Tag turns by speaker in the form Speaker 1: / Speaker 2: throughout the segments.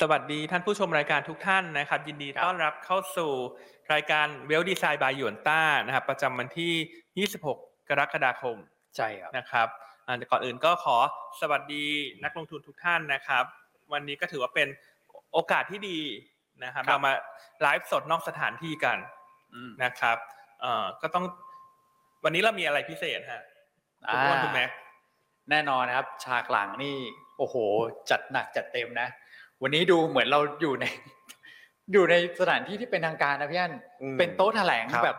Speaker 1: สวัสดีท่านผู้ชมรายการทุกท่านนะครับ ยินดี
Speaker 2: ครับ
Speaker 1: ต้อนรับเข้าสู่รายการเวลดีไซน์บายหยวนต้านะครับ ประจำวันที่ 26 กรกฎาคม
Speaker 2: ใช่ครับ
Speaker 1: นะครับอ่าแต่ก่อนอื่นก็ขอสวัสดีนักลงทุนทุกท่านนะครับ วันนี้ก็ถือว่าเป็นโอกาสที่ดีนะครับ
Speaker 2: ครับ
Speaker 1: เรามาไลฟ์สดนอกสถานที่กัน
Speaker 2: อืม
Speaker 1: นะครับเอ่อก็ต้องวันนี้เรามีอะไรพิเศษฮะคุณอ้วนคุณแม็กซ์
Speaker 2: แน่นอนนะครับ ฉากหลังนี่ โอ้โห จัดหนักจัดเต็มนะ วันนี้ดูเหมือนเราอยู่ใน อยู่ในสถานที่ที่เป็นทางการนะพี่อัน
Speaker 3: อืม
Speaker 2: เป็นโต๊ะแถลง
Speaker 3: ครับ
Speaker 2: แบบ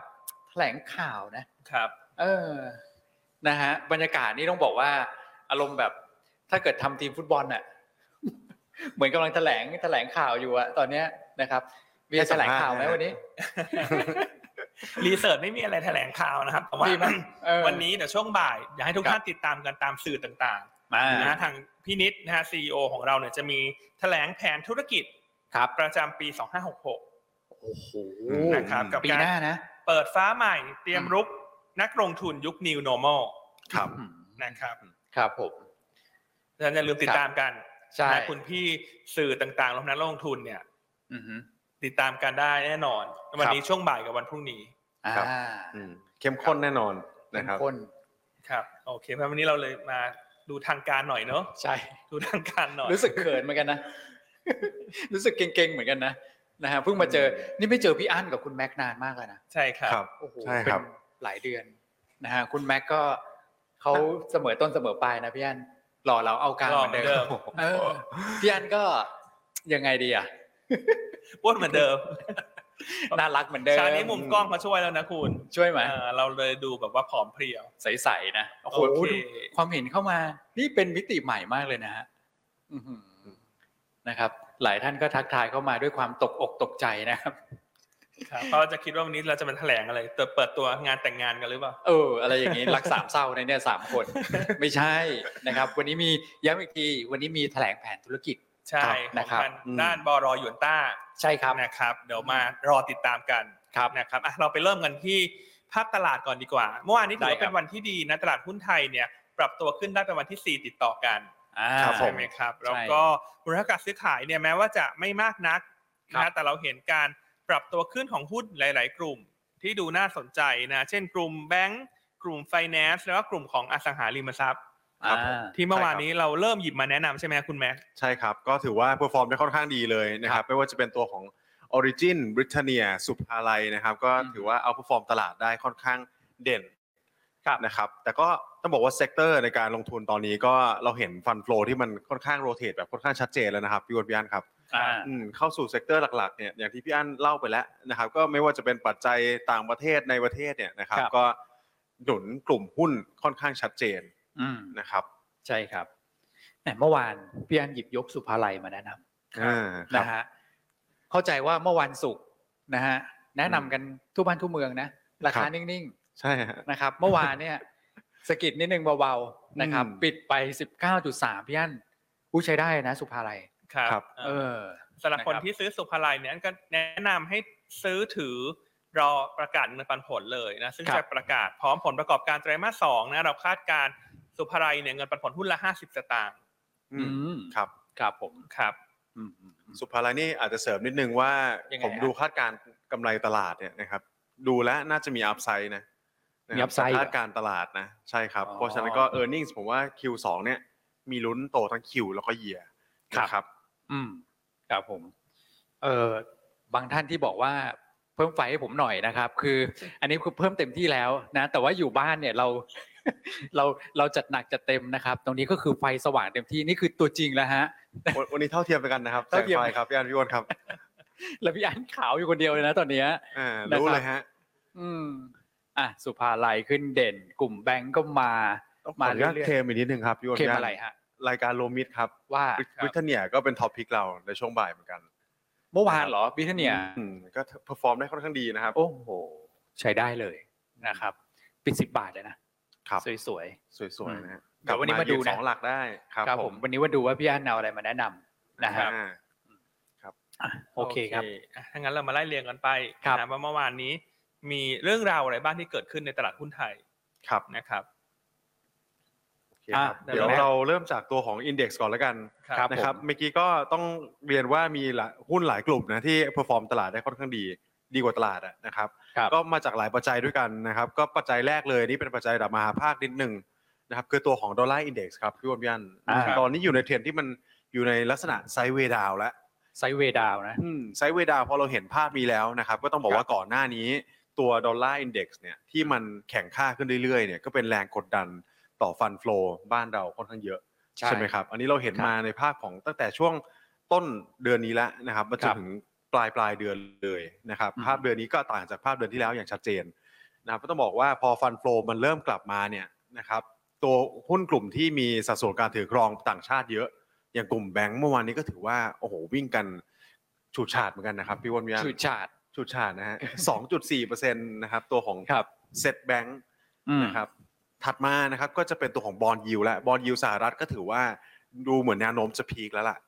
Speaker 2: แถลงข่าวนะ
Speaker 1: ครับ
Speaker 2: เออ นะฮะ บรรยากาศนี่ต้องบอกว่า อารมณ์แบบ ถ้าเกิดทำทีมฟุตบอลน่ะ เหมือนกำลังแถลงแถลงข่าวอยู่อะตอนเนี้ยนะครับเวียแถลงข่าวไหมวันนี้
Speaker 1: รีเสิร์ชไม่มีอะไรแถลงข่าวนะครับแต่ว่า
Speaker 2: ดีไหมเออ
Speaker 1: วันนี้เดี๋ยวช่วงบ่ายอยากให้ทุกท่านติดตามกันตามสื่อต่าง
Speaker 2: มา
Speaker 1: ๆนะฮะทางพี่นิดนะฮะซีอของเราเนี่ยจะมีแถลงแผนธุรกิจ
Speaker 2: ครับ
Speaker 1: ประจำปี
Speaker 2: โอ้โห
Speaker 1: 2566 นะครับกับ
Speaker 2: ปี
Speaker 1: การ
Speaker 2: หน้านะ
Speaker 1: เปิดฟ้าใหม่เตรียม
Speaker 2: อืม
Speaker 1: รุกนักลงทุนยุค New Normal
Speaker 3: ครับ
Speaker 2: อืม
Speaker 1: นะครับ
Speaker 2: ครับผม
Speaker 1: ดังนั้นอย่าลืมติดตามกัน
Speaker 2: ใช่
Speaker 1: นะคุณพี่สื่อต่างๆรวมทั้งนักลงทุนเนี่ย
Speaker 2: อือฮึ
Speaker 1: ติดตามกันได้แน่นอน วันนี้ช่วงบ่ายกับวันพรุ่งนี้
Speaker 2: อ่า
Speaker 3: ครับ อืมเข้มข้นแน่นอน
Speaker 2: เป็
Speaker 3: นะ
Speaker 2: น
Speaker 3: ครับ
Speaker 2: คน
Speaker 1: ครับโอเคเพราะวันนี้เราเลยมาดูทางการหน่อยเนอะ
Speaker 2: ใช่
Speaker 1: ดูทางการหน่อย
Speaker 2: รู้สึกเขินเหมือนกันนะ รู้สึกเก่งๆเหมือนกันนะนะฮะเพิ่งมาเจอ นี่ไม่เจอพี่อั้นกับคุณแม็กนานมากแล้วนะ
Speaker 1: ใช่ครับ
Speaker 3: ครับ
Speaker 2: โอ้โห
Speaker 3: ใช่ครับ
Speaker 2: เป็นหลายเดือนนะฮะคุณแม็กก็เขาเสมอต้นเสมอปลายนะพี่อั้นหล่อเราเอากลาง
Speaker 1: หล่อ
Speaker 2: เหมือนเดิม
Speaker 1: เหมือนเดิม
Speaker 2: เออพี่อั้นก็ยังไงดีอ่ะ
Speaker 1: อ้วนเหมือนเดิม
Speaker 2: น่ารักเหมือนเดิม
Speaker 1: ชานี้มุมกล้องมาช่วยแล้วนะคุณ
Speaker 2: ช่วยไหม
Speaker 1: เออเราเลยดูแบบว่าผอมเพรียว
Speaker 2: ใสๆนะโอ้โห
Speaker 1: โอเค
Speaker 2: ดูความเห็นเข้ามา นี่เป็นมิติใหม่มากเลยนะฮะอื้อหือนะครับ หลายท่านก็ทักทายเข้ามาด้วยความตกอกตกใจนะครับ
Speaker 1: ครับเพราะเราจะคิดว่าวันนี้เราจะเป็นแถลงอะไรเปิดเปิดตัวงานแต่งงานกันหรือเปล่า
Speaker 2: เอออะไรอย่างนี้ รักสามเศร้าในเนี่ยสามคน ไม่ใช่นะครับ วันนี้มีย้ำอีกทีวันนี้มีแถลงแผนธุรกิจ
Speaker 1: ใช่
Speaker 2: ครับ
Speaker 1: ขอ
Speaker 2: นะ
Speaker 1: ง
Speaker 2: ครับ
Speaker 1: ทาง
Speaker 3: อืม
Speaker 1: ด้านบรอหยวนต้า
Speaker 2: ใช่ครับ
Speaker 1: นะครับ เดี๋ยวมารอติดตามกัน
Speaker 2: ครับ
Speaker 1: นะครับอ่ะเราไปเริ่มกันที่ภาพตลาดก่อนดีกว่า เมื่อวานนี้ถือว่า
Speaker 2: ได้ครับ
Speaker 1: เป็นวันที่ดีนะตลาดหุ้นไทยเนี่ย ปรับตัวขึ้นได้เป็นวันที่ 4 ติดต่อกัน
Speaker 2: อ่า
Speaker 3: ครับผ
Speaker 1: ใช่ไหมครับแล้วก็มูลค่าการซื้อขายเนี่ยแม้ว่าจะไม่มากนัก
Speaker 2: ครับ
Speaker 1: นะแต่เราเห็นการปรับตัวขึ้นของหุ้นหลาย ๆ กลุ่มที่ดูน่าสนใจนะเช่นกลุ่มแบงก์กลุ่มไฟแนนซ์แล้วก็กลุ่มของอสังหาริมทรัพย์
Speaker 2: อ่า
Speaker 1: ที่เมื่อวานนี้เราเริ่มหยิบมาแนะนำใช่ไหมครับคุณแม็กซ์
Speaker 3: ใช่ครับ ก็ถือว่าเพอร์ฟอร์มได้ค่อนข้างดีเลยนะครับ ไม่ว่าจะเป็นตัวของ Origin b r i t a n n i a สุภาลัยนะครับ ก็ถือว่าเอาเพอร์ฟอร์มตลาดได้ค่อนข้างเด่น
Speaker 1: ครับ
Speaker 3: นะครับ แต่ก็ต้องบอกว่าเซกเตอร์ในการลงทุนตอนนี้ก็เราเห็นฟันโฟลที่มันค่อนข้างโรเตทแบบค่อนข้างชัดเจนแล้วนะครับพี่อ้วนพี่อันครับ
Speaker 2: อ่า
Speaker 3: อืมเข้าสู่เซกเตอร์หลักๆเนี่ยอย่างที่พี่อั้นเล่าไปแล้วนะครับก็ไม่ว่าจะเป็นปัจจัยต่างประเทศในประเทศเนี่ยนะครับ
Speaker 2: ครับ
Speaker 3: ก็หนุนกลุ่มหุ้นค่อนข้างชัดเจน
Speaker 2: อืม
Speaker 3: นะครับ
Speaker 2: ใช่ครับแต่เมื่อวานพี่อันหยิบยกสุภาลัยมาแนะน
Speaker 3: อ่า
Speaker 2: ำ
Speaker 3: ครั
Speaker 2: นะ
Speaker 3: บ
Speaker 2: ฮะเข้าใจว่าเมื่อวันศุกร์นะฮะแนะนำกันทั่วบ้านทั่วเมืองนะรา
Speaker 3: ค
Speaker 2: คา
Speaker 3: รับ
Speaker 2: นิ่ง
Speaker 3: ใช่ฮะ
Speaker 2: ๆนะครับ เมื่อวานเนี่ย สะกิดนิดนึงเบาๆนะครับ
Speaker 3: อืม
Speaker 2: ปิดไป 19.3พี่อันผู้ใช้ได้นะ สุภาลัย
Speaker 1: ครับ
Speaker 3: ครับ
Speaker 1: เอ
Speaker 2: เอ
Speaker 1: อ
Speaker 2: อ
Speaker 1: สำหรับคน
Speaker 2: นะครับ
Speaker 1: ที่ซื้อสุภาลัยเนี่ยก็แนะนำให้ซื้อถือรอประกาศเงินปันผลเลยนะซึ่งจะประกาศพร้อมผลประกอบการไตรมาสสองนะเราคาดการณ์สุภาลัยเนี่ยเงินปันผลหุ้นละ 50 สตางค์
Speaker 3: อื
Speaker 2: อืม
Speaker 3: มครับ
Speaker 2: ครับผม
Speaker 1: ครับ
Speaker 2: อืม
Speaker 3: สุภาลัยนี่อาจจะเสริมนิดนึงว่า
Speaker 2: ยังไง
Speaker 3: ผม
Speaker 2: ฮะ
Speaker 3: ดูคาดการณ์กำไรตลาดเนี่ยนะครับดูแล้วน่าจะมีอัพไซด์นะนะ
Speaker 2: มี
Speaker 3: ครับ
Speaker 2: upside
Speaker 3: คาดการณ์ตลาดนะใช่ครับ
Speaker 2: อ๋อ
Speaker 3: เพราะฉะนั้นก็ e a r n i n g ็ผมว่า Q2 เนี่ยมีลุ้นโตทั้ง Q แล้วก็เยีย
Speaker 2: ครับ
Speaker 3: นะครับ
Speaker 2: อืมครับผม เออบางท่านที่บอกว่าเพิ่มไฟให้ผมหน่อยนะครับ คือ อันนี้คือเพิ่มเต็มที่แล้วนะ แต่ว่าอยู่บ้านเนี่ยเรา เราเราจัดหนักจัดเต็มนะครับ ตรงนี้ก็คือไฟสว่างเต็มที่นี่คือตัวจริงแล้วฮะ
Speaker 3: วันวันนี้เท่าเทียมกันนะครับ
Speaker 2: เท่าเทียม
Speaker 3: แสงไฟครับพี่อันพี่อ้วนครับ
Speaker 2: แล้วพี่อันขาวอยู่คนเดียวเลยนะตอนเนี้ย
Speaker 3: อ่า
Speaker 2: นะครับ
Speaker 3: รู้เลยฮะ
Speaker 2: อืมอ่ะสุภาลัยขึ้นเด่น กลุ่มแบงก์ก็มา
Speaker 3: ต้องข
Speaker 2: มา
Speaker 3: ออนุญาต
Speaker 2: เรื่อยๆ
Speaker 3: เคลมอีกนิดนึงครับพี่อ้วน
Speaker 2: เคมอะไรฮะ
Speaker 3: รายการโลมิดครับ
Speaker 2: ว่า
Speaker 1: ครับ
Speaker 3: บริเทเนียก็เป็นท็อปพิกเราในช่วงบ่ายเหมือนกัน
Speaker 2: เมื่อวานเหรอบิทเนีย
Speaker 3: อืมก็เพอร์ฟอร์มได้ค่อนข้างดีนะครับ
Speaker 2: โอ้โห ใช้ได้เลยนะครับ ปิดสิบบาทเลยนะครับ สวย
Speaker 3: สวยๆนะฮะ
Speaker 2: เดี๋ยววันนี้มาดูนะ
Speaker 3: กลับยืสองหลักได้ครับ
Speaker 2: ๆครับผมวันนี้ว่าดูว่าพี่อันเอาอะไรมาแนะนำนะครับ
Speaker 3: อ่า
Speaker 2: อ่ะโอเคครับ
Speaker 1: อ่ะถ้างั้นเรามาไล่เรียงกันไป
Speaker 2: ครับ
Speaker 1: นะว่าเมื่อวานนี้มีเรื่องราวอะไรบ้างที่เกิดขึ้นในตลาดหุ้นไทย
Speaker 3: ครับ
Speaker 1: นะครับ
Speaker 3: เคครับ
Speaker 1: อ่ะ
Speaker 3: เดี๋ยวเราเริ่มจากตัวของ Index ก่อนแล้วกัน
Speaker 2: ครับ
Speaker 3: นะครับเมื่อกี้ก็ต้องเรียนว่ามีหลายหุ้นหลายกลุ่มนะที่ perform ตลาดได้ค่อนข้างดีดีกว่าตลาดอะนะครับ
Speaker 2: ครับ
Speaker 3: ก็มาจากหลายปัจจัยด้วยกันนะครับ ก็ปัจจัยแรกเลยนี่เป็นปัจจัยระดับมหาภาคนิดหนึ่งนะครับคือตัวของดอลลาร์อินเด็กซ์ครับพี่วอนพี่อัน
Speaker 2: อ่า
Speaker 3: ตอนนี้อยู่ในเทรนด์ที่มันอยู่ในลักษณะไซด์เวย์ดาวน์แล้ว
Speaker 2: ไซด์เวย์ดาวน์นะ
Speaker 3: อืมไซด์เวย์ดาวน์พอเราเห็นภาพนี้แล้วนะครับ ก็ต้องบอกว่าก่อนหน้านี้ ตัวดอลลาร์อินเด็กซ์เนี่ยที่มันแข่งค่าขึ้นเรื่อยๆเนี่ยก็เป็นแรงกดดันต่อฟันฟลูบ้านเราค่อนข้างเยอะ
Speaker 2: ใช่
Speaker 3: ไหมครับ อันนี้เราเห็น
Speaker 2: ครับ
Speaker 3: มาในภาพของตั้งแต่ช่วงต้นเดือนนี้แล้วนะครับมาจ
Speaker 2: ครั
Speaker 3: น
Speaker 2: บ
Speaker 3: ถึงปลายปลายเดือนเลยนะครับ
Speaker 2: อืม
Speaker 3: ภาพเดือนนี้ก็ต่างจากภาพเดือนที่แล้วอย่างชัดเจนนะครับก็ต้องบอกว่าพอฟันฟลูมันเริ่มกลับมาเนี่ยนะครับตัวหุ้นกลุ่มที่มีสัดส่วนการถือครองต่างชาติเยอะ อย่างกลุ่มแบงก์เมื่อวานนี้ก็ถือว่าโอ้โหวิ่งกันฉูดฉาดเหมือนกันนะครับพี่วอนวิอัน
Speaker 2: ชูชาติ
Speaker 3: ฉูดฉาดนะฮะสองจุดสี่เปอร์เซ็นต์นะครับตัวของ
Speaker 2: ครับ
Speaker 3: เซตแบงก์
Speaker 2: อืม
Speaker 3: นะครับถัดมานะครับก็จะเป็นตัวของบอลยิวและบอลยิวสหรัฐก็ถือว่าดูเหมือนแนวโน้มจะพีคแล้วล่ะ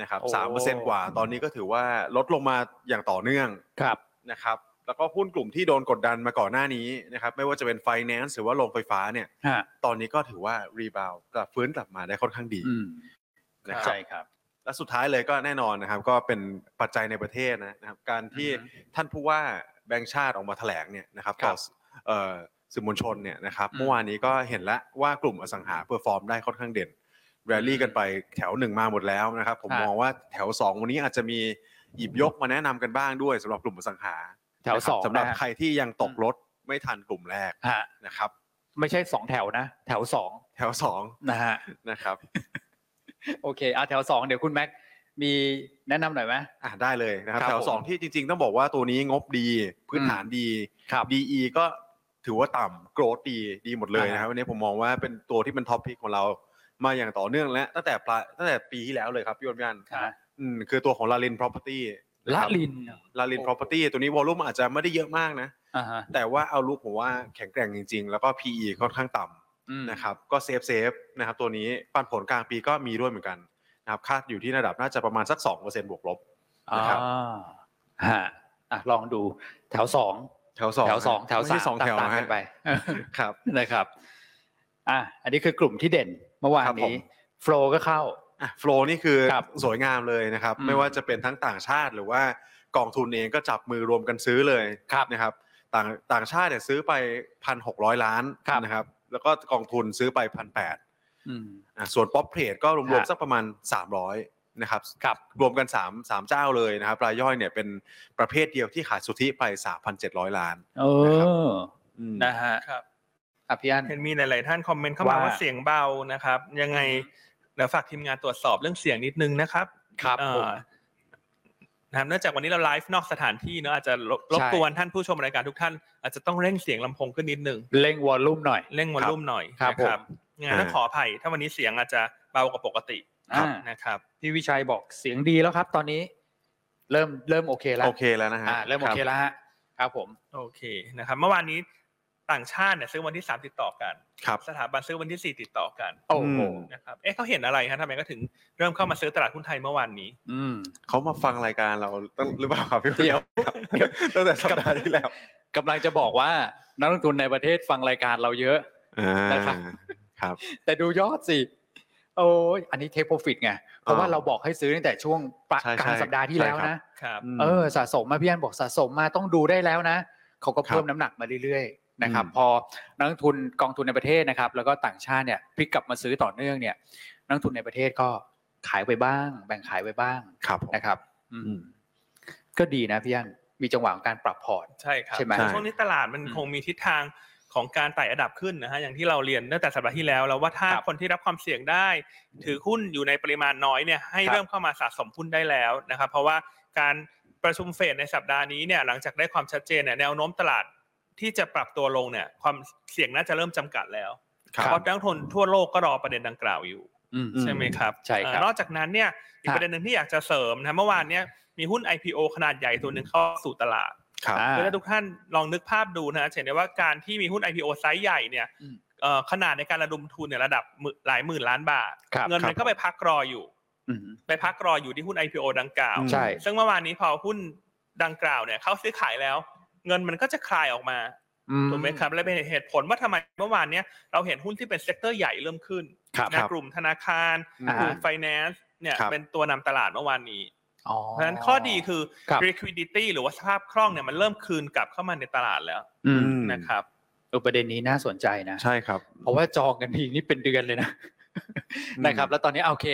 Speaker 3: นะครับ
Speaker 2: โอ้
Speaker 3: สามเปอร์เซ็นต์กว่าตอนนี้ก็ถือว่าลดลงมาอย่างต่อเนื่อง
Speaker 2: ครับ
Speaker 3: นะครับแล้วก็หุ้นกลุ่มที่โดนกดดันมาก่อนหน้านี้นะครับไม่ว่าจะเป็นไฟแนนซ์หรือว่าโรงไฟฟ้าเนี่ย
Speaker 2: ฮะ
Speaker 3: ตอนนี้ก็ถือว่ารีบาวกลับฟื้นกลับมาได้ค่อนข้างดี
Speaker 2: อืม
Speaker 3: นะครับ
Speaker 2: ใช่ครับ
Speaker 3: และสุดท้ายเลยก็แน่นอนนะครับก็เป็นปัจจัยในประเทศนะครับการที่
Speaker 2: อือฮึ
Speaker 3: ท่านผู้ว่าแบงค์ชาติออกมาแถลงเนี่ยนะครับ
Speaker 2: ครั
Speaker 3: ต่
Speaker 2: บ
Speaker 3: อเอ่อสื่อมวลชนเนี่ยนะครับ
Speaker 2: อืม
Speaker 3: เมื่อวานนี้ก็เห็นแล้วว่ากลุ่มอสังหาเปอร์ฟอร์มได้ค่อนข้างเด่นแรลลี่กันไปแถวหนึ่งมาหมดแล้วนะครับผม
Speaker 2: ฮะ
Speaker 3: มองว่าแถวสองวันนี้อาจจะมีหยิบยกมาแนะนำกันบ้างด้วยสำหรับกลุ่มอสังหา
Speaker 2: แถวสอง
Speaker 3: นะครับสำหรับ
Speaker 2: นะฮะ
Speaker 3: ใครที่ยังตกรถไม่ทันกลุ่มแรก
Speaker 2: ฮะ
Speaker 3: นะครับ
Speaker 2: ไม่ใช่สองแถวนะ แถวสอง
Speaker 3: แถวสอง
Speaker 2: นะฮะ
Speaker 3: นะครับ
Speaker 2: โอเคอ่ะแถวสองเดี๋ยวคุณแม็กมีแนะนำหน่อยไหม
Speaker 3: อ่ะได้เลยนะครับ
Speaker 2: ครับ
Speaker 3: แถวสอง
Speaker 2: ผม
Speaker 3: ที่จริง ๆ ต้องบอกว่าตัวนี้งบดีพื้น
Speaker 2: อืม
Speaker 3: ฐานดี
Speaker 2: ครับ
Speaker 3: DE ก็ถือว่าต่ำ growth ดีดีหมดเลยนะครับวันนี้ผมมองว่าเป็นตัวที่เป็นท็อปพิกของเรามาอย่างต่อเนื่องและตั้งแต่ปลายตั้งแต่ปีที่แล้วเลยครับพี่อ้วนพี่อันอืมคือตัวของลาลิน property
Speaker 2: ละลิน
Speaker 3: ลาลิน property ตัวนี้วอลุ่มอาจจะไม่ได้เยอะมากนะ
Speaker 2: อ่าฮะ
Speaker 3: แต่ว่าเอาลุกผมว่าแข็งแกร่งจริง ๆ แล้วก็ PE ค่อนข้างต่
Speaker 2: อืม
Speaker 3: ำนะครับก็เซฟเซฟนะครับตัวนี้ปันผลกลางปีก็มีด้วยเหมือนกันนะครับคาดอยู่ที่ระดับน่าจะประมาณสัก 2%บวกลบ นะครับ
Speaker 2: อ่าฮะอ่ะลองดูแถวสอง
Speaker 3: แถวสอง
Speaker 2: แถวสองแถว
Speaker 3: ไม่
Speaker 2: สาม
Speaker 3: ใช่สองแถว
Speaker 2: ต่างๆกั
Speaker 3: นะฮะ
Speaker 2: นไป
Speaker 3: ครับ
Speaker 2: นะครับอ่ะอันนี้คือกลุ่มที่เด่นเมื่อวาน
Speaker 3: ครับผม
Speaker 2: นี้โฟลก็เข้า
Speaker 3: ฟลอนี่คือ
Speaker 2: ครับ
Speaker 3: สวยงามเลยนะครับ
Speaker 2: อืม
Speaker 3: ไม่ว่าจะเป็นทั้งต่างชาติหรือว่ากองทุนเองก็จับมือรวมกันซื้อเลย
Speaker 2: ครับ
Speaker 3: นะครับ ต่างต่างชาติเนี่ยซื้อไปพันหกร้อยล้าน
Speaker 2: ครับ
Speaker 3: นะครับ แล้วก็กองทุนซื้อไปพันแปด
Speaker 2: อืม
Speaker 3: ส่วนป๊อปเทรดก็รวม
Speaker 2: ฮะ
Speaker 3: ๆสักประมาณ 300นะครับ
Speaker 2: ครับ
Speaker 3: รวมกัน3มเจ้าเลยนะครับรายย่อยเนี่ยเป็นประเภทเดียวที่ขายสุทธิไป 3,700 ล้าน
Speaker 2: เออ
Speaker 3: อืม
Speaker 2: นะฮะ
Speaker 1: ครับ
Speaker 2: อ่ะพี่อัน
Speaker 1: เห็นมีหลาย ๆ ท่านคอมเมนต์เข้ามา
Speaker 2: ว่า
Speaker 1: ว่าเสียงเบานะครับ ยังไงเดี๋ยวฝากทีมงานตรวจสอบเรื่องเสียงนิดนึงนะครับ
Speaker 2: ครับ
Speaker 1: เอ่อ
Speaker 2: ผม
Speaker 1: นะครับเนื่องจากวันนี้เราไลฟ์นอกสถานที่เนอะอาจจะรบรบ
Speaker 2: ใช่
Speaker 1: กวนท่านผู้ชมรายการทุกท่าน อาจจะต้องเร่งเสียงลำโพงขึ้นนิดนึง
Speaker 2: เร่งวอลลุ่มหน่อย
Speaker 1: เร่งวอลลุ่มหน่อย
Speaker 2: ครับ
Speaker 1: นะงาน
Speaker 3: อ่า
Speaker 1: ต้องขออภัย ถ้าวันนี้เสียงอาจจะเบากว่าปกติ
Speaker 2: ครับ
Speaker 1: นะครับ
Speaker 2: พี่วิชัยบอกเสียงดีแล้วครับ ตอนนี้ เริ่มเริ่มโอเคแล้ว
Speaker 3: โอเคแล้วนะฮะ
Speaker 2: อ่าเริ่มโอเค
Speaker 3: ครับ
Speaker 2: แล้วฮะครับผม
Speaker 1: โอเคนะครับ เมื่อวานนี้ต่างชาติเนี่ยซื้อวันที่สามติดต่อกัน
Speaker 3: ครับ
Speaker 1: สถาบันซื้อวันที่สี่ติดต่อกัน
Speaker 2: โอ้โห
Speaker 3: อืม
Speaker 1: นะครับ เอ๊ะเขาเห็นอะไรฮะทำไมก็ถึงเริ่มเข้ามาซื้อตลาดหุ้นไทยเมื่อวานนี้
Speaker 2: อืม
Speaker 3: เขามาฟังรายการเราตั้งหรือเปล่าครับพี่
Speaker 2: เดี๋ยว
Speaker 3: ครับ ตั้งแต่สัปดาห์ที่แล้ว
Speaker 2: กำลังจะบอกว่านักลงทุนในประเทศฟังรายการเราเยอะ นะครับ
Speaker 3: อ่าครับ
Speaker 2: แต่ดูยอดสิ โอ้ยอันนี้เทคโปรฟิตไง เพราะว่าเราบอกให้ซื้อตั้งแต่ช่วงปะ
Speaker 3: ใช่ใช่
Speaker 2: กลางสัปดาห์ที่แล้ว
Speaker 3: ใช่ครั
Speaker 2: นะ
Speaker 3: บ
Speaker 1: ครับ
Speaker 2: เออ สะสมมาพี่อันบอกสะสมมาต้องดูได้แล้วนะ เขาก็เพิ่มน้ำหนักมาเรื่อยๆนะครับ
Speaker 3: อืม
Speaker 2: พอนักลงทุนกองทุนในประเทศนะครับ แล้วก็ต่างชาติเนี่ยพลิกกลับมาซื้อต่อเนื่องเนี่ย นักลงทุนในประเทศก็ขายไปบ้าง แบ่งขายไปบ้าง
Speaker 3: ครับผม
Speaker 2: นะครับ อืม
Speaker 3: อืม
Speaker 2: ก็ดีนะพี่อันมีจังหวะของการปรับพอร์ต
Speaker 1: ใช่ครับ
Speaker 2: ใช่ไหม
Speaker 1: คือ
Speaker 3: ใช่
Speaker 1: ช่วงนี้ตลาดมัน
Speaker 2: อืม
Speaker 1: คงมีทิศทางของการไต่ระดับขึ้นนะฮะอย่างที่เราเรียนตั้งแต่สัปดาห์ที่แล้วแล้วว่าถ้า
Speaker 2: ครับ
Speaker 1: คนที่รับความเสี่ยงได้ ถือหุ้นอยู่ในปริมาณน้อยเนี่ยให้
Speaker 2: ครับ
Speaker 1: เริ่มเข้ามาสะสมหุ้นได้แล้วนะครับเพราะว่าการประชุมเฟดในสัปดาห์นี้เนี่ยหลังจากได้ความชัดเจนเนี่ยแนวโน้มตลาดที่จะปรับตัวลงเนี่ยความเสี่ยงน่าจะเริ่มจำกัดแล้ว
Speaker 3: ครับ
Speaker 1: เพราะนักลงทุนทั่วโลกก็รอประเด็นดังกล่าวอยู่
Speaker 2: อืม
Speaker 1: ใช่ไหมครับ
Speaker 2: ใช่ครับ
Speaker 1: เอ่อนอกจากนั้นเนี่ยอีก
Speaker 2: ครับ
Speaker 1: ประเด็นหนึ่งที่อยากจะเสริมนะเมื่อวานเนี่ยมีหุ้น IPO ขนาดใหญ่ตัวหนึ่งเข้าสู่ตลาด
Speaker 3: ครับ
Speaker 2: อ่า
Speaker 1: คือถ้าทุกท่านลองนึกภาพดูนะจะเห็นได้ว่าการที่มีหุ้น IPO ไซส์ใหญ่เนี่ย
Speaker 2: อืม
Speaker 1: เอ่อขนาดในการระดมทุนเนี่ยระดับหมื่นหลายหมื่นล้านบาท
Speaker 2: ครับ
Speaker 1: เงินมัน
Speaker 3: ครั
Speaker 1: ก็
Speaker 3: บ
Speaker 1: ไปพักรออยู่
Speaker 2: อืม
Speaker 1: ไปพักรออยู่ที่หุ้น IPO ดังกล่าว
Speaker 3: อืม
Speaker 2: ใช่
Speaker 1: ซึ่งเมื่อวานนี้พอหุ้นดังกล่าวเนี่ยเข้าซื้อขายแล้ว เงินมันก็จะคลายออกมา
Speaker 2: อื
Speaker 1: ถูกไหมครับและเป็นเหตุผลว่าทำไมเมื่อวานเนี้ยเราเห็นหุ้นที่เป็นเซกเตอร์ใหญ่เริ่มขึ้น
Speaker 2: ครับ
Speaker 1: นะครับ กลุ่มธนาคาร
Speaker 2: อ่าก
Speaker 1: ลุ่มไฟแนนซ์เนี่ย
Speaker 3: ครับ
Speaker 1: เป็นตัวนำตลาดเมื่อวานนี้
Speaker 2: อ๋อ
Speaker 1: เพราะฉะนั้นข้อดีคือ
Speaker 2: ครับ
Speaker 1: liquidity หรือว่าสภาพคล่องเนี่ยมันเริ่มคืนกลับเข้ามาในตลาดแล้ว
Speaker 2: อืม
Speaker 3: ม
Speaker 1: นะครับ
Speaker 2: เออประเด็นนี้น่าสนใจนะ
Speaker 3: ใช่ครับ
Speaker 2: เพราะว่าจองกันทีนี่เป็นเดือนเลยนะ
Speaker 3: อืม
Speaker 2: นะครับ แล้วตอนนี้โอเค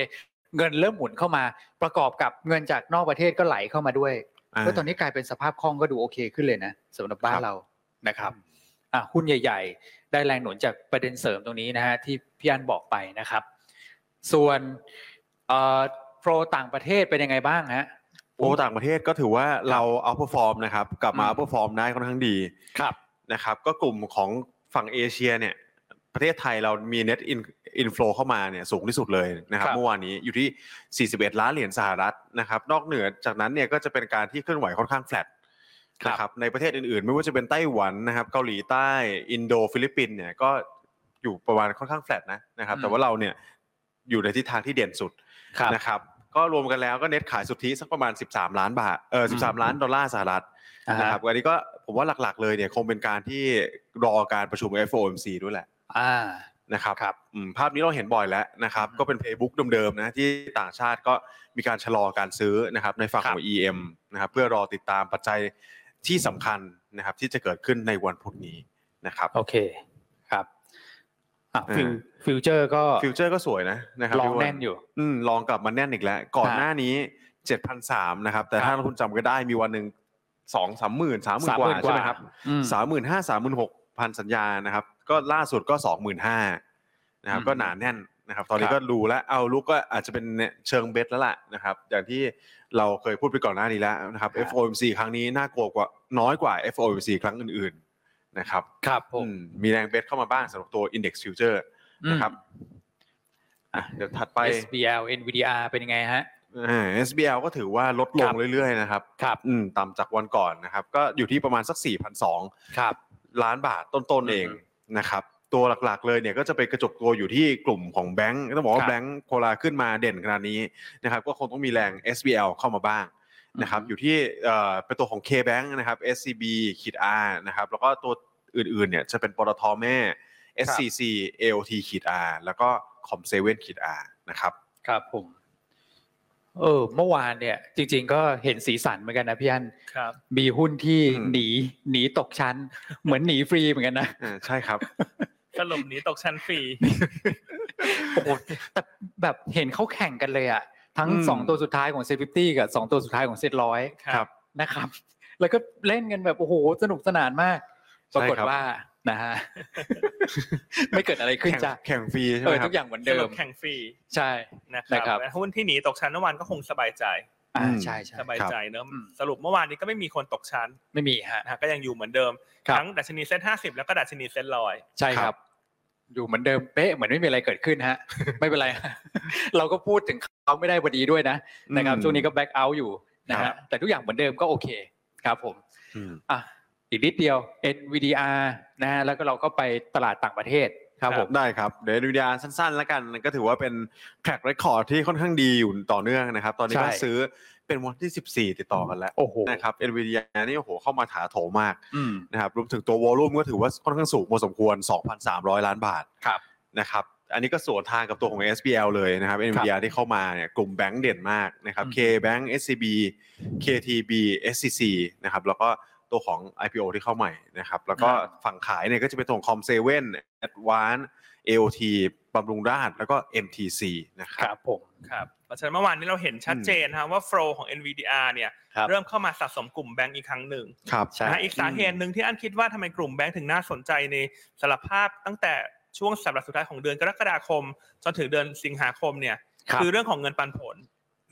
Speaker 2: เงินเริ่มหมุนเข้ามาประกอบกับเงินจากนอกประเทศก็ไหลเข้ามาด้วย
Speaker 3: อ่า
Speaker 2: ก็ตอนนี้กลายเป็นสภาพคล่องก็ดูโอเคขึ้นเลยนะสำหรับบ้า
Speaker 3: คน รับ
Speaker 2: เรานะครับอ่ะหุ้นใหญ่ ๆ ได้แรงหนุนจากประเด็นเสริมตรงนี้นะฮะที่พี่อันบอกไปนะครับ ส่วนเอ่อโปรต่างประเทศเป็นยังไงบ้างฮะ
Speaker 3: โอ้ต่างประเทศก็ถือว่าเราเอาเปอร์ฟอร์มนะครับ กลับมา
Speaker 2: อืม
Speaker 3: เอาเปอร์ฟอร์มได้ค่อนข้างดี
Speaker 2: ครับ
Speaker 3: นะครับก็กลุ่มของฝั่งเอเชียเนี่ยประเทศไทยเรามี net in- inflow เข้ามาเนี่ยสูงที่สุดเลยนะครับ
Speaker 2: ครับ
Speaker 3: เมื่อวานนี้อยู่ที่ 41 ล้านเหรียญสหรัฐนะครับนอกเหนือจากนั้นเนี่ยก็จะเป็นการที่เคลื่อนไหวค่อนข้างแฟลต
Speaker 2: ครับ
Speaker 3: นะครับในประเทศอื่นๆ ไม่ว่าจะเป็นไต้หวันนะครับเกาหลีใต้อินโดฟิลิปปินส์เนี่ยก็อยู่ประมาณค่อนข้างแฟลตนะนะครับแต่ว่าเราเนี่ยอยู่ในทิศทางที่เด่นสุด
Speaker 2: ครับ
Speaker 3: นะครับก็รวมกันแล้วก็เน็ตขายสุทธิสักประมาณ 13 ล้านบาทเออ
Speaker 2: อืม
Speaker 3: 13 ล้านดอลลาร์สหรัฐนะครับอันนี้ก็ผมว่าหลักๆเลยเนี่ยคงเป็นการที่รอการประชุม FOMC ด้วยแหละ
Speaker 2: อ่า
Speaker 3: นะครับ
Speaker 2: ครับ
Speaker 3: อืมภาพนี้เราเห็นบ่อยแล้วนะครับ
Speaker 2: อืม
Speaker 3: ก็เป็นเพย์บุ๊กเดิมๆนะที่ต่างชาติก็มีการชะลอการซื้อนะครับในฝั่ง
Speaker 2: ครับ
Speaker 3: ของ EM นะครับเพื่อรอติดตามปัจจัยที่สำคัญนะครับที่จะเกิดขึ้นในวันพุธนี้นะครับ
Speaker 2: โอเคครับอ่ะ
Speaker 3: อ่า
Speaker 2: ฟิวฟิวเจอร์ก็
Speaker 3: ฟิวเจอร์ก็สวยนะนะครับ
Speaker 2: ลอง
Speaker 3: พี่ว
Speaker 2: แน่นอยู่
Speaker 3: อืมลองกลับมาแน่นอีกแล้ว ก่อนหน้านี้ 7,300 นะครับ แต่ถ้า
Speaker 2: ครับ
Speaker 3: คุณจำก็ได้มีวันหนึ่งสองสามหมื่นสามหมื่นกว่าใช่ไหมครับ
Speaker 2: อืม
Speaker 3: สามหมื่นห้าสามหมื่นหกพันสัญญานะครับ ก็ล่าสุดก็สองหมื่นห้านะครับ
Speaker 2: อืม
Speaker 3: ก็หนาแน่นนะครับ ตอน
Speaker 2: ค
Speaker 3: นี้
Speaker 2: รั
Speaker 3: ก็
Speaker 2: บ
Speaker 3: ดูแล้วเอาลุกก็อาจจะเป็นเชิงเบสแล้วล่ะนะครับ อย่างที่เราเคยพูดไปก่อนหน้านี้แล้วนะครับ FOMC ครั้งนี้น่ากลัวกว่าน้อยกว่า FOMC ครั้งอื่นๆนะครับ
Speaker 2: ครับผ
Speaker 3: อื
Speaker 2: ม
Speaker 3: มมีแรงเบสเข้ามาบ้างสำหรับตัว Index Future นะครับอ่ะเดี๋ยวถัด
Speaker 2: ไป
Speaker 3: ไป
Speaker 2: SBL NVDR เป็นยังไงฮะ
Speaker 3: อ่า SBL ก็ถือว่าลดล
Speaker 2: ค
Speaker 3: ง
Speaker 2: รับ
Speaker 3: เรื่อยๆนะครับ
Speaker 2: ครับ
Speaker 3: อืมต่ำจากวันก่อนนะครับ ก็อยู่ที่ประมาณสัก 4,200
Speaker 2: ครับ
Speaker 3: ล้านบาทต้นๆเองนะครับ ตัวหลักๆเลยเนี่ยก็จะไปกระจกตัวอยู่ที่กลุ่มของแบงก์ต้องบอก
Speaker 2: ครั
Speaker 3: ว่า
Speaker 2: บ
Speaker 3: แบงก์โคลาขึ้นมาเด่นขนาดนี้นะครับ ก็คงต้องมีแรง SBL เข้ามาบ้างนะครับ
Speaker 2: อือฮึ
Speaker 3: อยู่ที่เอ่อเป็นตัวของ KBank นะครับ SCB ขีด R นะครับ แล้วก็ตัวอื่นๆเนี่ยจะเป็นปตทแม่ SCC AOT ขีด R แล้วก็คอมเซเว่นขีด R นะครับ
Speaker 2: ครับผม เออ เมื่อวานเนี่ย จริง ๆ ก็เห็นสีสันเหมือนกันนะพี่อัน
Speaker 1: ครับ
Speaker 2: มีหุ้นที่
Speaker 3: อืม
Speaker 2: หนีหนีตกชั้น เหมือนหนีฟรีเหมือนกันนะ
Speaker 3: อ่าใช่ครับ
Speaker 1: สรุปหนี้ตกชั้นฟรี
Speaker 2: โอ้โหแต่แบบเห็นเขาแข่งกันเลยอะทั้ง
Speaker 3: อืม
Speaker 2: สองตัวสุดท้ายของเซฟิตี้กับสองตัวสุดท้ายของเซร้อย นะครับ แล้วก็เล่นกันแบบโอ้โหสนุกสนานมาก ป
Speaker 3: ใช่
Speaker 2: รา
Speaker 3: ครั
Speaker 2: ก
Speaker 3: บ
Speaker 2: ฏว่านะ ฮะ ไม่เกิดอะไรขึ้น
Speaker 3: แข่ง
Speaker 2: จ้ะ
Speaker 3: แข่งฟรีใช่
Speaker 2: เอ
Speaker 3: ไหม
Speaker 2: อ
Speaker 3: ค
Speaker 2: ทุ
Speaker 3: รับ
Speaker 2: กอย่างเหมือน
Speaker 1: ส
Speaker 2: เดิ
Speaker 1: รุ
Speaker 2: ม
Speaker 1: ปแข่งฟรี
Speaker 2: ใช่
Speaker 1: นะค
Speaker 2: นะครั
Speaker 1: รับ บหุ้นที่หนีตกชั้นเมื่อวานก็คงสบายใจ
Speaker 2: อ่า
Speaker 3: อืม
Speaker 2: ใช่ใช่
Speaker 1: สบายใจเนอะ
Speaker 2: อืม
Speaker 1: สรุปเมื่อวานนี้ก็ไม่มีคนตกชั้น
Speaker 2: ไม่มีฮะ
Speaker 1: นะฮะก็ยังอยู่เหมือนเดิม
Speaker 2: ครับ
Speaker 1: ทั้งดัชนีเซ็ตห้าสิบแล้วก็ดัชนีเซ็ตร้อย
Speaker 2: ใช่ค
Speaker 3: ครั
Speaker 2: รับ
Speaker 3: บ
Speaker 2: อยู่เหมือนเดิมเป๊ะเหมือนไม่มีอะไรเกิดขึ้น ฮะ ไม่เป็นไร ฮะเราก็พูดถึงเขาไม่ได้พอดีด้วยนะนะครับ
Speaker 3: อืม
Speaker 2: ช่วงนี้ก็แบ็กเอาท์อยู่นะ
Speaker 3: ครั
Speaker 2: ฮะ
Speaker 3: บ
Speaker 2: แต่ทุกอย่างเหมือนเดิมก็โอเคครับผม
Speaker 3: อืม
Speaker 2: อ่ะอีกนิดเดียว NVDR นะฮะแล้วก็เราก็ไปตลาดต่างประเทศครับผม
Speaker 3: ได้ครับ เดี๋ยวดูดาสั้นๆ แล้วกันก็ถือว่าเป็นแทร็กเรคคอร์ดที่ค่อนข้างดีอยู่ต่อเนื่องนะครับ ตอนนี้
Speaker 2: ใช่
Speaker 3: ก็ซื้อเป็นวันที่ 14 ติดต่อกันแล้ว
Speaker 2: โอ้โห
Speaker 3: นะครับเอ็นวีดีนี่โอ้โหเข้ามาถาโถมมาก
Speaker 2: อืม
Speaker 3: นะครับรวมถึงตัววอลลุ่มก็ถือว่าค่อนข้างสูงพอสมควร 2,300 ล้านบาท
Speaker 2: ครับ
Speaker 3: นะครับอันนี้ก็สวนทางกับตัวของ SBL เลยนะครับ NVIDIA ที่เข้ามาเนี่ยกลุ่มแบงก์เด่นมากนะครับ KBank SCB KTB SCC นะครับแล้วก็ตัวของ IPO ที่เข้าใหม่นะครับแล้วก็
Speaker 2: ครับ
Speaker 3: ฝั่งขายเนี่ยก็จะเป็นตัวของ Com7 Advance AOT บำรุงราษฎร์แล้วก็ MTC นะค
Speaker 2: ครับ รับผม
Speaker 1: ครับเพราะฉะนั้นเมื่อวานนี้เราเห็นชัดเจนนะฮะว่าโฟลของ NVDR เนี่ย
Speaker 2: ครับ
Speaker 1: เริ่มเข้ามาสะสมกลุ่มแบงก์อีกครั้งหนึ่ง
Speaker 3: ครับ
Speaker 2: ใช่
Speaker 1: นะฮะอีกสาเหตุหนึ่งที่อันคิดว่าทำไมกลุ่มแบงก์ถึงน่าสนใจในสลับภาพตั้งแต่ช่วงสัปดาห์สุดท้ายของเดือนกรกฎาคม จนถึงเดือนสิงหาคมเนี่ย
Speaker 2: ครับ
Speaker 1: คือเรื่องของเงินปันผล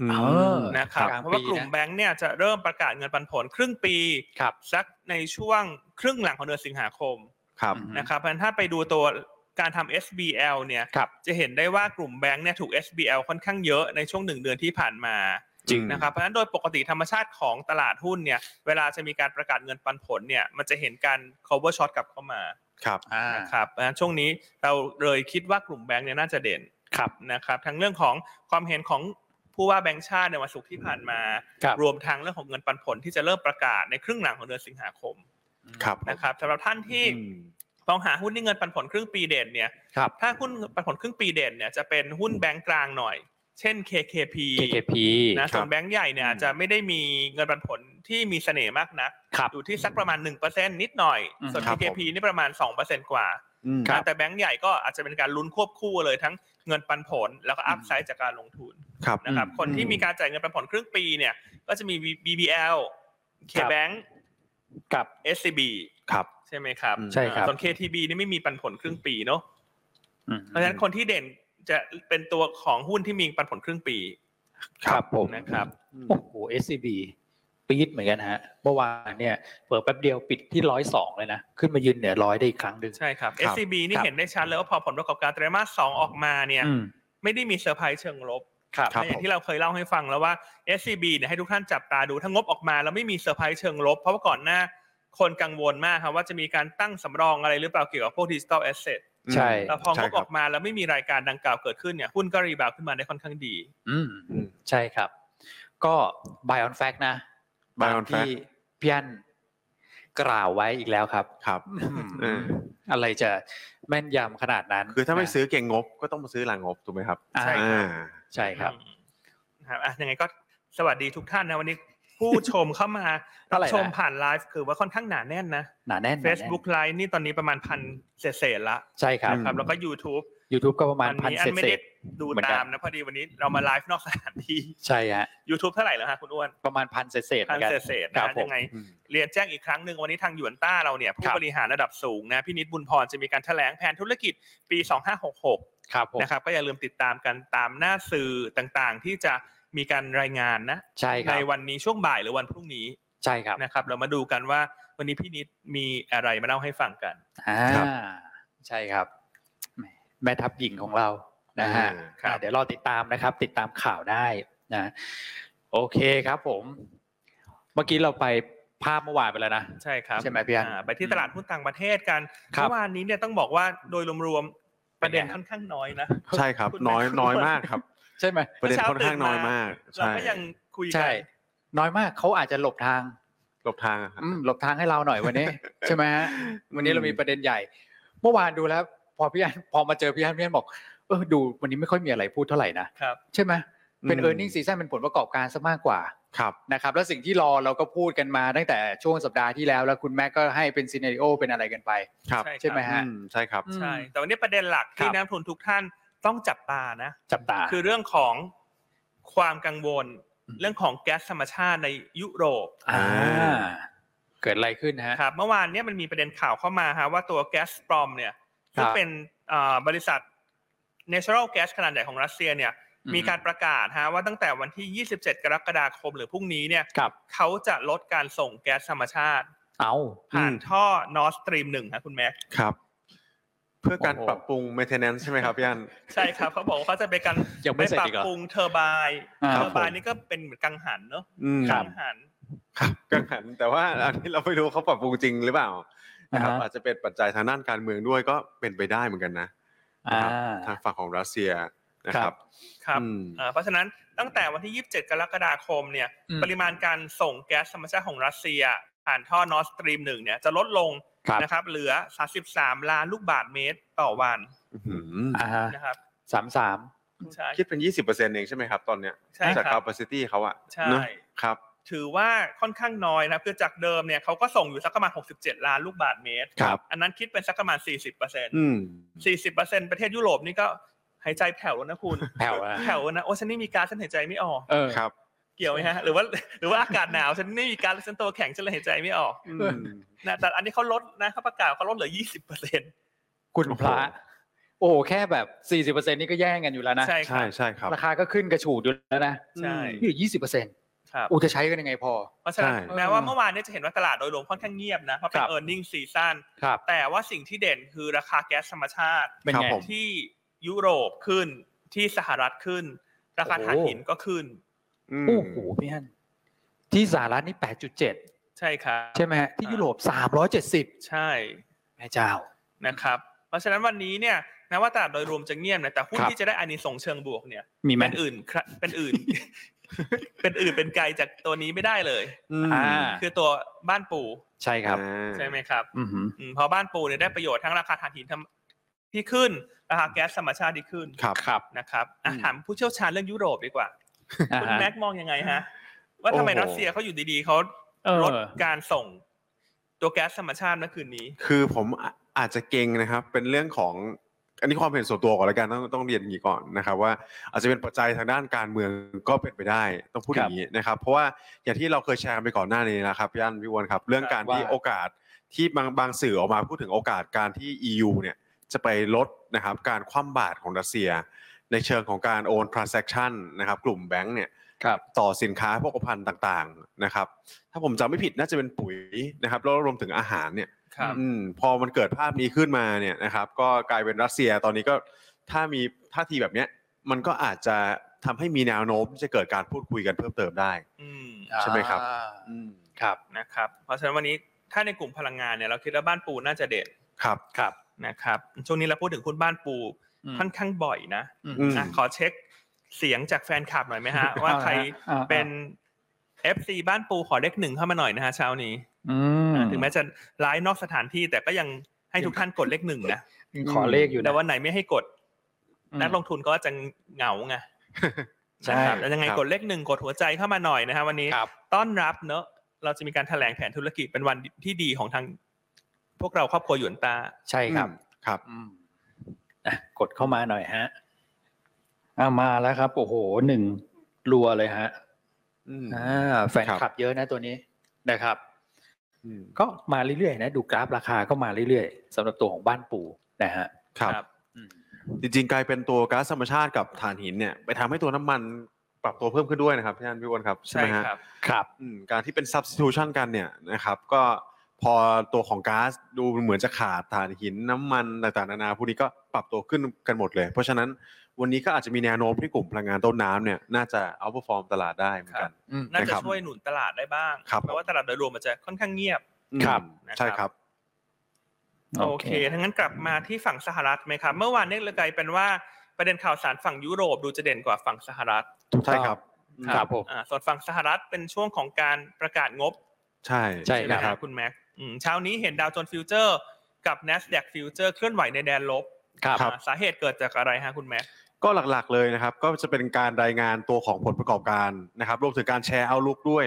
Speaker 3: อืม
Speaker 2: เออ
Speaker 1: นะครับ
Speaker 2: ครับ
Speaker 1: เพราะว่ากลุ่ม
Speaker 2: ปีนะ
Speaker 1: แบงก์เนี่ยจะเริ่มประกาศเงินปันผลครึ่งปี
Speaker 2: ครับ
Speaker 1: สักในช่วงครึ่งหลังของเดือนสิงหาคม
Speaker 3: ครับ
Speaker 2: อืม
Speaker 1: นะครับเพราะฉะนั้นถ้าไปดูตัวการทำ SBL เนี่ย
Speaker 2: ครับ
Speaker 1: จะเห็นได้ว่ากลุ่มแบงก์เนี่ยถูก SBL ค่อนข้างเยอะในช่วงหนึ่งเดือนที่ผ่านมา
Speaker 3: จริง
Speaker 1: นะครับเพราะฉะนั้นโดยปกติธรรมชาติของตลาดหุ้นเนี่ยเวลาจะมีการประกาศเงินปันผลเนี่ยมันจะเห็นการ cover short กลับเข้ามา
Speaker 3: ครับ
Speaker 2: อ่า
Speaker 1: นะครับเพราะฉะนั้นช่วงนี้เราเลยคิดว่ากลุ่มแบงก์เนี่ยน่าจะเด่น
Speaker 2: ครับ
Speaker 1: นะครับทั้งเรื่องของความเห็นของผู้ว่าแบงก์ชาติในวันศุกร์ที่ผ่านมา
Speaker 2: ครับ
Speaker 1: รวมทั้งเรื่องของเงินปันผลที่จะเริ่มประกาศในครึ่งหลังของเดือนสิงหาคม
Speaker 3: ครับ
Speaker 1: นะครับสำหรับท่านที่
Speaker 3: อืม
Speaker 1: มองหาหุ้นที่เงินปันผลครึ่งปีเด่นเนี่ย
Speaker 2: ครับ
Speaker 1: ถ้าหุ้นปันผลครึ่งปีเด่นเนี่ยจะเป็นหุ้นแบงก์กลางหน่อย เช่น KKP
Speaker 2: KKP
Speaker 1: นะส่วนแบงก์ใหญ่เนี่ยอาจจะไม่ได้มีเงินปันผลที่มีเสน่ห์มากนัก
Speaker 2: ครับ
Speaker 1: อยู่ที่สักประมาณ 1%นิดหน่อย
Speaker 2: อืม
Speaker 1: ส่วน
Speaker 2: ครับผม
Speaker 1: KKP นี่ประมาณ 2%กว่า
Speaker 3: อืม
Speaker 2: ครับ
Speaker 1: นะแต่แบงก์ใหญ่ก็อาจจะเป็นการลุ้นควบคู่เลยทั้งเงินปันผลแล้วก็อัพไซด์จากการลงทุน
Speaker 3: ครับ
Speaker 1: นะครับ
Speaker 2: อืม
Speaker 1: คนที่
Speaker 3: อืม
Speaker 1: มีการจ่ายเงินปันผลครึ่งปีเนี่ยก็จะมี BBL KBank
Speaker 2: ครับ
Speaker 1: SCB
Speaker 3: ครับ
Speaker 1: ใช่ไหมครับ
Speaker 3: อืม
Speaker 2: ใช่ครับ
Speaker 1: ส่วน KTB นี่ไม่มีปันผลครึ่งปีเนาะ
Speaker 2: อืม
Speaker 1: เพราะฉะนั้นคนที่เด่นจะเป็นตัวของหุ้นที่มีปันผลครึ่งปี
Speaker 2: ครับผม
Speaker 1: นะครับ
Speaker 2: โอ้โห SCB ปี๊ดเหมือนกันฮะเมื่อวานเนี่ยเปิดแป๊บเดียวปิดที่ร้อยสองเลยนะ ขึ้นมายืนเหนือร้อยได้อีกครั้งหนึ่ง
Speaker 1: ใช่ครับ
Speaker 3: ครับ
Speaker 1: SCB นี่
Speaker 2: ครับ
Speaker 1: เห็นได้ชัดเลยว่าพอผลประกอบการไตรมาสสองออกมาเนี่ย
Speaker 2: อืม
Speaker 1: ไม่ได้มีเซอร์ไพรส์เชิงลบ
Speaker 2: ครับ
Speaker 3: ครับ
Speaker 1: อย่างที่เราเคยเล่าให้ฟังแล้วว่า SCB เนี่ยให้ทุกท่านจับตาดูถ้างบออกมาแล้วไม่มีเซอร์ไพรส์เชิงลบ เพราะว่าก่อนหน้าคนกังวลมากครับว่าจะมีการตั้งสำรองอะไรหรือเปล่าเกี่ยวกับพวกดิจิทัลแอสเซท
Speaker 2: ใช่
Speaker 1: แต่พอง
Speaker 3: ใช่
Speaker 1: บ
Speaker 3: ค
Speaker 1: อ
Speaker 3: รั
Speaker 1: อกมาแล้วไม่มีรายการดังกล่าวเกิดขึ้นเนี่ยหุ้นก็รีบาวด์ขึ้นมาได้ค่อนข้างดี
Speaker 2: อืม
Speaker 3: อืม
Speaker 2: ใช่ครับ ก็ buy on fact นะ
Speaker 3: Buy on
Speaker 2: ตามที่พี่อันกล่าวไว้อีกแล้วครับ
Speaker 3: ครับ เออ
Speaker 2: อะไรจะแม่นยำขนาดนั้น
Speaker 3: คือถ้าไม่
Speaker 2: นะ
Speaker 3: ซื้อเก่งงบก็ต้องมาซื้อหลังงบถูกไหมครับ
Speaker 2: อ่า
Speaker 1: ใช่ ครับ
Speaker 2: ใช่
Speaker 3: อ่า
Speaker 1: อืมนะค
Speaker 2: ครับ
Speaker 1: รับอ่ะยังไงก็สวัสดีทุกท่านนะวันนี้ผู้ชมเข้ามา
Speaker 2: เท่าไหร่นะ
Speaker 1: ชมผ่านไลฟ์คือว่าค่อนข้างหนาแน่นนะ
Speaker 2: หนาแน่นหนาแน่น
Speaker 1: Facebook Live นี่ตอนนี้ประมาณพันเศษๆละ
Speaker 2: ใช่ครับ
Speaker 3: อืม
Speaker 1: ครับ แล้วก็ YouTube
Speaker 2: YouTube ก็ประมาณพัน
Speaker 1: นี้
Speaker 2: เศ
Speaker 1: อั
Speaker 2: ษ
Speaker 1: ไม่
Speaker 2: เศ
Speaker 1: ได้
Speaker 2: ษ
Speaker 1: ดู
Speaker 2: เหมือนกัน
Speaker 1: ตามนะพอดีวันนี้เรามาไลฟ์นอกสถานที่
Speaker 2: ใช่ฮะ
Speaker 1: YouTube เท่าไหร่แล้วฮะคุณอ้วน
Speaker 2: ประมาณพันเศษเศษ
Speaker 1: พัน
Speaker 2: กัน
Speaker 1: เศษๆ
Speaker 2: ครับ
Speaker 1: นะ
Speaker 2: ผม
Speaker 1: ยังไง
Speaker 3: อืม
Speaker 1: เรียนแจ้งอีกครั้งหนึ่งวันนี้ทางหยวนต้าเราเนี่ยผู้
Speaker 2: ครับ
Speaker 1: บริหารระดับสูงนะพี่นิดบุญพรจะมีการแถลงแผนธุรกิจปี 2566
Speaker 2: ครับผม
Speaker 1: นะครับก็อย่าลืมติดตามกันตามหน้าสื่อต่างๆ ที่จะมีการรายงานนะ
Speaker 2: ใช่ค
Speaker 1: ใน
Speaker 2: รับ
Speaker 1: วันนี้ช่วงบ่ายหรือวันพรุ่งนี้
Speaker 2: ใช่ครับ
Speaker 1: นะครับ เรามาดูกันว่าวันนี้พี่นิดมีอะไรมาเล่าให้ฟังกัน
Speaker 2: อ่า
Speaker 3: ครับ
Speaker 2: ใช่ครับแหม่แม่ทัพหญิงของเรานะฮะ
Speaker 3: อ่า
Speaker 1: ครับ
Speaker 2: อ่าเดี๋ยวรอติดตามนะครับ ติดตามข่าวได้นะโอเคครับผม เมื่อกี้เราไปภาพเมื่อวานไปแล้วนะ
Speaker 1: ใช่ครับ
Speaker 2: ใช่ไหมพี่อัน
Speaker 1: อ่าไปที่ตลาดหุ้นต่างประเทศกัน
Speaker 2: ครับ
Speaker 1: เมื่อวานนี้เนี่ยต้องบอกว่าโดยรวมๆประเด็น
Speaker 2: เป็นไง
Speaker 1: ค่อนข้างน้อยนะ
Speaker 3: ใช่ครับ น้อย
Speaker 1: คุณแม่
Speaker 3: น้อยมากครับ
Speaker 2: ใช่ไหม
Speaker 3: ประเด็นค่อนข้างน้อยมาก
Speaker 1: เรา
Speaker 3: ใช่
Speaker 1: ก็ยังคุยกั
Speaker 2: ใช่ น้อยมากเขาอาจจะหลบทาง
Speaker 3: หลบทางอะครับ
Speaker 2: อืมหลบทางให้เราหน่อย วันนี้ ใช่ไหมฮะวันนี้เรามีประเด็นใหญ่ เมื่อวานดูแล้ว พอพี่อันพอมาเจอพี่อันพี่อันบอกเออดูวันนี้ไม่ค่อยมีอะไรพูดเท่าไหร่นะ
Speaker 1: ครับ
Speaker 2: ใช่ไหมเป็น
Speaker 3: อืม
Speaker 2: e a r n i n g ็ season เป็นผลประกอบการซะมากกว่า
Speaker 3: ครับ
Speaker 2: นะครับแล้วสิ่งที่รอเราก็พูดกันมาตั้งแต่ช่วงสัปดาห์ที่แล้ว แล้วคุณแม่ก็ให้เป็นซีเน r ร o โอเป็นอะไรกันไป
Speaker 3: ครับ
Speaker 1: ใช่
Speaker 2: ใช่ไหมฮะ
Speaker 3: อืมใช่ครับ
Speaker 1: ใช่
Speaker 2: อืม
Speaker 1: แต่วันนี้ประเด็นหลัก
Speaker 2: ค
Speaker 1: ที่
Speaker 2: รับ
Speaker 1: นักลงทุนทุกท่านต้องจับตานะ
Speaker 2: จับตา
Speaker 1: คือเรื่องของความกังวล
Speaker 2: อืม
Speaker 1: เรื่องของแก๊สธรรมชาติในยุโรป
Speaker 2: อ่า
Speaker 3: อ่า
Speaker 2: เกิดอะไรขึ้นฮะ
Speaker 1: ครับเมื่อวานเนี่ยมันมีประเด็นข่าวเข้ามาฮะว่าตัวแก๊สปรอมเนี่ยซึ่งเป็นอ่าบริษัท natural gas ขนาดใหญ่ของรัสเซียเนี่ย
Speaker 2: อืม
Speaker 1: มีการประกาศฮะว่าตั้งแต่วันที่ 27 กรกฎาคมหรือพรุ่งนี้เนี่ย
Speaker 2: กับ
Speaker 1: เขาจะลดการส่งแก๊สธรรมชาติ
Speaker 2: เอา
Speaker 1: ผ่าน
Speaker 3: อืม
Speaker 1: ท่อ Nord Stream 1ฮะคุณแม็ก
Speaker 3: ครับ เพื่อการปรับปรุง maintenance ใช่ไหมครับพี่อัน
Speaker 1: ใช่ครับเขาบอกว่าเขาจะไปการ
Speaker 2: ยัง
Speaker 1: ไป
Speaker 2: ไม่เสร็จ
Speaker 1: ปรับ
Speaker 2: อีกเหรอ
Speaker 1: ปรุงเทอร์ไบน์
Speaker 2: อ่า
Speaker 1: เท
Speaker 2: ครับ
Speaker 1: อร์ไบน์นี่ก็เป็นเหมือนกังหันเนอะ
Speaker 3: อืม
Speaker 2: ครั
Speaker 1: กับ งหัน
Speaker 3: ครับกังหันแต่ว่าอันนี้เราไม่รู้เขาปรับปรุงจริงหรือเปล่านะครับ
Speaker 2: อ่าฮะ
Speaker 3: อาจจะเป็นปัจจัยทางด้านการเมืองด้วยก็เป็นไปได้เหมือนกันนะ
Speaker 2: อ่า
Speaker 3: ทางฝั่งของรัสเซียนะค
Speaker 2: ครั
Speaker 3: รับบ
Speaker 1: ครับ
Speaker 3: อืม
Speaker 1: เอ่อเพราะฉะนั้นตั้งแต่วันที่ 27 กรกฎาคมเนี่ย
Speaker 2: อืม
Speaker 1: ปริมาณการส่งแก๊สธรรมชาติของรัสเซีย ผ่านท่อนอสตรีมหนึ่งเนี่ยจะลดลง
Speaker 2: ครับ
Speaker 1: นะครับเหลือ 33 ล้านลูกบาทเมตรต่อวัน
Speaker 3: อื้อหือ
Speaker 2: อ่าฮะ
Speaker 1: นะครับ
Speaker 2: สามสาม
Speaker 1: ใช่
Speaker 3: คิดเป็น 20%เองใช่ไหมครับ ตอนเนี้ย
Speaker 1: ใช่
Speaker 3: จาก
Speaker 1: ครับ
Speaker 3: capacity เขาอะ
Speaker 1: ใช่
Speaker 3: เนอะครับ
Speaker 1: ถือว่าค่อนข้างน้อยนะคือจากเดิมเนี่ยเขาก็ส่งอยู่สักประมาณ 67 ล้านลูกบาทเมตร
Speaker 3: ครับ
Speaker 1: อันนั้นคิดเป็นสักประมาณ 40เปอร์เซ็นต์
Speaker 3: อืม
Speaker 1: สี่สิบเปอร์เซ็นต์ประเทศยุโรปนี่ก็หายใจแผ่วแล้วนะคุณ
Speaker 2: แผ่วอะ
Speaker 1: แผ่วนะโอ้ฉันนี่มีก๊าซฉันหายใจไม่ออก
Speaker 2: เออ
Speaker 3: ครับ
Speaker 1: เกี่ยวไหมฮะหรือว่าหรือว่าอากาศหนาวฉันไม่มีก๊าซฉันตัวแข็งฉันเลยหายใจไม่ออก
Speaker 3: อืม
Speaker 1: นะแต่อันนี้เขาลดนะเขาประกาศเขาลดเหลือ 20เปอร์เซ็นต์
Speaker 2: คุณพระ
Speaker 3: โอ้
Speaker 2: โอ้
Speaker 3: โห
Speaker 2: โหแค่แบบสี่สิบเปอร์เซ็นนี่ก็แย่งกันอยู่แล้วนะ
Speaker 1: ใช่ค
Speaker 3: ใช่
Speaker 1: รับ
Speaker 3: ใช่ครับ
Speaker 2: ราคาก็ขึ้นกระฉูดอยู่แล้วนะ
Speaker 1: ใช่
Speaker 2: นี่อยู่ยี่สิบเปอร์เซ็นต์
Speaker 1: ครับ
Speaker 2: อูจะใช้กันยังไงพอ
Speaker 1: เพราะฉะนั้น
Speaker 3: ใช่
Speaker 1: แม้ว่าเมื่อวานเนี่ยจะเห็นว่าตลาดโดยรวมค่อนข้างเงียบนะ เพราะเป็
Speaker 2: คน รับ
Speaker 1: e a r n i n g ็งซีซั่น
Speaker 2: ครับ
Speaker 1: แต่ว่าสิ่งที่เด่นคือราคาแก๊สธรรมชาติ
Speaker 2: เป็น
Speaker 3: ครับ
Speaker 2: ไง
Speaker 3: ผม
Speaker 1: ที่ยุโรปขึ้นที่สหรัฐขึ้น ราคาถ่านหินก็ขึ้น
Speaker 3: อืม
Speaker 2: โอ้โหพี่ฮันที่สหรัฐนี่ 8.7
Speaker 1: ใช่ครับ
Speaker 2: ใช่ไหมฮะที่ยุโรป 370
Speaker 1: ใช่
Speaker 2: แม่เจ้า
Speaker 1: นะครับ เพราะฉะนั้นวันนี้เนี่ยแม้ว่าตลาดโดยรวมจะเงียบนะแต่หุ้น
Speaker 2: ครับ
Speaker 1: ที่จะได้อานิสงส์เชิงบวกเนี่ย
Speaker 2: มีไหม
Speaker 1: เป็นอื่นครับเป็นอื่น เป็นอื่นเป็นไกลจากตัวนี้ไม่ได้เลย
Speaker 2: อ่า
Speaker 1: คือตัวบ้านปู
Speaker 2: ใช่ครับ
Speaker 1: ใช่ไหมครับ
Speaker 2: อือหือ
Speaker 1: อืมเพอบ้านปูเนี่ยได้ประโยชน์ทั้งราคาถ่านหินทำที่ขึ้น ราคาแก๊สธรรมชาติที่ขึ้น
Speaker 3: ครับ
Speaker 2: ครับ
Speaker 1: นะครับอ่ะ
Speaker 3: อืม
Speaker 1: ถามผู้เชี่ยวชาญเรื่องยุโรปดีกว่า
Speaker 2: อ่า
Speaker 1: คุณ
Speaker 2: ฮะ
Speaker 1: แม็กซ์มองยังไงฮะ ว่าทำไม
Speaker 2: โอ้โห
Speaker 1: รัสเซียเขาอยู่ดีๆเขา
Speaker 2: เออ
Speaker 1: ลดการส่ง ตัวแก๊สธรรมชาติเมื่อคืนนี้
Speaker 3: คือผมอ่ะอาจจะเก่งนะครับ เป็นเรื่องของอันนี้ความเห็นส่วนตัวก่อนละกันต้องต้องเรียนอย่างนี้ก่อนนะครับ ว่าอาจจะเป็นปัจจัยทางด้านการเมืองก็เป็นไปได้ต้องพูด
Speaker 2: ค
Speaker 3: อ
Speaker 2: รับ
Speaker 3: ย่างนี้นะครับ เพราะว่าอย่างที่เราเคยแชร์กันไปก่อนหน้านี้นะครับพี่อันพี่อ้วนครับ เรื่องการที่
Speaker 2: ว่า
Speaker 3: โอกาสที่บางบางสื่อออกมาพูดถึงโอกาสการที่ EU เนี่ยจะไปลดนะครับการคว่ำบาตรของรัสเซีย ในเชิงของการโอน transaction นะครับ กลุ่มแบงก์เนี่ย
Speaker 2: ครับ
Speaker 3: ต่อสินค้าโภคภัณฑ์ต่างๆนะครับ ถ้าผมจำไม่ผิดน่าจะเป็นปุ๋ยนะครับแล้วรวมถึงอาหารเนี่ย
Speaker 1: ครับ
Speaker 3: อืมพอมันเกิดภาพนี้ขึ้นมาเนี่ยนะครับ ก็กลายเป็นรัสเซียตอนนี้ก็ถ้ามีท่าทีแบบเนี้ย มันก็อาจจะทำให้มีแนวโน้มที่จะเกิดการพูดคุยกันเพิ่มเติมได้
Speaker 1: อืม
Speaker 3: ใช่ไหมครับ
Speaker 2: อ่าครับ
Speaker 1: นะครับ เพราะฉะนั้นวันนี้ถ้าในกลุ่มพลังงานเนี่ยเราคิดว่าบ้านปูน่าจะเด่น
Speaker 3: ครับ
Speaker 2: ครับ
Speaker 1: นะครับ ช่วงนี้เราพูดถึงคุณบ้านปูค่อนข้างบ่อยนะ
Speaker 3: อืม
Speaker 1: อ่ะขอเช็คเสียงจากแฟนคลับหน่อยไหมฮะ ว่าใคร
Speaker 2: อ่า
Speaker 1: เป็น FC บ้านปูขอเลขหนึ่งเข้ามาหน่อยนะฮะเช้านี้
Speaker 2: อืม
Speaker 1: ถึงแม้จะไลฟ์นอกสถานที่แต่ก็ยังให้ทุกท่านกดเลขหนึ่งนะ
Speaker 2: ยังขอเลขอยู่นะ
Speaker 1: แต่วันไหนไม่ให้กด
Speaker 2: อืม
Speaker 1: นักลงทุนก็จะเหงาไง
Speaker 2: ใช่
Speaker 1: นะครับแล้วยังไง
Speaker 3: ครับ
Speaker 1: กดเลขหนึ่งกดหัวใจเข้ามาหน่อยนะฮะวันนี้
Speaker 2: ครับ
Speaker 1: ต้อนรับเนอะเราจะมีการแถลงแผนธุรกิจเป็นวันที่ดีของทาง พวกเราครอบครัวหยวนตา
Speaker 2: ใช่ครับ
Speaker 3: อืมครับ
Speaker 2: อืมนะกดเข้ามาหน่อยฮะอามาแล้วครับ โอ้โหหนึ่งรัวเลยฮะ
Speaker 3: อืม
Speaker 2: อ่าแฟน
Speaker 3: ครับ
Speaker 2: คลับเยอะนะตัวนี้นะครับ
Speaker 3: อืม
Speaker 2: ก็มาเรื่อยๆนะ ดูกราฟราคาก็มาเรื่อยๆสำหรับตัวของบ้านปูนะฮะ
Speaker 3: ครับ
Speaker 1: ครับ
Speaker 2: อืม
Speaker 3: จริงๆ กลายเป็นตัวก๊าซธรรมชาติกับถ่านหินเนี่ยไปทำให้ตัวน้ำมันปรับตัวเพิ่มขึ้นด้วยนะครับพี่อันพี่อ้วนครับใช่ไหมฮะ
Speaker 1: ครับ
Speaker 2: ครับ
Speaker 3: อืมการที่เป็น substitution กันเนี่ยนะครับ ก็พอตัวของก๊าซดูเหมือนจะขาดถ่านหินน้ำมันต่างๆนานาพวกนี้ก็ปรับตัวขึ้นกันหมดเลย เพราะฉะนั้นวันนี้ก็อาจจะมีแนวโน้มที่กลุ่มพลังงานต้นน้ำเนี่ยน่าจะ outperform ตลาดได้เหมือนกัน
Speaker 2: อืม
Speaker 1: น่าจะ
Speaker 3: นะครับ
Speaker 1: ช่วยหนุนตลาดได้บ้าง
Speaker 3: ครับ
Speaker 1: เพราะว่าตลาดโดยรวมมันจะค่อนข้างเงียบ
Speaker 3: อืม
Speaker 2: ครับ
Speaker 1: นะครับ
Speaker 3: ใช่ครับ
Speaker 1: โอเคทั้างนั้นกลับมาที่ฝั่งสหรัฐไหมครับ เมื่อวานเนี่ยเลยกลายเป็นว่าประเด็นข่าวสารฝั่งยุโรปดูจะเด่นกว่าฝั่งสหรัฐ
Speaker 2: ถูกต้อง
Speaker 3: ใช่ครับ
Speaker 2: ครับผม
Speaker 1: อ่าส่วนฝั่งสหรัฐเป็นช่วงของการประกาศงบ
Speaker 3: ใช่
Speaker 2: ใช่
Speaker 1: ใช่ไหม
Speaker 2: ค
Speaker 1: ค
Speaker 2: รั
Speaker 1: รับ บคุณแม็กซ์อืมเช้านี้เห็นดาวโจนส์ฟิวเจอร์กับ NASDAQ ฟิวเจอร์เคลื่อนไหวในแดนลบ
Speaker 2: ครับ
Speaker 1: อ่าสาเหตุเกิดจากอะไรฮะคุณแม็กซ์
Speaker 3: ก็หลักๆเลยนะครับ ก็จะเป็นการรายงานตัวของผลประกอบการนะครับรวมถึงการแชร์เอาลุกด้วย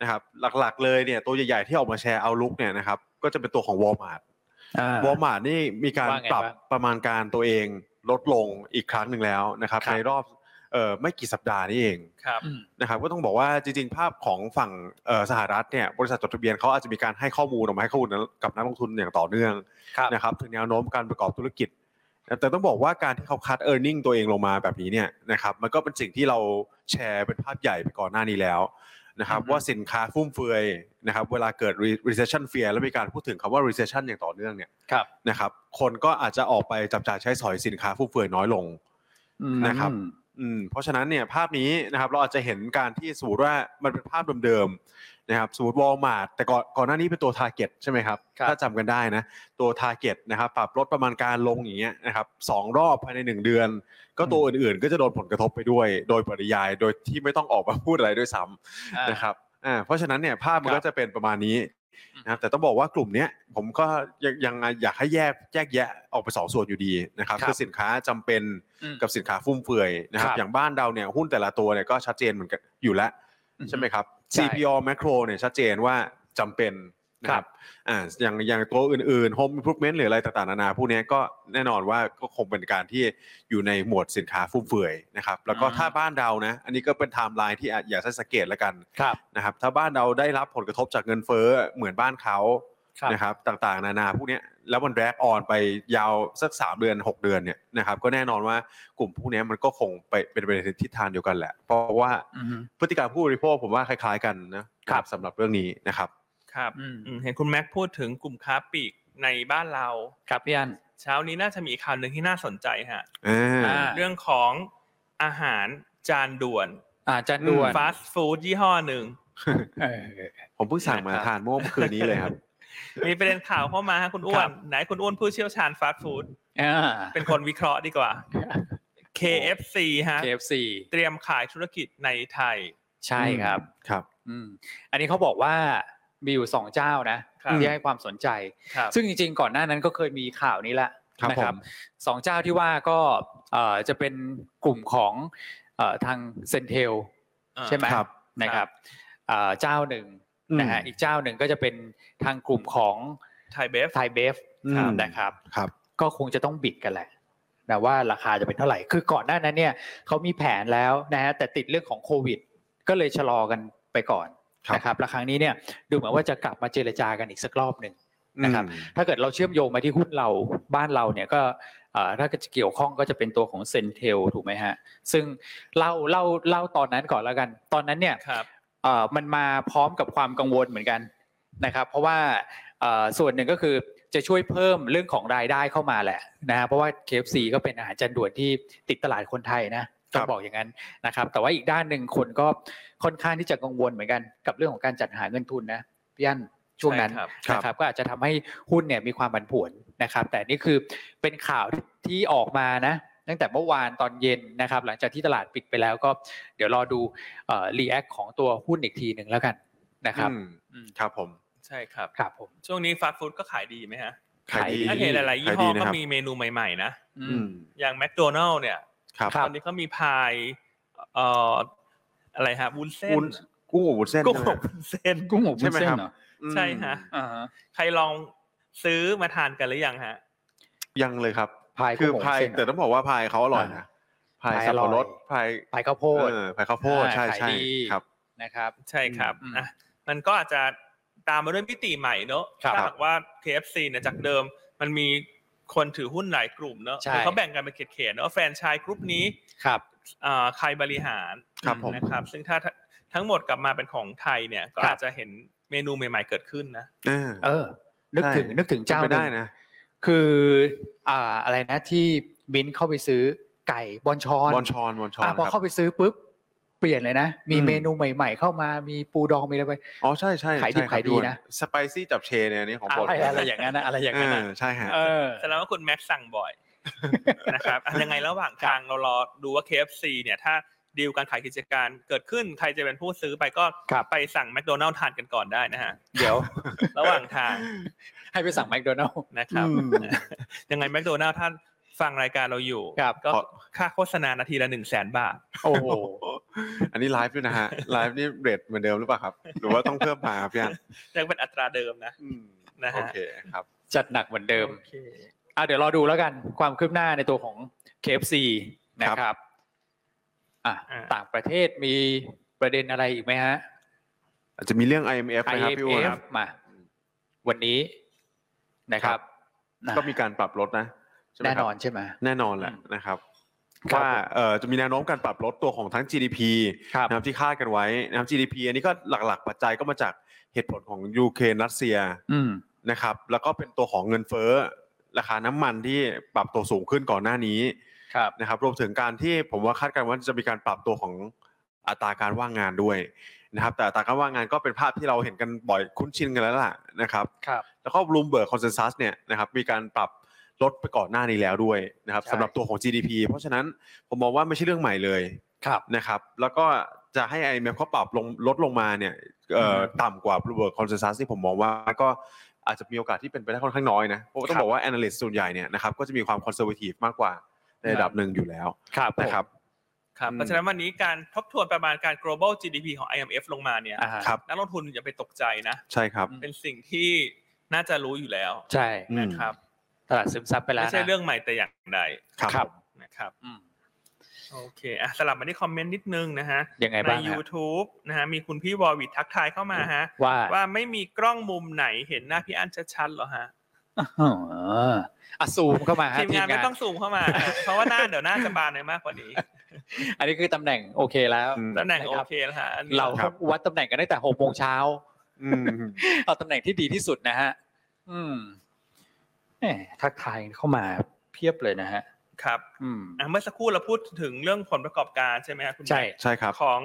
Speaker 3: นะครับหลักๆเลยเนี่ยตัวใหญ่ๆที่ออกมาแชร์เอาลุกเนี่ยนะครับก็จะเป็นตัวของ Walmart
Speaker 2: อ่า
Speaker 3: วอลมาร์ทนี่มีการ
Speaker 2: ว่าไง
Speaker 3: ปรับ
Speaker 2: บ้าง
Speaker 3: ประมาณการตัวเองลดลงอีกครั้งหนึ่งแล้วนะครับ
Speaker 2: ครับ
Speaker 3: ในรอบเอ่อไม่กี่สัปดาห์นี่เอง
Speaker 1: ครับ
Speaker 2: อืม
Speaker 3: นะครับก็ต้องบอกว่าจริงๆ ภาพของฝั่งเอ่อสหรัฐเนี่ยบริษัทจดทะเบียนเขาอาจจะมีการให้ข้อมูลออกมาให้ข้อมูลกับนักลงทุนอย่างต่อเนื่อง
Speaker 2: ครับ
Speaker 3: นะครับถึงแนวโน้มการประกอบธุรกิจ แต่ต้องบอกว่าการที่เขาคัด e a r n i n g ตัวเองลงมาแบบนี้เนี่ยนะครับมันก็เป็นสิ่งที่เราแชร์เป็นภาพใหญ่ไปก่อนหน้านี้แล้วนะครับ
Speaker 2: อือฮึ
Speaker 3: ว่าสินค้าฟุ่มเฟือยนะครับเวลาเกิด re- recession fear แล้วมีการพูดถึงคำว่า recession อย่างต่อเนื่องเนี่ย
Speaker 2: ครับ
Speaker 3: นะครับคนก็อาจจะออกไปจับจ่ายใช้สอยสินค้าฟุ่มเฟือยน้อยลง
Speaker 2: อืม
Speaker 3: นะครับ อืมเพราะฉะนั้นเนี่ยภาพนี้นะครับเราอาจจะเห็นการที่สมมติว่ามันเป็นภาพเดิมๆนะครับสมมติวอลมาร์ทแต่ก่อนก่อนหน้านี้เป็นตัวทาร์เก็ตใช่ไหมครับ
Speaker 2: ครับ
Speaker 3: ถ้าจำกันได้นะ ตัวทาร์เก็ตนะครับปรับลดประมาณการลงอย่างเงี้ยนะครับสองรอบภายใน 1 เดือน ก็ตัวอื่นๆ ก็จะโดนผลกระทบไปด้วย โดยปริยายโดยที่ไม่ต้องออกมาพูดอะไรด้วยซ้ำ
Speaker 2: อ่า
Speaker 3: นะครับอ่าเพราะฉะนั้นเนี่ยภาพมัน
Speaker 2: ครับ
Speaker 3: ก็จะเป็นประมาณนี้
Speaker 2: อืม
Speaker 3: นะครับแต่ต้องบอกว่ากลุ่มเนี้ยผมก็ยังยังอยากให้แยกแยกแยะออกไปสองส่วนอยู่ดีนะครับ
Speaker 2: ครับ
Speaker 3: คือสินค้าจำเป็น
Speaker 2: อืม
Speaker 3: กับสินค้าฟุ่มเฟือยนะครับ
Speaker 2: ครับ
Speaker 3: อย่างบ้านเราเนี่ยหุ้นแต่ละตัวเนี่ยก็ชัดเจนเหมือนกันอยู่แล้ว
Speaker 2: อือฮึ
Speaker 3: ใช่ไหมครับ
Speaker 2: ใช่
Speaker 3: CPO Macro เนี่ยชัดเจนว่าจำเป็นนะครับอ่าอย่างอย่างตัวอื่นๆ Home Improvement หรืออะไรต่างๆนานาพวกเนี้ยก็แน่นอนว่าก็คงเป็นการที่อยู่ในหมวดสินค้าฟุ่มเฟือยนะครับแล้วก็
Speaker 2: อืม
Speaker 3: ถ้าบ้านเรานะอันนี้ก็เป็นไทม์ไลน์ที่อยากให้สังเกตแล้วกัน
Speaker 2: ครับ
Speaker 3: นะครับถ้าบ้านเราได้รับผลกระทบจากเงินเฟ้อเหมือนบ้านเขา
Speaker 2: ครับ
Speaker 3: นะครับต่างๆ นานาพวกเนี้ยแล้วมันแรกออนไปยาวสัก 3 เดือน 6 เดือนเนี่ยนะครับก็แน่นอนว่ากลุ่มพวกเนี้ยมันก็คงไปเป็นไปในทิศทางเดียวกันแหละ เพราะว่า
Speaker 2: อืม
Speaker 3: พฤติกรรมผู้บริโภคผมว่าคล้ายๆกันนะครับ สำหรับเรื่องนี้นะครับ
Speaker 1: ครับ
Speaker 2: อืม
Speaker 1: อืมเห็นคุณแม็กซ์พูดถึงกลุ่มค้าปลีกในบ้านเรา
Speaker 2: ครับพี่อัน
Speaker 1: เช้านี้น่าจะมีอีกข่าวหนึ่งที่น่าสนใจฮะ
Speaker 3: อ่า
Speaker 2: อ่า
Speaker 1: เรื่องของอาหารจานด่วน
Speaker 2: อาจารย์ด่วน
Speaker 3: ม
Speaker 1: ฟาสต์ฟู้ดยี่ห้อหนึ่ง
Speaker 2: เออ
Speaker 3: ผมเพิ่งสั่งมา
Speaker 1: นะครับ
Speaker 3: ทานเมื่อคืนนี้เลยครับ
Speaker 1: มีประเด็นข่าวเข้ามาฮะคุณอ้ว
Speaker 2: ครั
Speaker 1: น
Speaker 2: บ
Speaker 1: ไหนคุณอ้วนผู้เชี่ยวชาญฟาสต์ฟู้ด
Speaker 2: อ่า
Speaker 1: เป็นคนวิเคราะห์ดีกว่า เค KFC ฮะ
Speaker 2: KFC
Speaker 1: เตรียมขายธุรกิจในไทย
Speaker 2: ใช่ครับ
Speaker 3: ครับ
Speaker 2: อืมอันนี้เขาบอกว่ามีอยู่สองเจ้านะครับ ที่ให้ความสนใจ
Speaker 1: ครับ
Speaker 2: ซึ่งจริงๆ ก่อนหน้านั้นก็เคยมีข่าวนี้แหละ
Speaker 3: ครับ
Speaker 2: นะ
Speaker 3: ผม
Speaker 2: สองเจ้าที่ว่าก็เอ่อจะเป็นกลุ่มของเอ่อทางเซนเทลใช่ไหม
Speaker 3: ครับ
Speaker 2: นะครับเอ่อเจ้าหนึ่งนะฮะอีกเจ้าหนึ่งก็จะเป็นทางกลุ่มของ
Speaker 1: ไทยเบฟ
Speaker 2: ไทยเบฟ
Speaker 3: อืม
Speaker 2: นะครับ
Speaker 3: ครับ
Speaker 2: ก็คงจะต้องบิดกันแหละนะว่าราคาจะเป็นเท่าไหร่ คือก่อนหน้านั้นเนี่ยเขามีแผนแล้วนะฮะแต่ติดเรื่องของโควิด ก็เลยชะลอกันไปก่อน
Speaker 3: ครับ
Speaker 2: นะครับและครั้งนี้เนี่ยดูเหมือนว่าจะกลับมาเจรจากันอีกสักรอบหนึ่ง นะครับ
Speaker 3: อืม
Speaker 2: ถ้าเกิดเราเชื่อมโยงมาที่หุ้นเราบ้านเราเนี่ยก็เอ่อถ้าเกิดจะเกี่ยวข้องก็จะเป็นตัวของเซนเทลถูกไหมฮะ ซึ่งเล่าเล่าเล่าตอนนั้นก่อนแล้วกัน ตอนนั้นเนี่ย
Speaker 1: ครับ
Speaker 2: เอ่อมันมาพร้อมกับความกังวลเหมือนกันนะครับ เพราะว่าเอ่อส่วนหนึ่งก็คือจะช่วยเพิ่มเรื่องของรายได้เข้ามาแหละนะฮะเพราะว่า KFC ก็เป็นอาหารจานด่วนที่ติดตลาดคนไทยนะ
Speaker 3: ครั
Speaker 2: ต้
Speaker 3: บ
Speaker 2: องบอกอย่างนั้นนะครับ แต่ว่าอีกด้านหนึ่งคนก็ค่อนข้างที่จะกังวลเหมือนกันกับเรื่องของการจัดหาเงินทุนนะพี่อันช่วงนั้น
Speaker 1: ใช่ครับ
Speaker 2: นะครับ ก็อาจจะทำให้หุ้นเนี่ยมีความผันผวนนะครับ แต่นี่คือเป็นข่าวที่ออกมานะตั้งแต่เมื่อวานตอนเย็นนะครับ หลังจากที่ตลาดปิดไปแล้วก็เดี๋ยวรอดู รีแอคของตัวหุ้นอีกทีหนึ่งแล้วกันนะครับ
Speaker 3: อืม
Speaker 2: อืม
Speaker 3: ครับผม
Speaker 1: ใช่ครับ
Speaker 2: ครับผม
Speaker 1: ช่วงนี้ฟาสต์ฟู้ดก็ขายดีไหมฮะ
Speaker 3: ขายดี
Speaker 2: ข
Speaker 1: ถ้าย
Speaker 2: ดี
Speaker 1: เห็นหลายๆยี่
Speaker 3: ขาย
Speaker 1: ห้
Speaker 3: ดี
Speaker 1: อ
Speaker 3: นะ
Speaker 1: ก็
Speaker 3: ครับ
Speaker 1: มีเมนูใหม่ๆนะ
Speaker 2: อื
Speaker 3: อื
Speaker 2: ม
Speaker 3: ม
Speaker 1: อย่างแมคโดนัลล์เนี่ย
Speaker 3: ครับ
Speaker 1: ต
Speaker 2: ครับ
Speaker 1: อนนี้ก็มีพายเอ่ออะไรฮะวุ้นเส้น
Speaker 3: วุ้นกุ้งอบวุ้นเส้น
Speaker 1: กุ้ง
Speaker 3: ใช่ไหม
Speaker 1: อบ
Speaker 3: ฮะ
Speaker 1: วุ้นเส้น
Speaker 2: กุ้งอบ
Speaker 3: ใช่ไหม
Speaker 2: วุ้นเส้น
Speaker 3: ครับ
Speaker 2: เหรอ
Speaker 3: อืม
Speaker 1: ใช่ฮะ
Speaker 2: อ่าฮะ
Speaker 1: ใครลองซื้อมาทานกันหรือยังฮะ
Speaker 3: ยังเลยครับ
Speaker 2: พาย
Speaker 3: คื
Speaker 2: กุ้
Speaker 3: อง
Speaker 2: อบ
Speaker 3: พาย
Speaker 2: วุ้นเส้นเหร
Speaker 3: แต่ต้องบอกว่าพายเขาอร่อยนะพาย
Speaker 2: พาย
Speaker 3: สั
Speaker 2: อบ ร่อย
Speaker 3: ปะรดพาย
Speaker 2: พายข้าวโพด
Speaker 3: เออพายข้าวโพด
Speaker 2: อ่า
Speaker 3: ใช่
Speaker 2: ขาย
Speaker 3: ใช่
Speaker 2: ดี
Speaker 3: ครับ
Speaker 2: นะครับ
Speaker 1: ใช่ครับ
Speaker 2: อืม
Speaker 1: อ่ะมันก็อาจจะตามมาด้วยมิติใหม่เนอะ
Speaker 2: ครับ
Speaker 1: ถ้าหากว่า KFC เนี่ยจากเดิมมันมีคนถือหุ้นหลายกลุ่มเนอะ
Speaker 2: ใช่
Speaker 1: คือเขาแบ่งกันเป็นเขตๆเนอะแฟรนไชส์กลุ่มนี้
Speaker 2: ครับ
Speaker 1: อ่าใครบริหาร
Speaker 3: ครับผม
Speaker 1: นะครับซึ่งถ้าทั้งหมดกลับมาเป็นของไทยเนี่ยก็
Speaker 2: ครับ
Speaker 1: อาจจะเห็นเมนูใหม่ๆเกิดขึ้นนะ
Speaker 3: เออ
Speaker 2: เออ นึกถึง
Speaker 3: ใช่
Speaker 2: นึกถึง
Speaker 3: เป็น
Speaker 2: เจ้า
Speaker 3: ไป
Speaker 2: หนึ่
Speaker 3: ได้
Speaker 2: ง
Speaker 3: นะ
Speaker 2: คืออ่าอะไรนะที่มิ้นเข้าไปซื้อไก่บอนชอน
Speaker 3: บอลชอนบอลชอน
Speaker 2: อ่ะพอ
Speaker 3: ครั
Speaker 2: เข้า
Speaker 3: บ
Speaker 2: ไปซื้อปุ๊บ เปลี่ยนเลยนะ มี
Speaker 3: อืม
Speaker 2: เมนูใหม่ ๆ เข้ามามีปูดองมีอะไรไป
Speaker 3: อ๋อใช่ใช่
Speaker 2: ขายดิบ
Speaker 3: ใช่ครับ
Speaker 2: ขายดีนะ
Speaker 3: สไปซี่จับเชเนี่ยอันนี่ของโปรด
Speaker 2: อะไรอะไรอย่างนั้นนะอะไรอย่างนั้นนะ
Speaker 3: เใช่ฮะ
Speaker 2: เออ
Speaker 1: แสดงว่าคุณแม็กซ์สั่งบ่อย นะครับอ่ะยังไงระหว่างทางเรารอดูว่า KFC เนี่ยถ้าดีลการขายกิจการเกิดขึ้นใครจะเป็นผู้ซื้อไปก็
Speaker 2: ครับ
Speaker 1: ไปสั่งแมคโดนัลล์ทานกันก่อนได้นะฮะ
Speaker 2: เดี๋ยว
Speaker 1: ระหว่างทาง
Speaker 2: ให้ไปสั่งแมคโดนัล
Speaker 1: นะครับ
Speaker 3: อืม
Speaker 1: ยังไงแมคโดนัลล์ท่านฟังรายการเราอยู่
Speaker 2: ครับ
Speaker 1: ก็ค่าโฆษณานาทีละหนึ่งแสนบาท
Speaker 2: โอ้โห
Speaker 3: อันนี้ไลฟ์ด้วยนะฮะไลฟ์นี่เรทเหมือนเดิมหรือเปล่า ครับ หรือว่าต้องเพิ่มมาพี่อัน
Speaker 1: ยังเป็นอัตราเดิมนะ
Speaker 3: อืม
Speaker 1: นะฮะ
Speaker 3: โอเคครับ
Speaker 2: จัดหนักเหมือนเดิม
Speaker 1: โอเค
Speaker 2: อ่ะเดี๋ยวรอดูแล้วกันความคืบหน้าในตัวของ KFC นะครับอ่ะ
Speaker 1: อ่า
Speaker 2: ต่างประเทศมีประเด็นอะไรอีกไหมฮะ
Speaker 3: อาจจะมีเรื่อง IMF นะครับพี่อ้วน
Speaker 2: IMF มา วันนี้นะครับนะ
Speaker 3: ก็มีการปรับลดนะใช่ไหม
Speaker 2: แน่
Speaker 3: ครับ
Speaker 2: นอนใช่ไหม
Speaker 3: แน่นอนแหละนะครับ
Speaker 2: ครับ
Speaker 3: ว่าเอ่อจะมีแนวโน้มการปรับลดตัวของทั้ง GDP
Speaker 2: ครับ
Speaker 3: นะครับที่คาดกันไว้นะครับ GDP อันนี้ก็หลักๆ ปัจจัยก็มาจากเหตุผลของยูเครนรัสเซีย
Speaker 2: อืม
Speaker 3: นะครับ แล้วก็เป็นตัวของเงินเฟ้อ ราคาน้ำมันที่ปรับตัวสูงขึ้นก่อนหน้านี้
Speaker 2: ครับ
Speaker 3: นะครับรวมถึงการที่ผมว่าคาดการณ์ว่าจะมีการปรับตัวของอัตราการว่างงานด้วยนะครับ แต่อัตราการว่างงานก็เป็นภาพที่เราเห็นกันบ่อยคุ้นชินกันแล้วล่ะนะครับ
Speaker 2: ครับ
Speaker 3: แล้วก็บลูมเบิร์กคอนเซนแซสเนี่ยนะครับมีการปรับลดไปก่อนหน้านี้แล้วด้วยนะครับ
Speaker 2: ใช่
Speaker 3: สำหรับตัวของ GDP เพราะฉะนั้นผมมองว่าไม่ใช่เรื่องใหม่เลย
Speaker 2: ครับ
Speaker 3: นะครับ แล้วก็จะให้ IMF เขาปรับลงลดลงมาเนี่ยเอ่
Speaker 2: อื
Speaker 3: อ
Speaker 2: ม
Speaker 3: ต่ำกว่า Bloomberg Consensus ที่ผมมองว่าก็อาจจะมีโอกาสที่เป็นไปได้ค่อนข้างน้อยนะเพราะว่าต้องบอกว่า analyst ส่วนใหญ่เนี่ยนะครับก็จะมีความ conservative มากกว่าในระดับหนึ่งอยู่แล้ว
Speaker 2: ครับผม
Speaker 3: นะครับ
Speaker 1: ครับ
Speaker 3: อืม
Speaker 1: เพราะฉะนั้นวันนี้การทบทวนประมาณการ global GDP ของ IMF ลงมาเนี่ย
Speaker 2: อ่าฮะ
Speaker 3: ครับ
Speaker 1: นักลงทุนอย่าไปตกใจนะ
Speaker 3: ใช่ครับ
Speaker 1: เป็นสิ่งที่น่าจะรู้อยู่แล้ว
Speaker 2: ใช่
Speaker 3: อืม
Speaker 1: นะครับ
Speaker 2: ตลาดซึมซับไปแล้ว
Speaker 1: ไม่
Speaker 2: นะ
Speaker 1: ใช่เรื่องใหม่แต่อย่างใด
Speaker 3: ครับ
Speaker 2: ครับ
Speaker 1: นะครับ
Speaker 2: อืม
Speaker 1: โอเคอ่ะสลับมาที่คอมเมนต์นิดนึงนะฮะ
Speaker 2: ยังไง
Speaker 1: ใน
Speaker 2: บ้างฮะ
Speaker 1: YouTube นะฮะมีคุณพี่วอวิททักทายเข้ามาฮะ
Speaker 2: ว่า
Speaker 1: ว่าไม่มีกล้องมุมไหนเห็นหน้าพี่อั้นชัดๆเหรอฮะ
Speaker 2: อ๋ออ่ะซูมเข้ามาฮะ
Speaker 1: ทีมงานไม่ต้องซูมเข้ามา เพราะว่าหน้าเดี๋ยวหน้าจะบานไปมากกว่านี้
Speaker 2: อันนี้คือตำแหน่งโอเคแล้ว
Speaker 3: อืม
Speaker 1: ตำแหน่งโอ
Speaker 2: นะครับ
Speaker 1: เคแล้วฮะอันนี้
Speaker 2: เรา
Speaker 3: ครับ
Speaker 2: วัดตำแหน่งกันตั้งแต่หกโมงเช้า
Speaker 3: อืม
Speaker 2: เอาตำแหน่งที่ดีที่สุดนะฮะ อืมแหมทักทายเข้ามาเพียบเลยนะฮะ
Speaker 1: ครับ
Speaker 2: อืม
Speaker 1: อ่ะเมื่อสักครู่เราพูดถึงเรื่องผลประกอบการใช่ไหมครับคุณ
Speaker 2: ใช่
Speaker 1: แม่
Speaker 3: ใช่ครับ
Speaker 1: ของ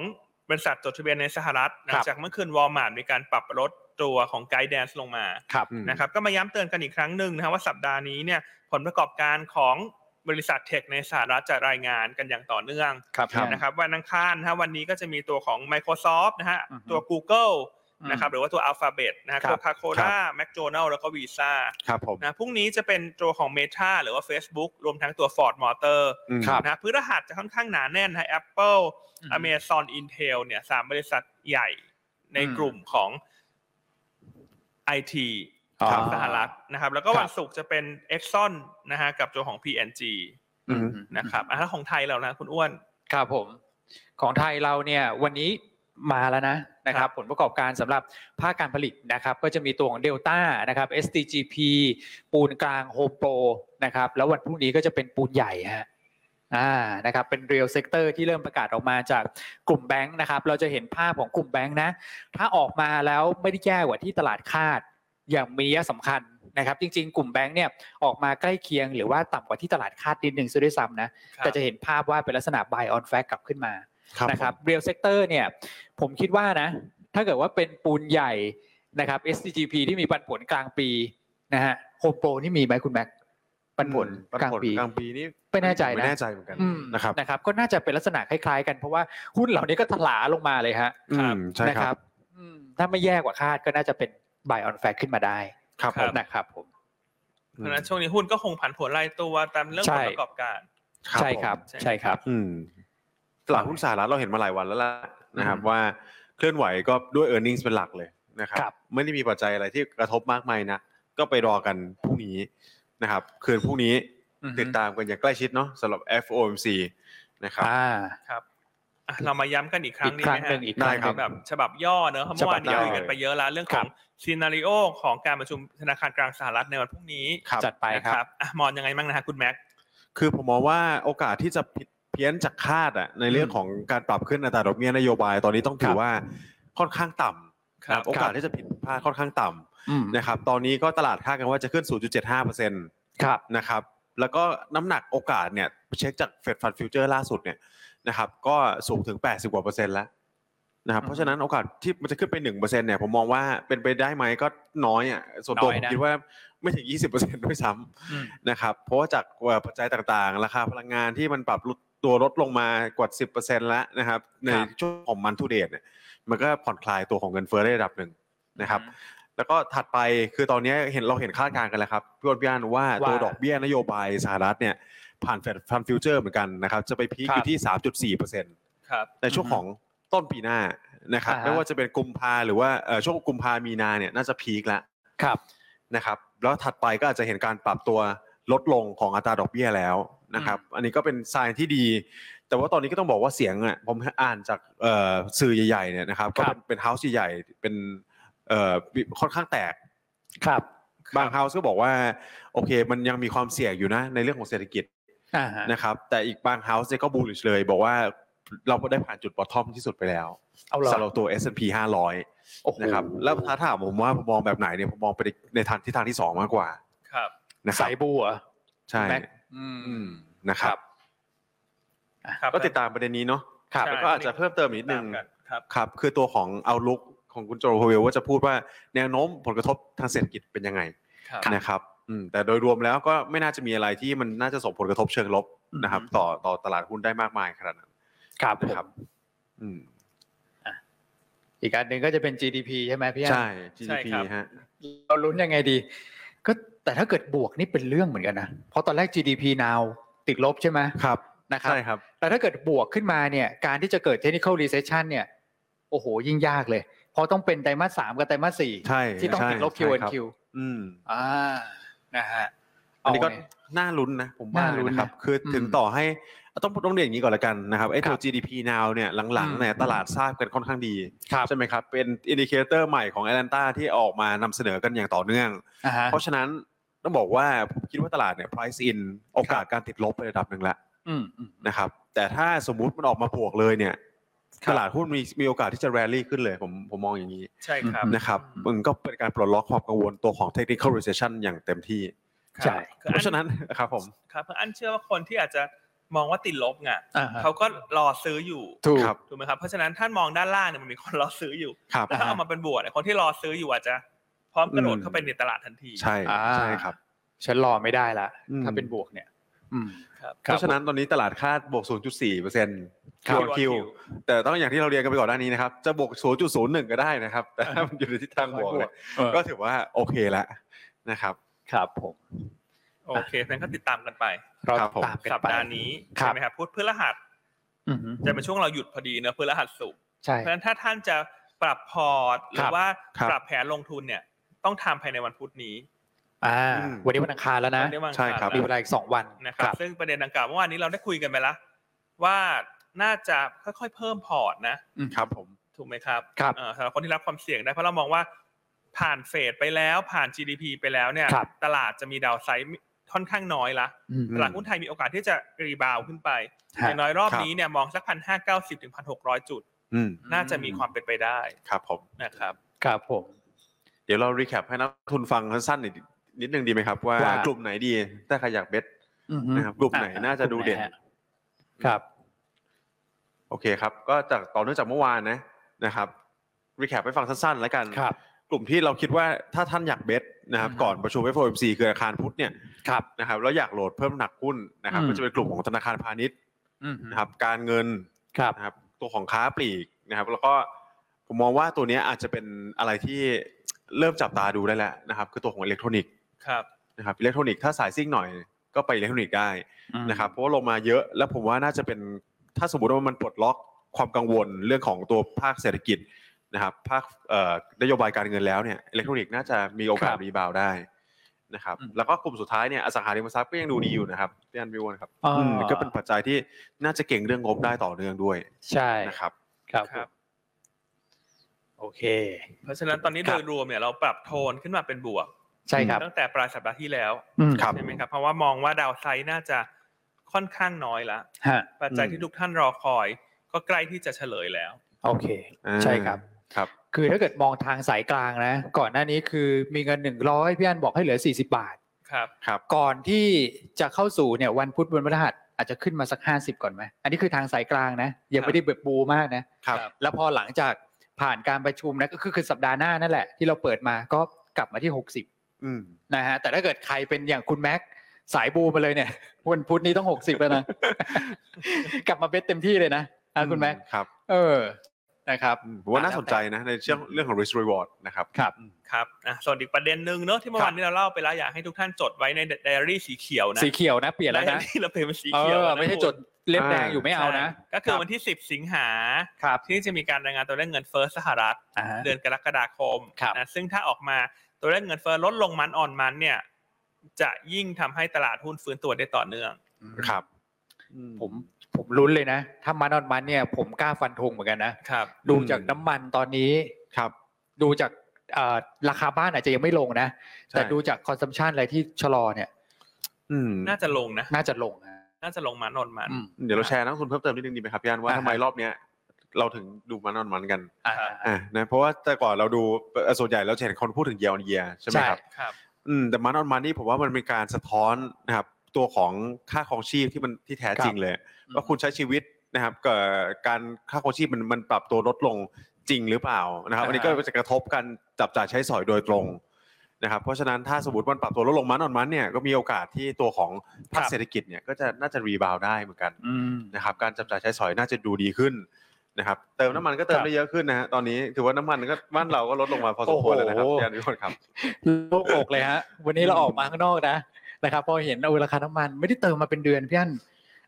Speaker 1: บริษัทจดทะเบียนในสหรัฐหลัง
Speaker 2: ครับ
Speaker 1: จากเมื่อคืนวอลมาร์ทมีการปรับลดตัวของไกด์แดนซ์ลงมา
Speaker 2: ครับ
Speaker 1: นะครับก็มาย้ำเตือนกันอีกครั้งหนึ่งนะครับว่าสัปดาห์นี้เนี่ยผลประกอบการของ บริษัทเทคในสหรัฐจะรายงานกันอย่างต่อเนื่อง
Speaker 2: ครับ
Speaker 3: ครับ
Speaker 1: นะครับวันอังคารนะฮะวันนี้ก็จะมีตัวของ Microsoft นะฮะ
Speaker 2: อือฮึ
Speaker 1: ตัว Google
Speaker 2: อืม
Speaker 1: นะครับหรือว่าตัว Alphabet นะฮะ
Speaker 2: ครับ
Speaker 1: โคคาโคล่าแมคโดนัลแล้วก็ Visa
Speaker 3: ครับผม
Speaker 1: นะพรุ่งนี้จะเป็นตัวของ Meta หรือว่า Facebook รวมทั้งตัว Ford Motor
Speaker 3: อืม
Speaker 2: ครับ
Speaker 1: นะพื้นรหัสจะค่อนข้างหนาแน่นนะ Apple
Speaker 2: อืม
Speaker 1: Amazon Intel เนี่ยสามบริษัทใหญ่ใน
Speaker 2: อืม
Speaker 1: กลุ่มของ IT
Speaker 2: อ๋อ
Speaker 1: ของสหรัฐนะครับ แล้วก็
Speaker 2: ครับ
Speaker 1: วันศุกร์จะเป็น Exxon นะฮะกับตัวของ PNG
Speaker 3: อืม
Speaker 1: นะครับอ่ะแล้วของไทยเรานะคุณอ้วน
Speaker 2: ครับผมของไทยเราเนี่ยวันนี้มาแล้วนะนะครับผลประกอบการสำหรับภาคการผลิตนะครับก็จะมีตัวของ Delta นะครับ STGP ปูนกลาง Home Pro นะครับแล้ววันพรุ่งนี้ก็จะเป็นปูนใหญ่ฮะอ่านะครับเป็น real sector ที่เริ่มประกาศออกมาจากกลุ่มแบงค์นะครับเราจะเห็นภาพของกลุ่มแบงค์นะ ถ้าออกมาแล้วไม่ได้แย่กว่าที่ตลาดคาดอย่างมีนัยสำคัญนะครับ จริง ๆ กลุ่มแบงค์เนี่ยออกมาใกล้เคียงหรือว่าต่ำกว่าที่ตลาดคาดนิดนึงซะด้วยซ้ำนะ แต่จะเห็นภาพว่าเป็นลักษณะ buy on fact กลับขึ้นมานะครับ real sector เนี่ยผมคิดว่านะ ถ้าเกิดว่าเป็นปูนใหญ่นะครับ SCGP ที่มีปันผลกลางปีนะฮะโฮมโปรนี่มีไหมคุณแม็กปันผล
Speaker 3: ปัน
Speaker 2: กลาง
Speaker 3: ผล
Speaker 2: ปี
Speaker 3: กลางปีนี้
Speaker 2: ไม่แน่ใจนะ
Speaker 3: ไม่แน่ใจเหมือนกัน
Speaker 2: อืม
Speaker 3: นะครับ
Speaker 2: นะครับ ก็น่าจะเป็นลักษณะคล้ายๆกันเพราะว่าหุ้นเหล่านี้ก็ถลาลงมาเลยฮะ
Speaker 3: อืมใช่
Speaker 2: นะครับ อืมถ้าไม่แย่กว่าคาดก็น่าจะเป็น buy on fact ขึ้นมาได้
Speaker 3: ครับผม
Speaker 2: นะครับผม
Speaker 1: เพราะฉะนั้นช่วงนี้หุ้นก็คงผันผวนรายตัวตามเรื่องผ
Speaker 2: ใช่
Speaker 1: ลประกอบการ
Speaker 2: ใช่ครับ
Speaker 1: ผม
Speaker 2: ใช่ครับ
Speaker 3: อืมตลาดหุ้นสหรัฐเราเห็นมาหลายวันแล้วล่ะนะครับ
Speaker 2: อืม
Speaker 3: ว่าเคลื่อนไหวก็ด้วย e a r n i n g ็เป็นหลักเลยนะครับ
Speaker 2: ครับ
Speaker 3: ไม่ได้มีปัจจัยอะไรที่กระทบมากมายนะก็ไปรอกันพรุ่งนี้นะครับคืนพรุ่งนี้
Speaker 2: อือฮึ
Speaker 3: ติดตามกันอย่างใกล้ชิดเนาะสำหรับ FOMC นะครับ
Speaker 2: อ่า
Speaker 1: อ่ะเรามาย้ำกันอีกครั้ง
Speaker 2: อี
Speaker 1: นี้
Speaker 2: กครั้ง
Speaker 1: นะ
Speaker 2: หนึ่
Speaker 1: ฮะ
Speaker 2: งอีกครั้งหนึ่ง
Speaker 1: แบบฉบับย่อเนอะเพราะเมื่อวาน
Speaker 2: ฉบับ
Speaker 1: นี้
Speaker 2: ย่อ
Speaker 1: คุยกันไปเยอะแล้ว เรื่องข
Speaker 2: ครั
Speaker 1: อง
Speaker 2: บ
Speaker 1: ซีนารีโอของการประชุมธนาคารกลางสหรัฐในวันพรุ่งนี้
Speaker 3: ครับ
Speaker 2: จัดไป
Speaker 1: นะครับ อ่ะมองยังไงบ้างนะฮะคุณแม็ก
Speaker 3: คือผมมองว่าโอกาสที่จะผิดเพี้ยนจากคาดอะในเรื่อง
Speaker 2: อืม
Speaker 3: ของการปรับขึ้นอัตราดอกเบี้ยนโยบายตอนนี้ต้อง
Speaker 2: ค
Speaker 3: ถื
Speaker 2: รั
Speaker 3: อบ ว่าค่อนข้างต่ำ
Speaker 1: ครับ
Speaker 3: โอกาสที่จะผิดพลาดค่อนข้างต่ำ
Speaker 2: อืม
Speaker 3: นะครับตอนนี้ก็ตลาดคาดกันว่าจะขึ้น 0.75%น
Speaker 2: ครับ
Speaker 3: ะครับ แล้วก็น้ำหนักโอกาสเนี่ยเช็คจากเฟดฟันฟิวเจอร์ล่าสุดเนี่ยนะครับก็สูงถึง 80 กว่าเปอร์เซ็นต์แล้วนะครับ
Speaker 2: อืม
Speaker 3: เพราะฉะนั้นโอกาสที่มันจะขึ้นไป1%เนี่ยผมมองว่าเป็นไปได้ไหมก็น้อยอ่ะส่วนตัว
Speaker 2: น้
Speaker 3: ผ
Speaker 2: อย
Speaker 3: ม
Speaker 2: นะ
Speaker 3: คิดว่าไม่ถึง 20%ด้วยซ้
Speaker 2: อืม
Speaker 3: ำนะครับเพราะว่าจากเอ่อปัจจัยต่างๆ ราคาพลังงานที่มันปรับลดตัวลดลงมากว่า 10%แล้วนะครับใน
Speaker 2: ครับ
Speaker 3: ช่วงของมันทูเดตเนี่ยมันก็ผ่อนคลายตัวของเงินเฟ้อได้ระดับหนึ่งนะครับ แล้วก็ถัดไปคือตอนนี้เห็นเราเห็นคาดการณ์กันแล้วครับพี่อ้วนพี่อานว่า
Speaker 2: ว่า
Speaker 3: ตัวดอกเบี้ยนโยบายสหรัฐเนี่ยผ่านแฟนฟันฟิวเจอร์เหมือนกันนะครับ จะไปพีคอ
Speaker 2: ครับ
Speaker 3: ยู่ที่ 3.4%
Speaker 1: ครับ
Speaker 3: ในช่วง
Speaker 2: อือฮึ
Speaker 3: ของต้นปีหน้านะครับ
Speaker 2: อ่าฮะ
Speaker 3: ไม่ว่าจะเป็นกุมภาหรือว่าเอ่อช่วงกุมภามีนาเนี่ยน่าจะพีคแล้ว
Speaker 2: ครับ
Speaker 3: นะครับแล้วถัดไปก็อาจจะเห็นการปรับตัวลดลงของอัตราดอกเบี้ยแล้วนะครับอันนี้ก็เป็นสัญที่ดี แต่ว่าตอนนี้ก็ต้องบอกว่าเสียงอ่ะผมอ่านจากเอ่อสื่อใหญ่ๆเนี่ยนะครับก็
Speaker 2: ครับ
Speaker 3: เป็นเป็นเฮาส์ใหญ่ๆเป็นเอ่อค่อนข้างแตก
Speaker 2: ครับ
Speaker 3: บางเฮาส์ก็บอกว่าโอเค มันยังมีความเสี่ยงอยู่นะในเรื่องของเศรษฐกิจ
Speaker 2: อ่าฮะ
Speaker 3: นะครับแต่อีกบางเฮาส์เนี่ยก็บูลลิชเลย บอกว่าเราได้ผ่านจุด bottom ที่สุดไปแล้ว
Speaker 2: เอาเหรอ
Speaker 3: สำหรับตัว S&P 500
Speaker 2: โอ้โห
Speaker 3: นะครับแล้วถ้าถามผมว่าผมมองแบบไหนเนี่ยผมมองไปในทางทิศทางที่ 2 มากกว่า
Speaker 1: ครับ
Speaker 3: นะครั
Speaker 2: สา
Speaker 3: บ
Speaker 2: ยบัว
Speaker 3: ใช่
Speaker 2: แม็ก
Speaker 3: อืมนะครับ
Speaker 1: ครับ
Speaker 3: ก็ติดตามประเด็นนี้เนาะ
Speaker 2: ครับ
Speaker 1: ใช่
Speaker 3: แล้วก็อาจจะเพิ่มเติมอีกนิดนึง
Speaker 1: ตามกันครับ
Speaker 3: ครับคือตัวของเอาลุกของคุณโจโฮเวลว่าจะพูดว่าแนวโน้มผลกระทบทางเศรษฐกิจเป็นยังไง
Speaker 1: ครับ
Speaker 3: นะครับอืมแต่โดยรวมแล้วก็ไม่น่าจะมีอะไรที่มันน่าจะส่งผลกระทบเชิงลบ
Speaker 2: อืม
Speaker 3: นะครับ ต่อต่อตลาดหุ้นได้มากมายขนาดนั้น
Speaker 2: ครับ
Speaker 3: นะ
Speaker 2: ผ
Speaker 3: ครับ
Speaker 2: ม
Speaker 3: อืม
Speaker 2: อีกอันหนึ่งก็จะเป็น GDP ใช่ไหมพี่อัน
Speaker 3: ใช่
Speaker 1: ใช่
Speaker 3: GDP
Speaker 1: ครับ
Speaker 3: ฮะ
Speaker 2: เราลุ้นยังไงดี ก็แต่ถ้าเกิดบวกนี่เป็นเรื่องเหมือนกันนะ เพราะตอนแรก GDP now ติดลบใช่ไหม
Speaker 3: ครับ
Speaker 2: นะครับ
Speaker 3: ใช่ครับ
Speaker 2: แต่ถ้าเกิดบวกขึ้นมาเนี่ย การที่จะเกิด technical recession เนี่ย โอ้โห ยิ่งยากเลย เพราะต้องเป็นไตรมาสสามกับไตรมาสสี่
Speaker 3: ใช่
Speaker 2: ที่ต้อง
Speaker 3: ใช่
Speaker 2: ติดลบ
Speaker 3: ใช่
Speaker 2: Q
Speaker 3: รับ
Speaker 2: Q
Speaker 3: อืม
Speaker 2: อ่านะฮะ
Speaker 3: อันนี้ก็
Speaker 2: เาไง
Speaker 3: น่าลุ้นนะผมว่า
Speaker 2: น่าลุ้น
Speaker 3: นะครับ
Speaker 2: นะ
Speaker 3: คือถึง
Speaker 2: อืม
Speaker 3: ต่อให้ต้องต้องเรียนอย่างนี้ก่อนละกันนะครับไอ้ตัว
Speaker 2: ครับ
Speaker 3: GDP now เนี่ยหลัง
Speaker 2: อื
Speaker 3: ๆ
Speaker 2: ม
Speaker 3: เนี่ยตลาดทราบกันค่อนข้างดี
Speaker 2: ครับ
Speaker 3: ใช่ไหมครับ เป็นอินดิเคเตอร์ใหม่ของ Atlanta ที่ออกมานำเสนอกันอย่างต่อเนื่อง
Speaker 2: อ่าฮะ
Speaker 3: เพราะฉะนั้นต้องบอกว่าผมคิดว่าตลาดเนี่ย price in โอกาสการติดลบไประดับหนึ่งละ
Speaker 2: อืมอืม
Speaker 3: นะครับแต่ถ้าสมมุติมันออกมาบวกเลยเนี่ย
Speaker 2: ครับ
Speaker 3: ตลาดหุ้นมีมีโอกาสที่จะแรลลี่ขึ้นเลยผมผมมองอย่างนี้
Speaker 1: ใช่ครับ
Speaker 2: อืม
Speaker 3: นะครับมันก็เป็นการปลดล็อกความกังวลตัวของ technical recession อย่างเต็มที่
Speaker 1: ครับ
Speaker 2: ใช่
Speaker 1: คืออั
Speaker 3: เพราะฉะนั้นนะครับผม
Speaker 1: ครับเพราะอันเชื่อว่าคนที่อาจจะมองว่าติดลบไง
Speaker 2: อ่าฮะ
Speaker 1: เขาก็รอซื้ออยู่
Speaker 2: ถูก
Speaker 3: ครับ
Speaker 1: ถูกไหมครับเพราะฉะนั้นถ้ามองด้านล่างเนี่ยมันมีคนรอซื้ออยู่
Speaker 3: ครับ
Speaker 1: แต่ถ้า
Speaker 2: อ่าฮะ
Speaker 1: เอามาเป็นบวกเนี่ยคนที่รอซื้ออยู่อาจจะพร้อมกระโดดเข้าไปในตลาดทันที
Speaker 3: ใช่
Speaker 2: อ่า
Speaker 3: ใช่ครับ
Speaker 2: ฉันรอไม่ได้ละ
Speaker 3: อืม
Speaker 2: ถ้าเป็นบวกเนี่ย อืม
Speaker 1: ครับ
Speaker 2: ครับ
Speaker 3: เพราะฉะนั้นตอนนี้ตลาดคาดบวก 0.4เปอร์เซ็นต์
Speaker 2: ครับ
Speaker 3: คิว แต่ต้องอย่างที่เราเรียนกันไปก่อนหน้านี้นะครับ จะบวก 0.01 ก็ได้นะครับ แต่ถ้ามันอยู่ในทิศทางบวกเนี่ย
Speaker 2: เออ
Speaker 3: ก็ถือว่าโอเคละนะครับ
Speaker 2: ครับผม
Speaker 1: โอเคเพนก็ติดตามกันไป
Speaker 2: เรา
Speaker 3: ครับผม
Speaker 2: ตามกัน
Speaker 1: สัป
Speaker 2: ไป
Speaker 1: ดาห์นี้
Speaker 2: ครับ
Speaker 1: ใช่ไหมครับพูดพฤหัส
Speaker 2: อือหือ
Speaker 1: จะเป็นช่วงเราหยุดพอดีเนอะพฤหัสสุกร์
Speaker 2: ใช่
Speaker 1: เพราะฉะนั้นถ้าท่านจะปรับพอร์ตหรื
Speaker 2: ครั
Speaker 1: อบ ว่า
Speaker 3: ครับ
Speaker 1: ปรับแผนลงทุนเนี่ย ต้องทำภายในวันพุธนี้
Speaker 2: อ่า
Speaker 3: อืม
Speaker 2: วันนี้วันอังคารแล้วนะ
Speaker 1: ไม่ได้วาง
Speaker 3: ใช่ครับ
Speaker 1: ขาด
Speaker 2: มี
Speaker 1: นะ
Speaker 2: เวลาอีกสองวัน
Speaker 1: นะครับซึ่งประเด็นดังกล่าวเมื่อวานนี้เราได้คุยกันไปแล้วว่าน่าจะค่อยๆเพิ่มพอร์ตนะครับ
Speaker 3: ผม
Speaker 1: ถูกไหมครับ
Speaker 2: ครับ
Speaker 1: เอ่อสำหรับคนที่รับความเสี่ยงได้เพราะเรามองว่าผ่านเฟดไปแล้วผ่าน GDP ไปแล้วเนี่ย
Speaker 2: ครับ
Speaker 1: ตลาดจะมีดาวไซด์ค่อนข้างน้อยละ
Speaker 2: อืม
Speaker 1: ตลาดหุ้นไทยมีโอกาสที่จะรีบาวด์ขึ้นไป อ
Speaker 2: ฮะ
Speaker 1: ย่างน้อยรอบนี้เนี่ยมองสักพันห้าเก้าสิบถึงพันหกร้อยจุด
Speaker 3: อืม
Speaker 1: น่าจะมีความเป็นไปได้
Speaker 3: ครับผม
Speaker 1: นะครับ
Speaker 2: ครับผม
Speaker 3: เดี๋ยวเรารีแคปให้นักลงทุนฟังสั้นๆหน่อยนิดนึงดีไหมครับ ว่า
Speaker 2: ว่า
Speaker 3: กลุ่มไหนดี ถ้าใครอยากเบส
Speaker 2: อือหือ
Speaker 3: นะครับกลุ่มไหน
Speaker 2: อ่
Speaker 3: น่าจะดูเด่น
Speaker 2: กลุ่มไหฮะครับ
Speaker 3: โอเคครับ ก็จากต่อเนื่องจากเมื่อวานนะนะครับรีแคปให้ฟังสั้นๆแล้วกัน
Speaker 2: ครับ
Speaker 3: กลุ่มที่เราคิดว่าถ้าท่านอยากเบสนะครับ
Speaker 2: อืม
Speaker 3: ก่อนประชุม FOMC คืออาคารพุทธเนี่ย
Speaker 2: ครับ
Speaker 3: นะครับแล้วอยากโหลดเพิ่มหนักหุ้นนะครับ
Speaker 2: อืม
Speaker 3: ก็จะเป็นกลุ่มของธนาคารพาณิชย์
Speaker 2: อือหือ
Speaker 3: นะครับการเงิน
Speaker 2: ครับ
Speaker 3: นะครับตัวของค้าปลีกนะครับแล้วก็ผมมองว่าตัวเนี้ยอาจจะเป็นอะไรที่เริ่มจับตาดูได้แล้วนะครับคือตัวของอิเล็กทรอนิกส์
Speaker 1: ครับ
Speaker 3: นะครับอิเล็กทรอนิกส์ถ้าสายซิ่งหน่อยก็ไปอิเล็กทรอนิกส์ได้
Speaker 2: อืม
Speaker 3: นะครับเพราะว่าลงมาเยอะแล้วผมว่าน่าจะเป็นถ้าสมมติว่ามันปลดล็อกความกังวลเรื่องของตัวภาคเศรษฐกิจนะครับภาคเอ่อนโยบายการเงินแล้วเนี่ยอิเล็กทรอนิกส์น่าจะมีโอกาส
Speaker 2: ครับ
Speaker 3: รีบาวด์ได้นะครับ
Speaker 2: อืม
Speaker 3: แล้วก็กลุ่มสุดท้ายเนี่ยอสังหาริมทรัพย์ก็ยังดูดีอยู่นะครับพี่อันพี่อ้วนครับ
Speaker 2: อ่า
Speaker 3: อืมก็เป็นปัจจัยที่น่าจะเก่งเรื่องงบได้ต่อเนื่องด้วย
Speaker 2: ใช่
Speaker 3: นะครับ
Speaker 2: ครับ
Speaker 1: ครับ
Speaker 2: โอเค
Speaker 1: เพราะฉะนั้นตอนนี้
Speaker 2: ครั
Speaker 1: โด
Speaker 2: บ
Speaker 1: ยรวมเนี่ยเราปรับโทนขึ้นมาเป็นบวก
Speaker 2: ใช่ครับ
Speaker 1: ตั้งแต่ปลายสัปดาห์ที่แล้ว
Speaker 2: อืม
Speaker 3: ครับ
Speaker 1: ใช่ไหมครับเพราะว่ามองว่าดาวไซด์น่าจะค่อนข้างน้อยละ
Speaker 2: ฮะ
Speaker 1: ปัจจัย
Speaker 3: อืม
Speaker 1: ที่ทุกท่านรอคอย ก็ใกล้ที่จะเฉลยแล้ว
Speaker 2: โอเค
Speaker 3: อ่า
Speaker 2: ใช่ครับ
Speaker 3: ครับ
Speaker 2: คือถ้าเกิดมองทางสายกลางนะ ก่อนหน้านี้คือมีเงินหนึ่งร้อยพี่อันบอกให้เหลือสี่สิบาท
Speaker 1: ครับ
Speaker 3: ครับ
Speaker 2: ก่อนที่จะเข้าสู่เนี่ยวันพุธวันพฤหัสอาจจะขึ้นมาสักห้าสิบก่อนไหมอันนี้คือทางสายกลางนะ ยั
Speaker 1: ค
Speaker 2: ง
Speaker 1: รับ
Speaker 2: ไม่ได้เบิดบูมากนะ
Speaker 3: ครับ
Speaker 2: แล้วพอหลังจากผ่านการประชุมนะก็คือคือสัปดาห์หน้านั่นแหละ ที่เราเปิดมาก็กลับมาที่
Speaker 3: อืม
Speaker 2: 60นะฮะแต่ถ้าเกิดใครเป็นอย่างคุณแม็กสายบูมมาเลยเนี่ย วันพุธนี้ต้อง 60 แล้วนะ กลับมาเบสเต็มที่เลยนะอ่ะคุณแม็ก
Speaker 3: ครับ
Speaker 2: เออนะครับ
Speaker 3: อืมผมว่าน่าสนใจนะในเรื่องเรื่องของ risk reward นะครับ
Speaker 2: ครับ
Speaker 1: ครับอ่ะส่วนอีกประเด็นหนึ่งเนอะที่เมื่อ
Speaker 2: ครับ
Speaker 1: วานนี้เราเล่าไปแล้วอยากให้ทุกท่านจดไว้ในไดอารี่สีเขียวนะ
Speaker 2: สีเขียวนะเปลี่ยนแล้ว
Speaker 1: ไดอา
Speaker 2: นะ
Speaker 1: รี่เราเป็นเป็นสี
Speaker 2: เอ
Speaker 1: เขียว
Speaker 2: อ
Speaker 1: นะ
Speaker 2: ไม่ใช่
Speaker 1: คุณ
Speaker 2: จดเล่มแดงอยู่ไม่เอานะ
Speaker 1: ใช่ก็คือ
Speaker 2: ครับ
Speaker 1: วันที่ 10 สิงหา
Speaker 2: ครับ
Speaker 1: ที่จะมีการรายงานตัวเลขเงินเฟ้อสหรัฐ
Speaker 2: อ่าฮะ
Speaker 1: เดือนกรกฎาคม
Speaker 2: ครับ
Speaker 1: นะซึ่งถ้าออกมาตัวเลขเงินเฟ้อลดลงมันอ่อนมันเนี่ย จะยิ่งทำให้ตลาดหุ้นฟื้นตัวได้ต่อเนื่อง
Speaker 3: ครับ
Speaker 2: ผมผมลุ้นเลยนะ ถ้ามันออนมันเนี่ย ผมกล้าฟันธงเหมือนกันนะครับ ดูจากน้ำมันตอนนี้
Speaker 3: ครับ
Speaker 2: ดูจากเอ่อราคาบ้านอาจจะยังไม่ลงนะ
Speaker 3: ใช่
Speaker 2: แต่ดูจากคอนซัมชันอะไรที่ชะลอเนี่ย
Speaker 3: อืม
Speaker 1: น่าจะลงนะ
Speaker 2: น่าจะลงนะ
Speaker 1: น่าจะลงมันอ่อนมัน
Speaker 2: อืม
Speaker 3: เดี๋ยวเราแชร์นักลงทุนเพิ่มเติมนิดนึงดีไหมครับพี่อันว่า
Speaker 2: อ่าฮะ
Speaker 3: ทำไมรอบเนี้ยเราถึงดูมันนอนมันกัน
Speaker 2: อ่า
Speaker 3: อ่านะเพราะว่าแต่ก่อนเราดูเอ่อส่วนใหญ่เราจะเห็นคนพูดถึงเยียร์เยียใช่ไหมครับ
Speaker 1: ครับ
Speaker 3: อืมแต่มันนอนมันนี่ผมว่ามันเป็นการสะท้อนนะครับตัวของค่าครองชีพที่มันที่แท้จริงเลยว่าคุณใช้ชีวิตนะครับกับการค่าครองชีพมันมันปรับตัวลดลงจริงหรือเปล่านะครับอันนี้ก็
Speaker 1: อ่าฮะ
Speaker 3: จะกระทบการจับจ่ายใช้สอยโดยตรงนะครับเพราะฉะนั้นถ้าสมมติมันปรับตัวลดลงมันนอนมันเนี่ยก็มีโอกาสที่ตัวของภาคเศรษฐกิจเนี่ยก็จะน่าจะรีบาวได้เหมือนกัน
Speaker 2: อืม
Speaker 3: นะครับการจับจ่ายใช้สอยน่าจะดูดีขึ้นนะครับเติมน้ำมันก็เติมได้เยอะขึ้นนะฮะตอนนี้ถือว่าน้ำมันก็บ้านเราก็ลดลงมาพอสมควรแล้วนะครับ
Speaker 2: โอ้โห
Speaker 3: พี่อนุคนครับ
Speaker 2: โล่งอกเลยฮะ วันนี้เราออกมาข้างนอกนะนะครับ พอเห็นเอาราคาน้ำมันไม่ได้เติมมาเป็นเดือนพี่อั้น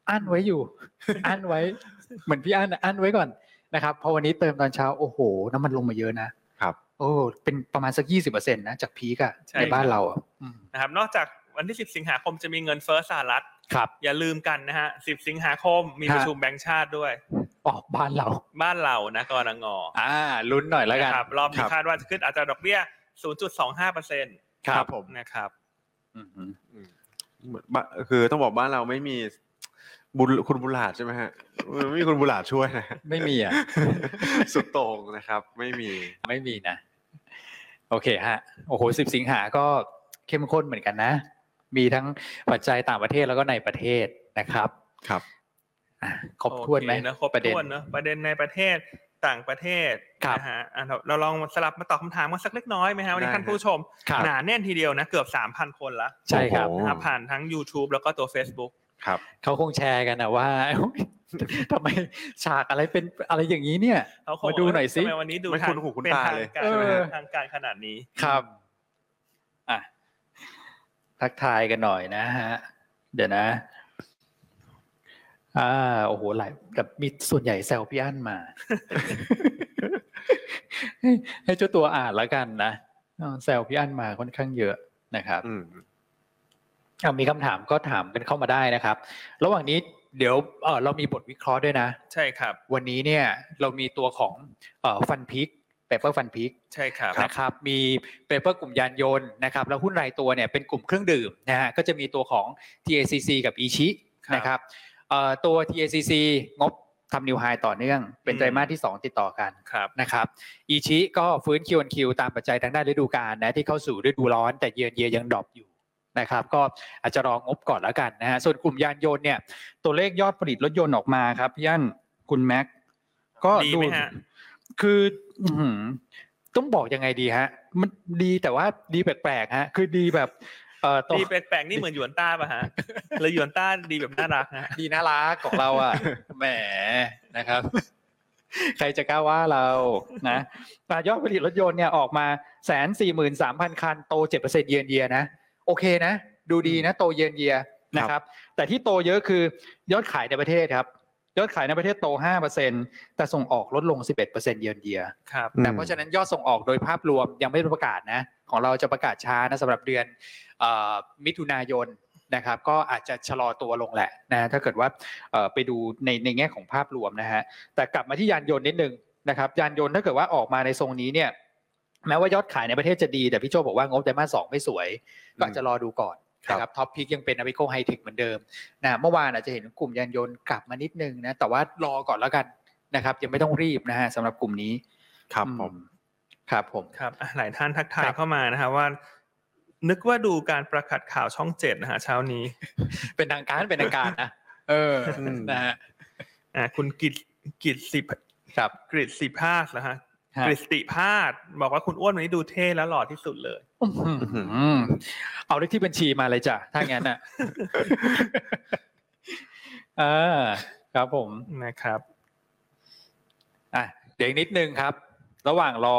Speaker 2: อั้นไว้อยู่ อั้นไว้ เหมือนพี่อั้นอะอั้นไว้ก่อนนะครับ พอวันนี้เติมตอนเช้าโอ้โห น้ำมันลงมาเยอะนะครับ โอ้เป็นประมาณสักยี่สิบเปอร์เซ็นต์นะจากพีกอะ
Speaker 1: ใช่
Speaker 2: ในบ้านเราอะอืม
Speaker 1: นะครับ นอกจากวันที่ 10 สิงหาคมจะมีเงินเฟ้อสหรัฐ
Speaker 2: ครับ
Speaker 1: อย่าลืมกันนะฮะ 10 สิงหาคมมีประชุมแบงก์ชาติด้วย
Speaker 2: อ๋อบ้านเรา
Speaker 1: บ้านเรานะกรง
Speaker 2: อ่าลุ้นหน่อยแล้วกัน
Speaker 1: นะครับรอบ
Speaker 3: ค
Speaker 1: นี้
Speaker 3: รับ
Speaker 1: คาดว่าจะขึ้นอัตราดอกเบี้ย 0.25%
Speaker 3: ครับผม
Speaker 1: นะครับ
Speaker 2: อืมอืม
Speaker 3: บ้าคือต้องบอกบ้านเราไม่มีบุญคุณบุญหลาดใช่ไหมฮะไม่มีคุณบุญหลาดช่วยนะ
Speaker 2: ไม่มีอ่ะ
Speaker 3: สุดโต่งนะครับไม่มี
Speaker 2: ไม่มีนะ โอเคฮะ โอ้โหสิบสิงหาก็เข้มข้นเหมือนกันนะ มีทั้งปัจจัยต่างประเทศแล้วก็ในประเทศนะครับ
Speaker 3: ครับ
Speaker 2: อ่ะครบถ้วนไหม
Speaker 1: โอเคนะครบ
Speaker 2: ประเด็น
Speaker 1: ถ้วนเนอะประเด็นในประเทศต่างประเทศ
Speaker 2: ครับ
Speaker 1: นะฮะอ่ะเราเราลองสลับมาตอบคำถามกันสักเล็กน้อยไหมฮะวันนี้
Speaker 3: ได้
Speaker 1: ท่านผู้ชม
Speaker 2: ครับ
Speaker 1: หนาแน่นทีเดียวนะ เกือบ 3,000 คนละ
Speaker 2: ใช่ครับ
Speaker 3: โอ้โห
Speaker 1: นะครับผ่านทั้ง YouTube แล้วก็ตัว Facebook
Speaker 3: ครับ
Speaker 2: เขาคงแชร์กันนะว่า ทำไมฉากอะไรเป็นอะไรอย่างนี้เนี่ย
Speaker 1: เขาคง
Speaker 2: มาดูหน่อยสิ
Speaker 1: ทำไมวันนี้ดู
Speaker 3: ไม่
Speaker 1: ทาง
Speaker 3: คุ้นหูคุ้น
Speaker 1: เป็น
Speaker 3: ตา
Speaker 1: ทาง
Speaker 3: เลย
Speaker 1: การ
Speaker 2: เออ
Speaker 1: ทางการขนาดนี้
Speaker 2: ครับอ่ะทักทายกันหน่อยนะฮะ เดี๋ยวนะ อ่าโอ้โหหลายแต่มีส่วนใหญ่แซวพี่อั้นมา ให้ให้เจ้าตัวอ่านแล้วกันนะอ่าแซวพี่อั้นมาค่อนข้างเยอะนะครับ
Speaker 3: อืม
Speaker 2: เอามีคำถามก็ถามกันเข้ามาได้นะครับ ระหว่างนี้เดี๋ยวเอ่อเรามีบทวิเคราะห์ด้วยนะ
Speaker 1: ใช่ครับ
Speaker 2: วันนี้เนี่ยเรามีตัวของฟันพิกเปเปอร์ฟันพิก
Speaker 1: ใช่ครับ
Speaker 2: นะครับมีเปเปอร์กลุ่มยานยนต์นะครับแล้วหุ้นรายตัวเนี่ยเป็นกลุ่มเครื่องดื่มนะฮะก็จะมีตัวของ TACC กับอีชิ
Speaker 1: ครับ
Speaker 2: นะครับเอ่อตัว TACC งบทำนิวไฮต่อเนื่อง เป็น
Speaker 1: อืม
Speaker 2: ไตรมาสที่ 2 ติดต่อกัน
Speaker 1: ครับ
Speaker 2: นะครับอีชิก็ฟื้น Q1Q ตามปัจจัยทางด้านฤดูกาลนะที่เข้าสู่ฤดูร้อนแต่เยือนเยียยังดรอปอยู่นะครับก็อาจจะรองบก่อนแล้วกันนะฮะส่วนกลุ่มยานยนต์เนี่ยตัวเลขยอดผลิตรถยนต์ออกมาครับพี่อั้นคุณแม็กก็
Speaker 1: ดีไหมฮะ
Speaker 2: คืออื้อหือต้องบอกยังไงดีฮะ มันดีแต่ว่าดีแปลกๆฮะคือดีแบบเอ่อตรง
Speaker 1: ดีแปลกๆนี่เหมือนหยวนต้า ป่ะฮะหรือหยวนต้าดีแบบน่ารักฮะ
Speaker 2: ดีน่ารักของเรา อ่ะ แหมนะครับ ใครจะกล้าว่าเรานะอ่ะยอดผลิตรถยนต์เนี่ยออกมาแสนสี่หมื่นสามพันคันโตเจ็ดเปอร์เซ็นเยียนเยียนะ โอเคนะ ดูดีนะ โตเยียนเยียนะครับ แต่ที่โตเยอะคือยอดขายในประเทศครับ ยอดขายในประเทศโตห้าเปอร์เซ็นแต่ส่งออกลดลงสิบเอ็ดเปอร์เซ็นเยียนเยีย
Speaker 1: ครับ
Speaker 2: แต่เพราะฉะนั้นยอดส่งออกโดยภาพรวมยังไม่ได้ประกาศนะของเราจะประกาศช้านะสำหรับเดือนเอ่อมิถุนายนนะครับ ก็อาจจะชะลอตัวลงแหละนะถ้าเกิดว่าเอ่อไปดูในในแง่ของภาพรวมนะฮะแต่กลับมาที่ยานยนต์นิดนึงนะครับยานยนต์ถ้าเกิดว่าออกมาในทรงนี้เนี่ยแม้ว่ายอดขายในประเทศจะดี แต่พี่โจบอกว่างบไตรมาสสองไม่สวย ก็อาจจะรอดูก่อน
Speaker 3: ครับ
Speaker 2: นะครับท็อปพิกยังเป็นอเ e โกไฮเทคเหมือนเดิมนะเมื่อวานอาจจะเห็นกลุ่มยานยนต์กลับมานิดนึงนะแต่ว่ารอก่อนแล้วกันนะครับยังไม่ต้องรีบนะฮะสำหรับกลุ่มนี้
Speaker 3: ครับผม
Speaker 2: อืครับผม
Speaker 1: ครับอ่ะหลายท่านทักทา
Speaker 2: ค
Speaker 1: ย
Speaker 2: รับ
Speaker 1: เข้ามานะฮะว่า นึกว่าดูการประกาศข่าวช่องเจ็ดนะฮะเช้านี้
Speaker 2: เป็นทางการเป็นทางการนะเออ
Speaker 3: อืม
Speaker 2: นะฮะ
Speaker 1: อ่ะคุณกิตกิตสิบ
Speaker 2: ครับ
Speaker 1: กิตสิบพาสนะฮะ
Speaker 2: ฮะ
Speaker 1: กฤษติพาสบอกว่าคุณอ้วนวันนี้ดูเท่และหล่อที่สุดเลย
Speaker 2: อื้อหือเอาเลขที่บัญชีมาเลยจ้ะถ้า งั้นอ่ะเออครับผม
Speaker 1: นะครับ
Speaker 2: อ่ะเดี๋ยวอีกนิดนึงครับ ระหว่างรอ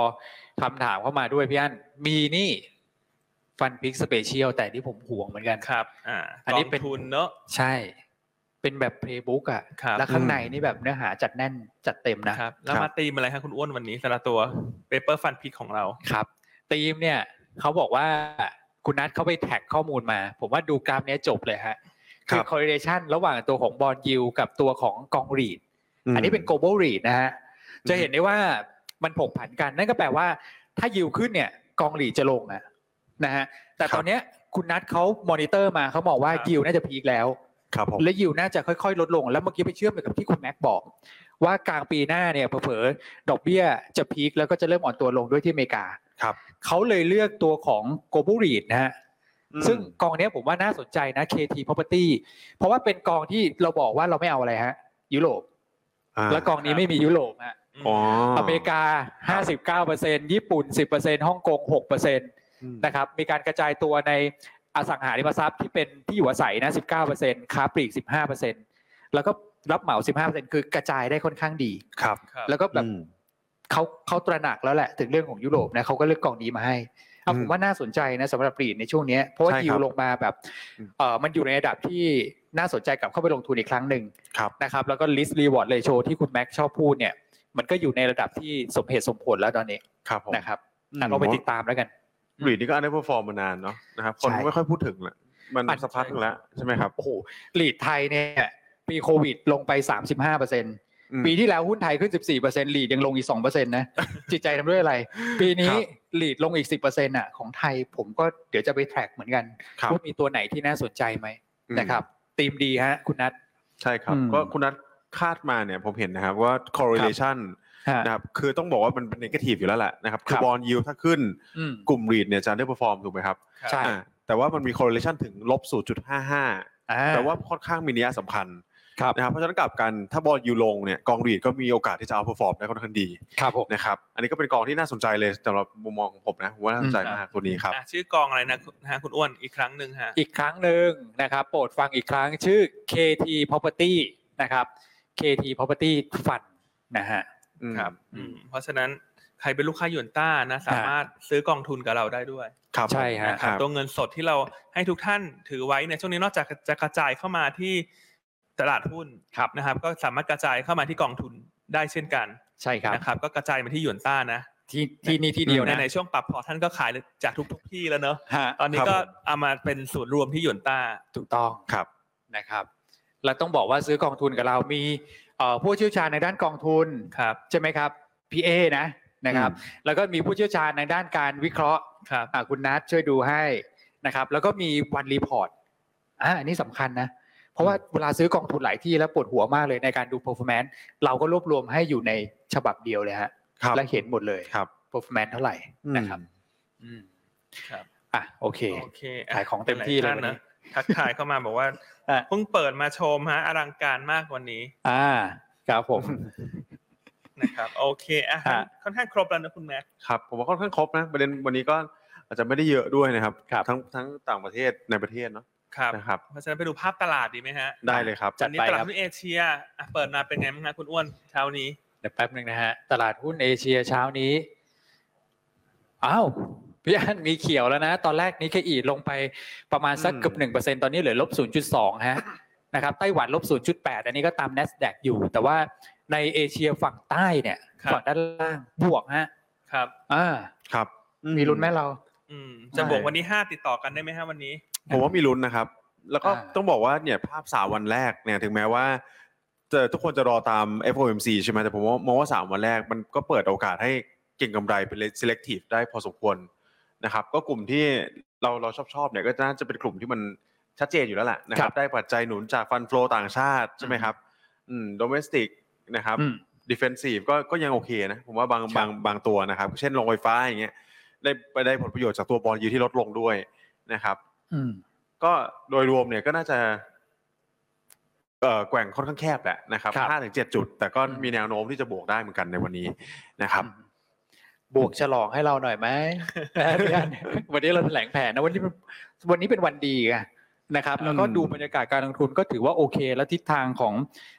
Speaker 2: คำถามเข้ามาด้วยพี่อั้นมีนี่ฟันพิกสเปเชียลแต่ที่ผมห่วงเหมือนกัน
Speaker 1: ครับ อ่า
Speaker 2: อัน
Speaker 1: ก
Speaker 2: นี้
Speaker 1: อง
Speaker 2: เป็น
Speaker 1: ทุนเนอะ
Speaker 2: ใช่ เป็นแบบเพลย์บุ๊กอ่ะ
Speaker 1: ครับ
Speaker 2: แล้วข้างในนี่แบบเนื้อหาจัดแน่นจัดเต็มนะ
Speaker 1: ครับ แล้วมาตีมอะไรครับคุณอ้วนวันนี้สำหรับตัวเปเปอร์ฟันพิกของเรา
Speaker 2: ครับทีมเนี่ยเขาบอกว่าคุณนัทเขาไปแท็กข้อมูลมา ผมว่าดูกราฟเนี้ยจบเลยฮะ
Speaker 3: ค
Speaker 2: คื
Speaker 3: รับ
Speaker 2: อ correlation ระหว่างตัวของบอลยิวกับตัวของกองรีด อันนี้เป็น global read นะฮะ จะเห็นได้ว่ามันผกผันกัน นั่นก็แปลว่าถ้ายิวขึ้นเนี่ยกองหลีจะลงนะนะฮะ แต่
Speaker 3: ครับ
Speaker 2: ตอนเนี้ยคุณนัทเขามอนิเตอร์มาเขาบอกว่า
Speaker 1: ครับ
Speaker 2: ยิวน่าจะพีคแล้ว
Speaker 3: ครับผม
Speaker 2: และยิวน่าจะค่อยๆ ลดลง แล้วเมื่อกี้ไปเชื่อมกับที่คุณแม็กบอก ว่ากลางปีหน้าเนี่ยเผลอๆดอกเบี้ยจะพีคแล้วก็จะเริ่มอ่อนตัวลงด้วยที่อเมริกา
Speaker 3: ครับ
Speaker 2: เขาเลยเลือกตัวของ global read นะฮะ
Speaker 3: อืม
Speaker 2: ซึ่งกองเนี้ยผมว่าน่าสนใจนะ KT Property เพราะว่าเป็นกองที่เราบอกว่าเราไม่เอาอะไรฮะ ยุโรป
Speaker 3: อ่า
Speaker 2: และกองนี้ไม่มียุโรปฮะ
Speaker 3: อ๋อ
Speaker 2: อเมริกา 59%ญี่ปุ่น 10%ฮ่องกง 6%
Speaker 3: อืม
Speaker 2: นะครับ มีการกระจายตัวในอสังหาริมทรัพย์ที่เป็นที่อยู่อาศัยนะ 19%ค้าปลีก 15%แล้วก็รับเหมา 15%คือกระจายได้ค่อนข้างดี
Speaker 3: ครับ
Speaker 1: ครับ
Speaker 2: แล้วก็แบบ
Speaker 3: อืม
Speaker 2: เขาเขาตระหนักแล้วแหละ ถึงเรื่องของยุโรปนะเขาก็เลือกกองนี้มาให้เอา
Speaker 3: อืม
Speaker 2: ผมว่าน่าสนใจนะสำหรับปลีกในช่วงเนี้ยเพราะว่า
Speaker 3: ใช่ครับ
Speaker 2: ยิวลงมาแบบ
Speaker 3: อืม
Speaker 2: เออมันอยู่ในระดับที่น่าสนใจกลับเข้าไปลงทุนอีกครั้งหนึ่ง
Speaker 3: ครับ
Speaker 2: นะครับแล้วก็ list reward ratio ที่คุณแม็กชอบพูดเนี่ย มันก็อยู่ในระดับที่สมเหตุสมผลแล้วตอนนี้
Speaker 3: ครับผม
Speaker 2: นะครับ
Speaker 3: อืม
Speaker 2: อ่ะลองไปติดตามแล้วกัน
Speaker 3: หลุยส์นี่ก็อันดับฟอร์มมานานเนาะนะครับคน
Speaker 2: ใช่
Speaker 3: ไม่ค่อยพูดถึงละมัน
Speaker 2: ปั่น
Speaker 3: สักพักหนึ่งแล้วใช่ไหมครับ
Speaker 2: โอ้โหหลีดไทยเนี่ยปีโควิดลงไป 35%
Speaker 3: อืม
Speaker 2: ปีที่แล้วหุ้นไทยขึ้น 14%หลีดยังลงอีก 2%นะ จิตใจทำด้วยอะไร ปีนี้
Speaker 3: ครับ
Speaker 2: หลีดลงอีก 10%อ่ะของไทยผมก็เดี๋ยวจะไปแทร็กเหมือนกัน
Speaker 3: ครับ
Speaker 2: ว่ามีตัวไหนที่น่าสนใจไหม
Speaker 3: อืม
Speaker 2: นะครับตีมดีฮะคุณนัท
Speaker 3: ใช่ครับ
Speaker 2: อืม
Speaker 3: ก็คุณนัทคาดมาเนี่ยผมเห็นนะครับว่า correlation
Speaker 2: ฮะ
Speaker 3: นะครับคือต้องบอกว่ามันเป็น negative อยู่แล้วแหละนะครับคื
Speaker 2: ค
Speaker 3: อ
Speaker 2: รับ
Speaker 3: บอลยิวถ้าขึ้น
Speaker 2: อืม
Speaker 3: กลุ่มรีดเนี่ยจะได้ perform ถูกไหมครับ
Speaker 2: ใช่
Speaker 3: อ่าแต่ว่ามันมี correlation ถึงลบ0.55
Speaker 2: อ่
Speaker 3: แต่ว่าค่อนข้างมีนัยสำคัญ
Speaker 2: ครับ
Speaker 3: นะครับเพราะฉะนั้นกลับกันถ้าบอลยูลงเนี่ยกองรีดก็มีโอกาสที่จะเอาเปอร์ฟอร์มได้ค่อนข้างดี
Speaker 2: ครับผม
Speaker 3: นะครับอันนี้ก็เป็นกองที่น่าสนใจเลยสำหรับมุมมองของผมนะผมว่าน่าสนใจมากตัวนี้ครับ
Speaker 1: อ่ะชื่อกองอะไรนะนะฮะคุณอ้วนอีกครั้งหนึ่งฮะ
Speaker 2: อีกครั้งหนึ่งนะครับ โปรดฟังอีกครั้งชื่อ KT Property นะครับ KT Property Fund นะฮะ
Speaker 1: ครับอืมเพราะฉะนั้นใครเป็นลูกค้าหยวนต้านะสามารถซื้อกองทุนกับเราได้ด้วย
Speaker 3: ครับ
Speaker 2: ใช่ฮะ
Speaker 1: นะครับ ตัวเงินสดที่เราให้ทุกท่านถือไว้ในยช่วงนี้นอกจากจะกระจายเข้ามาที่ตลาดหุ้น
Speaker 2: ครับ
Speaker 1: นะครับ ก็สามารถกระจายเข้ามาที่กองทุนได้เช่นกัน
Speaker 2: ใช่ครับ
Speaker 1: นะครับ ก็กระจายมาที่หยวนต้านะ
Speaker 2: ที่ที่นี่ที่เดียวนะ
Speaker 1: ในๆช่วงปรับพอร์ตท่านก็ขายจากทุก ๆ ที่แล้วเนอะ
Speaker 2: ฮะ
Speaker 1: ตอนนี้
Speaker 3: ครับ
Speaker 1: ก็
Speaker 3: ผม
Speaker 1: เอามาเป็นศูนย์รวมที่หยวนต้า
Speaker 2: ถูกต้อง
Speaker 3: ครับ
Speaker 2: นะครับ แล้วต้องบอกว่าซื้อกองทุนกับเรามีเอ่อผู้เชี่ยวชาญในด้านกองทุน
Speaker 1: ครับ
Speaker 2: ใช่ไหมครับ PA นะนะครับ แล้วก็มีผู้เชี่ยวชาญในด้านการวิเคราะห์
Speaker 1: ครับ
Speaker 2: อ่ะคุณนัทช่วยดูให้นะครับ แล้วก็มีวันรีพอร์ตอ่ะอันนี้สำคัญนะ เพราะว่าเวลาซื้อกองทุนหลายที่แล้วปวดหัวมากเลยในการดู performance เราก็รวบรวมให้อยู่ในฉบับเดียวเลยฮะ
Speaker 3: ครับ
Speaker 2: และเห็นหมดเลย
Speaker 3: ครับ
Speaker 2: performance เท่าไหร่นะครับอืม
Speaker 1: ครับ
Speaker 2: อ่ะโอเค
Speaker 1: โอเคะ
Speaker 2: ขายของเต็มที่เลย
Speaker 1: หาท่านนะทักทายเข้ามาบอกว่า
Speaker 2: อ่ะ
Speaker 1: เพิ่งเปิดมาชมฮะอลังการมากวันนี้
Speaker 2: อ่าครับผม
Speaker 1: นะครับโอเคอ่ะ
Speaker 2: ฮะ
Speaker 1: ค่อนข้างครบแล้วนะคุณแม็กซ์
Speaker 3: ครับผมว่าค่อนข้างครบนะประเด็นวันนี้ก็อาจจะไม่ได้เยอะด้วยนะครับ
Speaker 2: ครับ
Speaker 3: ทั้งทั้งต่างประเทศในประเทศเนาะ
Speaker 1: ครับ
Speaker 3: นะครับ
Speaker 1: เพราะฉะนั้นไปดูภาพตลาดดีไหมฮะ
Speaker 3: ได้เลยครับ
Speaker 2: จัด
Speaker 1: วันนี้
Speaker 2: ไป
Speaker 1: ตลาด
Speaker 2: ครับ
Speaker 1: หุ้นเอเชียอ่ะเปิดมาเป็นไงบ้างฮะคุณอ้วนเช้านี้
Speaker 2: เดี๋ยวแป๊บหนึ่งนะฮะ ตลาดหุ้นเอเชียเช้านี้ อ้าว พี่อันมีเขียวแล้วนะ ตอนแรกนี้แค่อีลงไปประมาณสัก
Speaker 3: อืม
Speaker 2: เกือบหนึ่งเปอร์เซ็นตอนนี้เหลือลบศูนย์จุดสองฮะ นะครับ ไต้หวันลบศูนย์จุดแปดอันนี้ก็ตาม N อสแดกอยู่ แต่ว่าในเอเชียฝั่งใต้เนี่ย
Speaker 1: ครับ
Speaker 2: ฝั่งด้านล่างบวกฮะ
Speaker 1: ครับ
Speaker 2: อ่า
Speaker 3: ครับอื
Speaker 2: มีลุ้นไหมเรา
Speaker 1: อืมจะบวกวันนี้ห้าติดต่อกันได้ไหมฮะวันนี้
Speaker 3: ผมว่ามีลุ้นนะครับ แล้วก็
Speaker 2: อ่า
Speaker 3: ต้องบอกว่าเนี่ยภาพสามวันแรกเนี่ยถึงแม้ว่าจะทุกคนจะรอตาม FOMC ใช่ไหมแต่ผมว่ามองว่าสามวันแรกมันก็ปิดโอกาสให้เก่งกำไรเป็น selective ได้พอสมควรนะครับ ก็กลุ่มที่เราเราชอบชอบๆเนี่ยก็น่าจะเป็นกลุ่มที่มันชัดเจนอยู่แล้วแหละนะค
Speaker 2: ครั
Speaker 3: รับ
Speaker 2: บ
Speaker 3: ได้ปัจจัยหนุนจากฟันฟลอต่างชาติใช่ไหมครับ อืม domestic นะครับ
Speaker 2: อืม
Speaker 3: ดิเฟนซีฟก็ก็ยังโอเคนะ ผมว่าบางบางบางตัวนะครับ เช่นโรงไฟฟ้าอย่างเงี้ยได้ไปได้ผลประโยชน์จากตัวบอลยูที่ลดลงด้วยนะครับ
Speaker 2: อืม
Speaker 3: ก็โดยรวมเนี่ยก็น่าจะเอ่อแกว่งค่อนข้างแคบแหละนะครับ
Speaker 2: ครับ
Speaker 3: ห้าถึงเจ็ดจุด แต่ก็
Speaker 2: อืม
Speaker 3: มีแนวโน้มที่จะบวกได้เหมือนกันในวันนี้นะครับ
Speaker 2: บวกฉลองให้เราหน่อยไหม นะพี่อัน วันนี้เราแถลงแผนนะวันนี้เป็นวันนี้เป็นวันดีไงนะครับ แล้วก็
Speaker 3: อืม
Speaker 2: ดูบรรยากาศการลงทุนก็ถือว่าโอเค แล้วทิศทางของ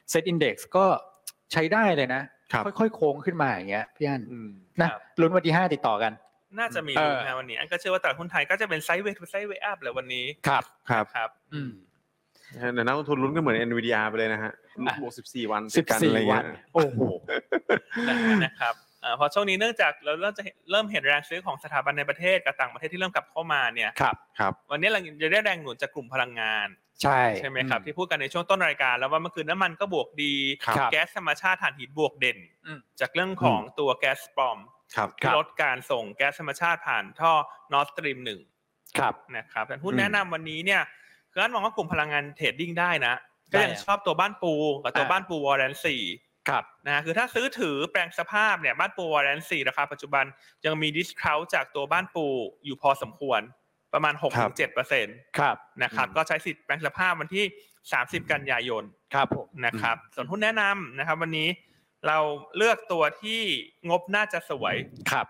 Speaker 2: เซ็ตอินดี x ก็ใช้ได้เลยนะ
Speaker 3: ครับ
Speaker 2: ค่อยๆ โค้งขึ้นมาอย่างเงี้ยพี่อัน
Speaker 3: อืม
Speaker 2: นะครับ ลุ้นวันที่ 5 ติดต่อกัน
Speaker 1: น่าจะมี
Speaker 2: เออ
Speaker 1: ลุ้นนะวันนี้ อันก็เชื่อว่าตลาดหุ้นไทยก็จะเป็นไซด์เวทไซด์เวอัพแหละวันนี้
Speaker 2: ครับ
Speaker 3: ครับ
Speaker 1: ครับ
Speaker 2: อืม
Speaker 3: เดี๋ยวนักลงทุนลุ้นกันเหมือน NVDR ไปเลยนะฮะ
Speaker 2: อ่ะ
Speaker 3: บวกสิบสี่วัน
Speaker 2: สิบ
Speaker 3: ติดกัน
Speaker 2: สี่
Speaker 3: อะไร
Speaker 2: วั
Speaker 3: เงี้
Speaker 2: น
Speaker 3: ย
Speaker 2: โอ้โห
Speaker 1: นะครับอ่าเพอช่วงนี้เนื่องจากเราเริ่มจะเห็นเริ่มเห็นแรงซื้อของสถาบันในประเทศกับต่างประเทศที่เริ่มกลับเข้ามาเนี่ย
Speaker 2: ครับ
Speaker 3: ครับ
Speaker 1: วันนี้เราจะได้แรงหนุนจากกลุ่มพลังงาน
Speaker 2: ใช่
Speaker 1: ใช่ไหมครับ
Speaker 2: อื
Speaker 1: ที่พูดกันในช่วงต้นรายการแล้วว่าเมื่อคืนน้ำมันก็บวกดี
Speaker 2: ครับ
Speaker 1: แก๊สธรรมชาติถ่านหินบวกเด่น
Speaker 2: อืม
Speaker 1: จากเรื่องของตัวแก๊สปลอม
Speaker 3: ครับ
Speaker 2: ครั
Speaker 1: ที่
Speaker 2: บ
Speaker 1: ลดการส่งแก๊สธรรมชาติผ่านท่อนอ r d สตรีมหนึ่ง
Speaker 2: ครับ
Speaker 1: นะครับแต่หุ้น
Speaker 3: อืม
Speaker 1: แนะนำวันนี้เนี่ยคืออันมองว่ากลุ่มพลังงานเทรดดิ้งได้นะ ก็ยัง
Speaker 2: ได้อะ
Speaker 1: ชอบตัวบ้านปูกับตัว
Speaker 2: อ่า
Speaker 1: บ้านปูวอร์เรนสี่
Speaker 2: ครับ
Speaker 1: นะฮะคือถ้าซื้อถือแปลงสภาพเนี่ยบ้านปูวอร์เรนสี่ราคาปัจจุบันยังมีดิสคาวจากตัวบ้านปูอยู่พอสมควรประมาณ6-7%เปอร์เซ็นต์
Speaker 2: ครับ
Speaker 1: นะครับ
Speaker 3: อืม
Speaker 1: ก็ใช้สิทธิ์แปลงสภาพวันที่ 30 กันยายน
Speaker 2: ครับผม
Speaker 1: นะครับส่วนหุ้นแนะนำนะครับ วันนี้เราเลือกตัวที่งบน่าจะสวย
Speaker 2: ครับ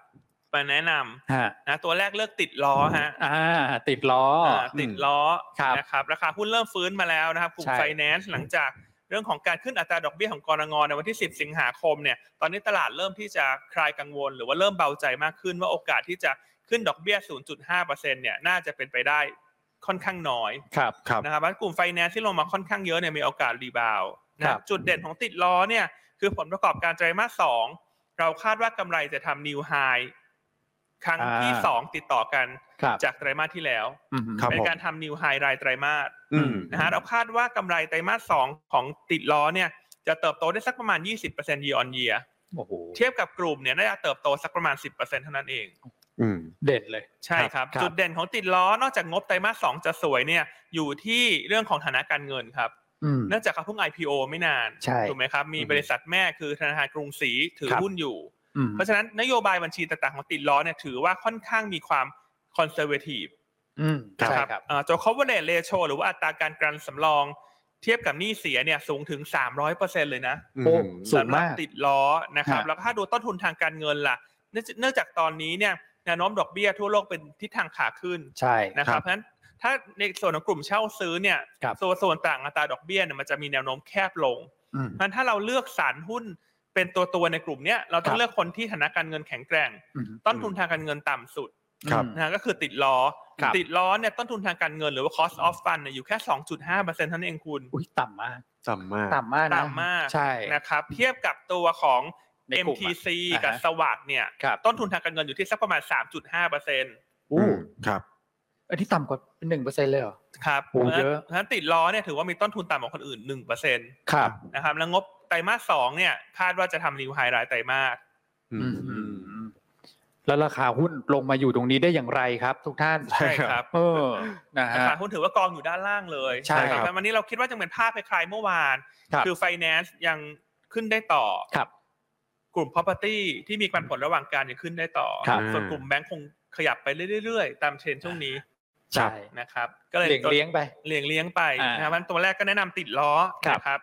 Speaker 1: มาแนะน
Speaker 2: ฮะ
Speaker 1: ำนะตัวแรกเลือกติดล้อฮะ
Speaker 2: อ่า ติดล้ออ
Speaker 1: าติดล้อ
Speaker 2: ครับ
Speaker 1: นะครับราคาหุ้นเริ่มฟื้นมาแล้วนะครับกลุ่ม
Speaker 2: ใช่
Speaker 1: ไฟแนนซ์หลังจากเรื่องของการขึ้นอัตราดอกเบี้ยของกรงในวันที่ 10 สิงหาคมเนี่ยตอนนี้ตลาดเริ่มที่จะคลายกังวล หรือว่าเริ่มเบาใจมากขึ้นว่าโอกาสที่จะขึ้นดอกเบี้ย 0.5%เนี่ยน่าจะเป็นไปได้ค่อนข้างน้อย
Speaker 2: ครับ
Speaker 3: ครับ
Speaker 1: นะครับว่ากลุ่มไฟแนนซ์ที่ลงมาค่อนข้างเยอะเนี่ยมีโอกาสรีบาวด์นะค
Speaker 2: ครั
Speaker 1: รับบ จุดเด่นของติดล้อเนี่ยคือผลประกอบการไตรมาสสองเราคาดว่ากำไรจะทำนิวไฮครั้งที่สองติดต่อกัน
Speaker 2: ครับ
Speaker 1: จากไตรมาสที่แล้ว
Speaker 2: อืม
Speaker 3: ครับ
Speaker 1: เป็น
Speaker 3: ผม
Speaker 1: การทำนิวไฮรายไตรมาส
Speaker 3: อืม
Speaker 1: นะฮะเราคาดว่ากำไรไตรมาสสองของติดล้อเนี่ยจะเติบโตได้สักประมาณ 20% year on year
Speaker 2: โอ้โห
Speaker 1: เทียบกับกลุ่มเนี่ยน่าจะเติบโตสักประมาณ 10%เท่านั้นเอง
Speaker 3: อืม
Speaker 2: เด่นเลย
Speaker 1: ใช่ครับ
Speaker 2: ครับ
Speaker 1: จุดเด่นของติดล้อนอกจากงบไตรมาสสองจะสวยเนี่ยอยู่ที่เรื่องของฐานะการเงินครับ
Speaker 2: อืม
Speaker 1: เนื่องจากเขาเพิ่ง IPO ไม่นาน
Speaker 2: ใช่
Speaker 1: ถูกไหมครับ มี
Speaker 3: อือฮึ
Speaker 1: บริษัทแม่คือธนาคารกรุงศรีถือ
Speaker 2: ครับ
Speaker 1: หุ้นอยู่
Speaker 2: อืม
Speaker 1: เพราะฉะนั้นนโยบายบัญชีต่างๆของติดล้อเนี่ยถือว่าค่อนข้างมีความคอนเซอร์เวทีฟ
Speaker 2: อืม
Speaker 1: นะ
Speaker 2: ใช่
Speaker 1: ครับ
Speaker 2: ครับ
Speaker 1: เอ่อตัว coverage ratio หรือว่าอัตราการกรันสำรอง เทียบกับหนี้เสียเนี่ยสูงถึง 300%เลยนะ
Speaker 3: อืม
Speaker 2: โอ้สูง
Speaker 1: สำหรับ
Speaker 2: มาก
Speaker 1: ติดล้อนะครับ
Speaker 2: ฮะ
Speaker 1: แล้วถ้าดูต้นทุนทางการเงินล่ะ เนื่องเนื่องจากตอนนี้เนี่ยแนวโน้มดอกเบี้ยทั่วโลกเป็นทิศทางขาขึ้น
Speaker 2: ใช่
Speaker 1: นะครับเพราะฉะนั้นถ้าในส่วนของกลุ่มเช่าซื้อเนี่ย
Speaker 2: ครับ
Speaker 1: ส่วนส่วนต่างอัตราดอกเบี้ยเนี่ยมันจะมีแนวโน้มแคบลง
Speaker 2: อืม
Speaker 1: เพราะฉะนั้นถ้าเราเลือกสารหุ้นเป็นตัวตัวๆในกลุ่มเนี้ยเราต้อ
Speaker 2: ครั
Speaker 1: ง
Speaker 2: บ
Speaker 1: เลือกคนที่ฐานะการเงินแข็งแกร่ง
Speaker 2: อืม
Speaker 1: ต้นทุนทางการเงินต่ำสุด
Speaker 3: ครับ
Speaker 1: นะฮะก็คือติดล้อ
Speaker 2: ครับ
Speaker 1: ติดล้อเนี่ยต้นทุนทางการเงินหรือว่า cost of fund เนี่ยอยู่แค่ 2.5%เท่านั้นเองคุณ
Speaker 2: อุ้ยต่ำมาก
Speaker 3: ต่ำมาก
Speaker 2: ต่ำมากนะ
Speaker 1: ต่ำมาก
Speaker 2: ใช่
Speaker 1: นะครับเทียบกับตัวของ
Speaker 2: ในกลุ่มอะ
Speaker 1: MTC
Speaker 2: อ่าฮะ
Speaker 1: กับสวัสด์เนี่ย
Speaker 2: ครับ
Speaker 1: ต้นทุนทางการเงินอยู่ที่สักประมาณ 3.5%
Speaker 2: อู้
Speaker 3: มครับ
Speaker 2: อันนี้ต่ำกว่าหนึ่งเปอร์เซ็นต์เลยเหรอ
Speaker 1: ครับ
Speaker 2: โอ้เยอะ
Speaker 1: เพราฉนั้นติดล้อเนี่ยถือว่ามีต้นทุนต่ำกว่าคนอื่นหนึ่งเปอร์เซ็นต์
Speaker 2: ครับ
Speaker 1: นะครับแล้วงบไตรมาสสองเนี่ยคาดว่าจะทำรีวิวไฮรายไตรมาส
Speaker 3: อืม
Speaker 2: แล้วราคาหุ้นลงมาอยู่ตรงนี้ได้อย่างไรครับ ทุกท่าน
Speaker 3: ใช่ครับ
Speaker 2: เออนะ
Speaker 1: รา
Speaker 2: ฮะ
Speaker 1: คาหุ้นถือว่ากองอยู่ด้านล่างเลย
Speaker 2: ใช่ครับ
Speaker 1: แต่วันนี้เราคิดว่าจะเป็นภาพคล้ายๆเมื่อวาน
Speaker 2: ครับ
Speaker 1: อไฟแนนซ์ยังขึ้นได้ต่อ
Speaker 2: ครับ
Speaker 1: กลุ่ม property ที่มีปันผลระหว่างการยังขึ้นได้ต่อ
Speaker 2: ครับ
Speaker 1: ส่วนกลุ่มแบงก์คงขยับไปเรื่อยๆ ตามเทรนด์ช่วงนี้
Speaker 2: ใช่
Speaker 1: นะครับก็เลย
Speaker 2: เลี้ยงเลี้ยงไป
Speaker 1: เลี้ยงเลี้ยงไป
Speaker 2: อ่าน
Speaker 1: นะครับงั้นตัวแรกก็แนะนำติดล้อ
Speaker 2: ครับ
Speaker 1: นะครับ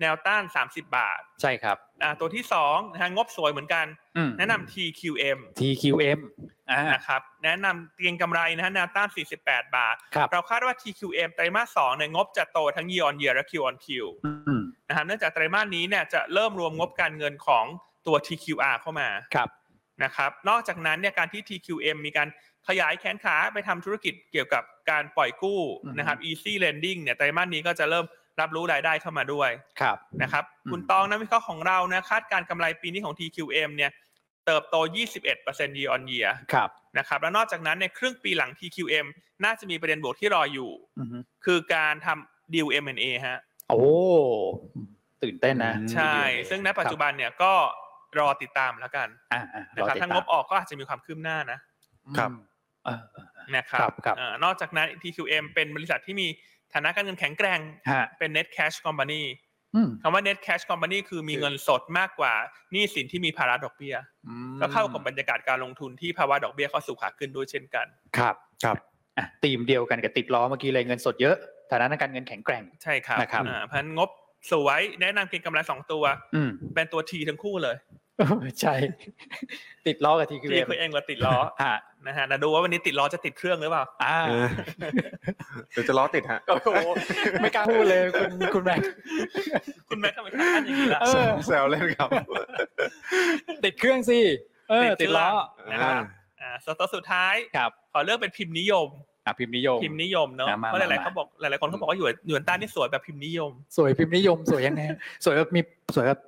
Speaker 1: แนวต้าน 30 บาท
Speaker 2: ใช่ครับ
Speaker 1: อ่าตัวที่สองนะฮะงบสวยเหมือนกัน
Speaker 2: อืม
Speaker 1: แนะนำ TQM
Speaker 2: TQM อ่า
Speaker 1: นะครับ แนะนำเตียงกำไรนะฮะแนวต้าน 48 บาท
Speaker 2: ครับ
Speaker 1: เราคาดว่า TQM ไตรมาส2เนี่ยงบจะโตทั้ง year on year และ Q on Q
Speaker 2: อืม
Speaker 1: นะครับเนื่องจากไตรมาสนี้เนี่ยจะเริ่มรวมงบการเงินของตัว TQR เข้ามา
Speaker 2: ครับ
Speaker 1: นะครับ นอกจากนั้นเนี่ยการที่ TQM มีการขยายแขนขาไปทำธุรกิจเกี่ยวกับการปล่อยกู้
Speaker 2: อืม
Speaker 1: นะครับ easy lending เนี่ยไตรมาสนี้ก็จะเริ่มรับรู้รายได้เข้ามาด้วย
Speaker 2: ครับ
Speaker 1: นะครับ
Speaker 2: อืม
Speaker 1: คุณตองนักวิเคราะห์ของเรานะคาดการณ์กำไรปีนี้ของ TQM เนี่ยเติบโต 21% year on year
Speaker 2: ครับ
Speaker 1: นะครับแล้วนอกจากนั้นในครึ่งปีหลัง TQM น่าจะมีประเด็นบวกที่รออยู่
Speaker 2: อือฮึ
Speaker 1: คือการทำดีล M&A ฮะ
Speaker 2: โอ้ตื่นเต้นนะ
Speaker 3: อืม
Speaker 1: ใช่ ซึ่งณปัจจุบันเนี่ยก็รอติดตามแล้วกัน
Speaker 2: อ่าอ่า
Speaker 1: นะครับถ้างบออกก็อาจจะมีความคืบหน้านะ
Speaker 3: ครับ
Speaker 2: เออ
Speaker 1: นะครั
Speaker 2: ครับ บครับ
Speaker 1: เอ่อนอกจากนั้น TQM เป็นบริษัทที่มีฐานะการเงินแข็งแกร่ง
Speaker 2: ฮะ
Speaker 1: เป็น net cash company
Speaker 2: อืม
Speaker 1: คำว่า net cash company คือมีเงินสดมากกว่าหนี้สินที่มีภาระดอกเบี้ย
Speaker 2: อืม
Speaker 1: ก็เข้ากับบรรยากาศการลงทุนที่ภาวะดอกเบี้ยเข้าสู่ขาขึ้นด้วยเช่นกัน
Speaker 2: ครับ
Speaker 3: ครับ
Speaker 2: อ่ะตีมเดียวกันกับติดล้อเมื่อกี้เลยเงินสดเยอะฐานะทางการเงินแข็งแกร่ง
Speaker 1: ใช่ครับ
Speaker 2: นะครับ
Speaker 1: อ่าเพราะฉะนั้นงบสวยแนะนำเก็งกำไรสองตัว
Speaker 2: อืม
Speaker 1: เป็นตัวทีทั้งคู่เลย
Speaker 2: เออใช่ ติดล้อกับทีคิว
Speaker 1: ทีคือเองเราติดล้อ
Speaker 2: ฮะ
Speaker 1: นะฮะนะดูว่าวันนี้ติดล้อจะติดเครื่องหรือเปล่า
Speaker 2: อ่า
Speaker 3: เออเดี๋ยวจะล้อติดฮะ
Speaker 2: โอ้โหไม่กล้าพูดเลยคุณคุณแม่
Speaker 1: คุณแม่ทำไมทำอย่างนี้ล่ะ
Speaker 2: เออ
Speaker 3: แซวเล่นครับ
Speaker 2: ติดเครื่องสิเออ
Speaker 1: ติ
Speaker 2: ติ
Speaker 1: ด
Speaker 2: ด
Speaker 1: ล้
Speaker 2: ล้
Speaker 1: อ
Speaker 2: อ
Speaker 1: นะครับ อ่าตัวสุดท้าย
Speaker 2: ครับ
Speaker 1: ขอเลือกเป็นพิมพ์นิยม
Speaker 2: อ่ะพิมพ์นิยม
Speaker 1: พิมพ์นิยมเนาะ
Speaker 2: มามา
Speaker 1: เพราะหลายๆ
Speaker 2: มา
Speaker 1: เขาบอกหลายๆคนเขาบอกว่าหยวนหยวนต้านนี่สวยแบบพิมพ์นิยม
Speaker 2: สวยพิมพ์นิยมสวยยังไงสวยแบบมีสวยแบบ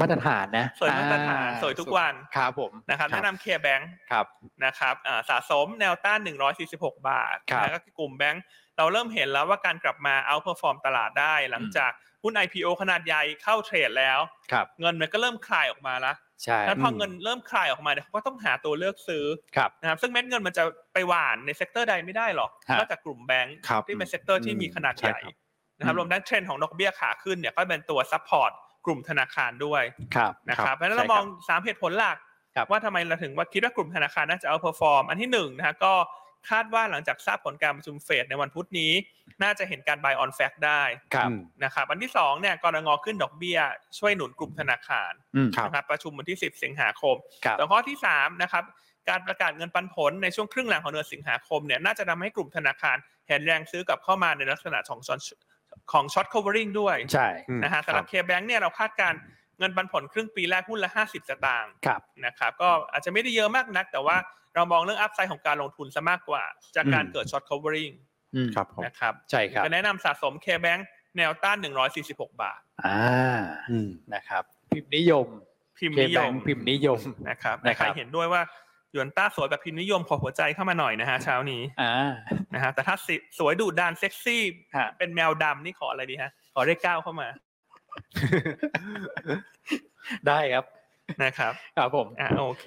Speaker 2: มาตรฐานนะ
Speaker 1: สวยมาตรฐาน
Speaker 2: อ่
Speaker 1: สวยทุกวัน
Speaker 2: ครับผม
Speaker 1: นะครับแนะนำเคแบง
Speaker 2: ครับ
Speaker 1: นะครับอ่าสะสมแนวต้าน 146 บาท
Speaker 2: ครับ
Speaker 1: นะก็คือกลุ่มแบงก์เราเริ่มเห็นแล้วว่าการกลับมาเอาเพอร์ฟอร์มตลาดได้ หลัง
Speaker 2: อืม
Speaker 1: จากหุ้น IPO ขนาดใหญ่เข้าเทรดแล้ว
Speaker 2: ครับ
Speaker 1: เงินมันก็เริ่มคลายออกมาละ
Speaker 2: ใช่
Speaker 1: แล้วพอเงินเริ่มคลายออกมาเนี่ยเขาก็ต้องหาตัวเลือกซื้อ
Speaker 2: ครับ
Speaker 1: นะครับซึ่งเม็ดเงินมันจะไปหวานในเซกเตอร์ใดไม่ได้หรอก
Speaker 2: ฮะ
Speaker 1: นอกจากกลุ่มแบงก์
Speaker 3: ครับ
Speaker 1: ที่เป็นเซกเตอร์ที่มีขนาดใหญ่
Speaker 3: ใช่ครับ
Speaker 1: นะครับ
Speaker 2: อืม
Speaker 1: รวมทั้งเทรนด์ของดอกเบี้ยขาขึ้นเนี่ยก็เป็นตัวซัพพอร์ตกลุ่มธนาคารด้วย
Speaker 2: ครับ
Speaker 1: นะครับเพราะฉะนั้นเรา
Speaker 2: ใช่ค
Speaker 1: ม
Speaker 2: รับ
Speaker 1: อง 3 เหตุผลหลัก
Speaker 2: ครับ
Speaker 1: ว่าทำไมเราถึงว่าคิดว่ากลุ่มธนาคารน่าจะเอาเพอร์ฟอร์ม อันที่หนึ่งนะฮะก็คาดว่าหลังจากทราบผลการประชุมเฟดในวันพุธนี้ น่าจะเห็นการ buy on fact ได้
Speaker 2: ครับ
Speaker 3: อืม
Speaker 1: นะครับอันที่2เนี่ยกรงขึ้นดอกเบี้ย ช่วยหนุนกลุ่มธนาคาร
Speaker 2: อืม
Speaker 3: ครับ
Speaker 1: นะครับประชุมวันที่ 10 สิงหาคม
Speaker 2: ครับ
Speaker 1: ส่วนข้อที่3นะครับการประกาศเงินปันผลในช่วงครึ่งหลังของเดือนสิงหาคมเนี่ยน่าจะทำให้กลุ่มธนาคารเห็นแรงซื้อกลับเข้ามาในลักษณะของ short ของ short covering ด้วย
Speaker 2: ใช่
Speaker 1: นะฮะสำหรับ
Speaker 3: ค
Speaker 1: K-Bank เนี่ยเราคาดการณ์เงินปันผลครึ่งปีแรกหุ้นละ 50 สตางค์
Speaker 2: ครับ
Speaker 1: นะครับก็อาจจะไม่ได้เยอะมากนัก แต่ว่าเรามองเรื่องอัพไซด์ของการลงทุนซะมากกว่า จากการ
Speaker 3: อืม
Speaker 1: เกิดช็อต covering
Speaker 2: อืม
Speaker 3: ครับผม
Speaker 1: นะครับ
Speaker 2: ใช่ครับ
Speaker 1: จะแนะนำสะสม K-Bank แนวต้าน 146 บาท
Speaker 2: อ่า
Speaker 3: อืม
Speaker 2: นะครับ พิมพ์นิยม
Speaker 1: พิมพ์
Speaker 2: เค
Speaker 1: นิย
Speaker 2: แบง
Speaker 1: ม
Speaker 2: ค์พิมพ์นิยม
Speaker 1: นะครับ
Speaker 2: นะครับ
Speaker 1: ใครเห็นด้วยว่าหยวนต้าสวยแบบพิมพ์นิยมขอหัวใจเข้ามาหน่อยนะฮะเช้านี้
Speaker 2: อ่า
Speaker 1: นะฮะแต่ถ้าสิสวยดุดันเซ็กซี่
Speaker 2: ฮะ
Speaker 1: เป็นแมวดำนี่ขออะไรดีฮะขอเลขเก้าเข้า มา
Speaker 2: ได้ครับ
Speaker 1: นะครับ
Speaker 2: ครับผม
Speaker 1: อ่ะโอเค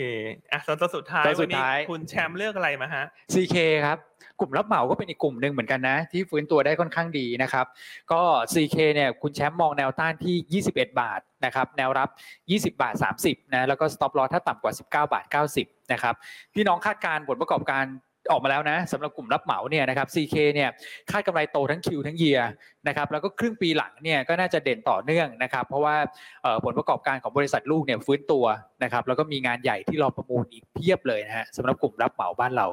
Speaker 1: อ่ะส่วนตัวสุดท้าย
Speaker 2: ตัวสุ
Speaker 1: วั
Speaker 2: ด
Speaker 1: นนี้
Speaker 2: ท้าย
Speaker 1: คุณแชมป์เลือกอะไรมาฮะ
Speaker 2: CK ครับ กลุ่มรับเหมาก็เป็นอีกกลุ่มหนึ่งเหมือนกันนะ ที่ฟื้นตัวได้ค่อนข้างดีนะครับ ก็ CK เนี่ยคุณแชมป์มองแนวต้านที่ 21 บาทนะครับแนวรับ 20 บาท 30นะแล้วก็ stop loss ถ้าต่ำกว่า 19 บาท 90 นะครับพี่น้องคาดการณ์ผลประกอบการ ออกมาแล้วนะสำหรับกลุ่มรับเหมาเนี่ยนะครับ CK เนี่ยคาดกำไรโตทั้งคิวทั้งเยียนะครับแล้วก็ครึ่งปีหลังเนี่ยก็น่าจะเด่นต่อเนื่องนะครับ เพราะว่าเอ่อผลประกอบการของบริษัทลูกเนี่ยฟื้นตัวนะครับ แล้วก็มีงานใหญ่ที่รอประมูลอีกเพียบเลยนะฮะสำหรับกลุ่มรับเหมาบ้านเรา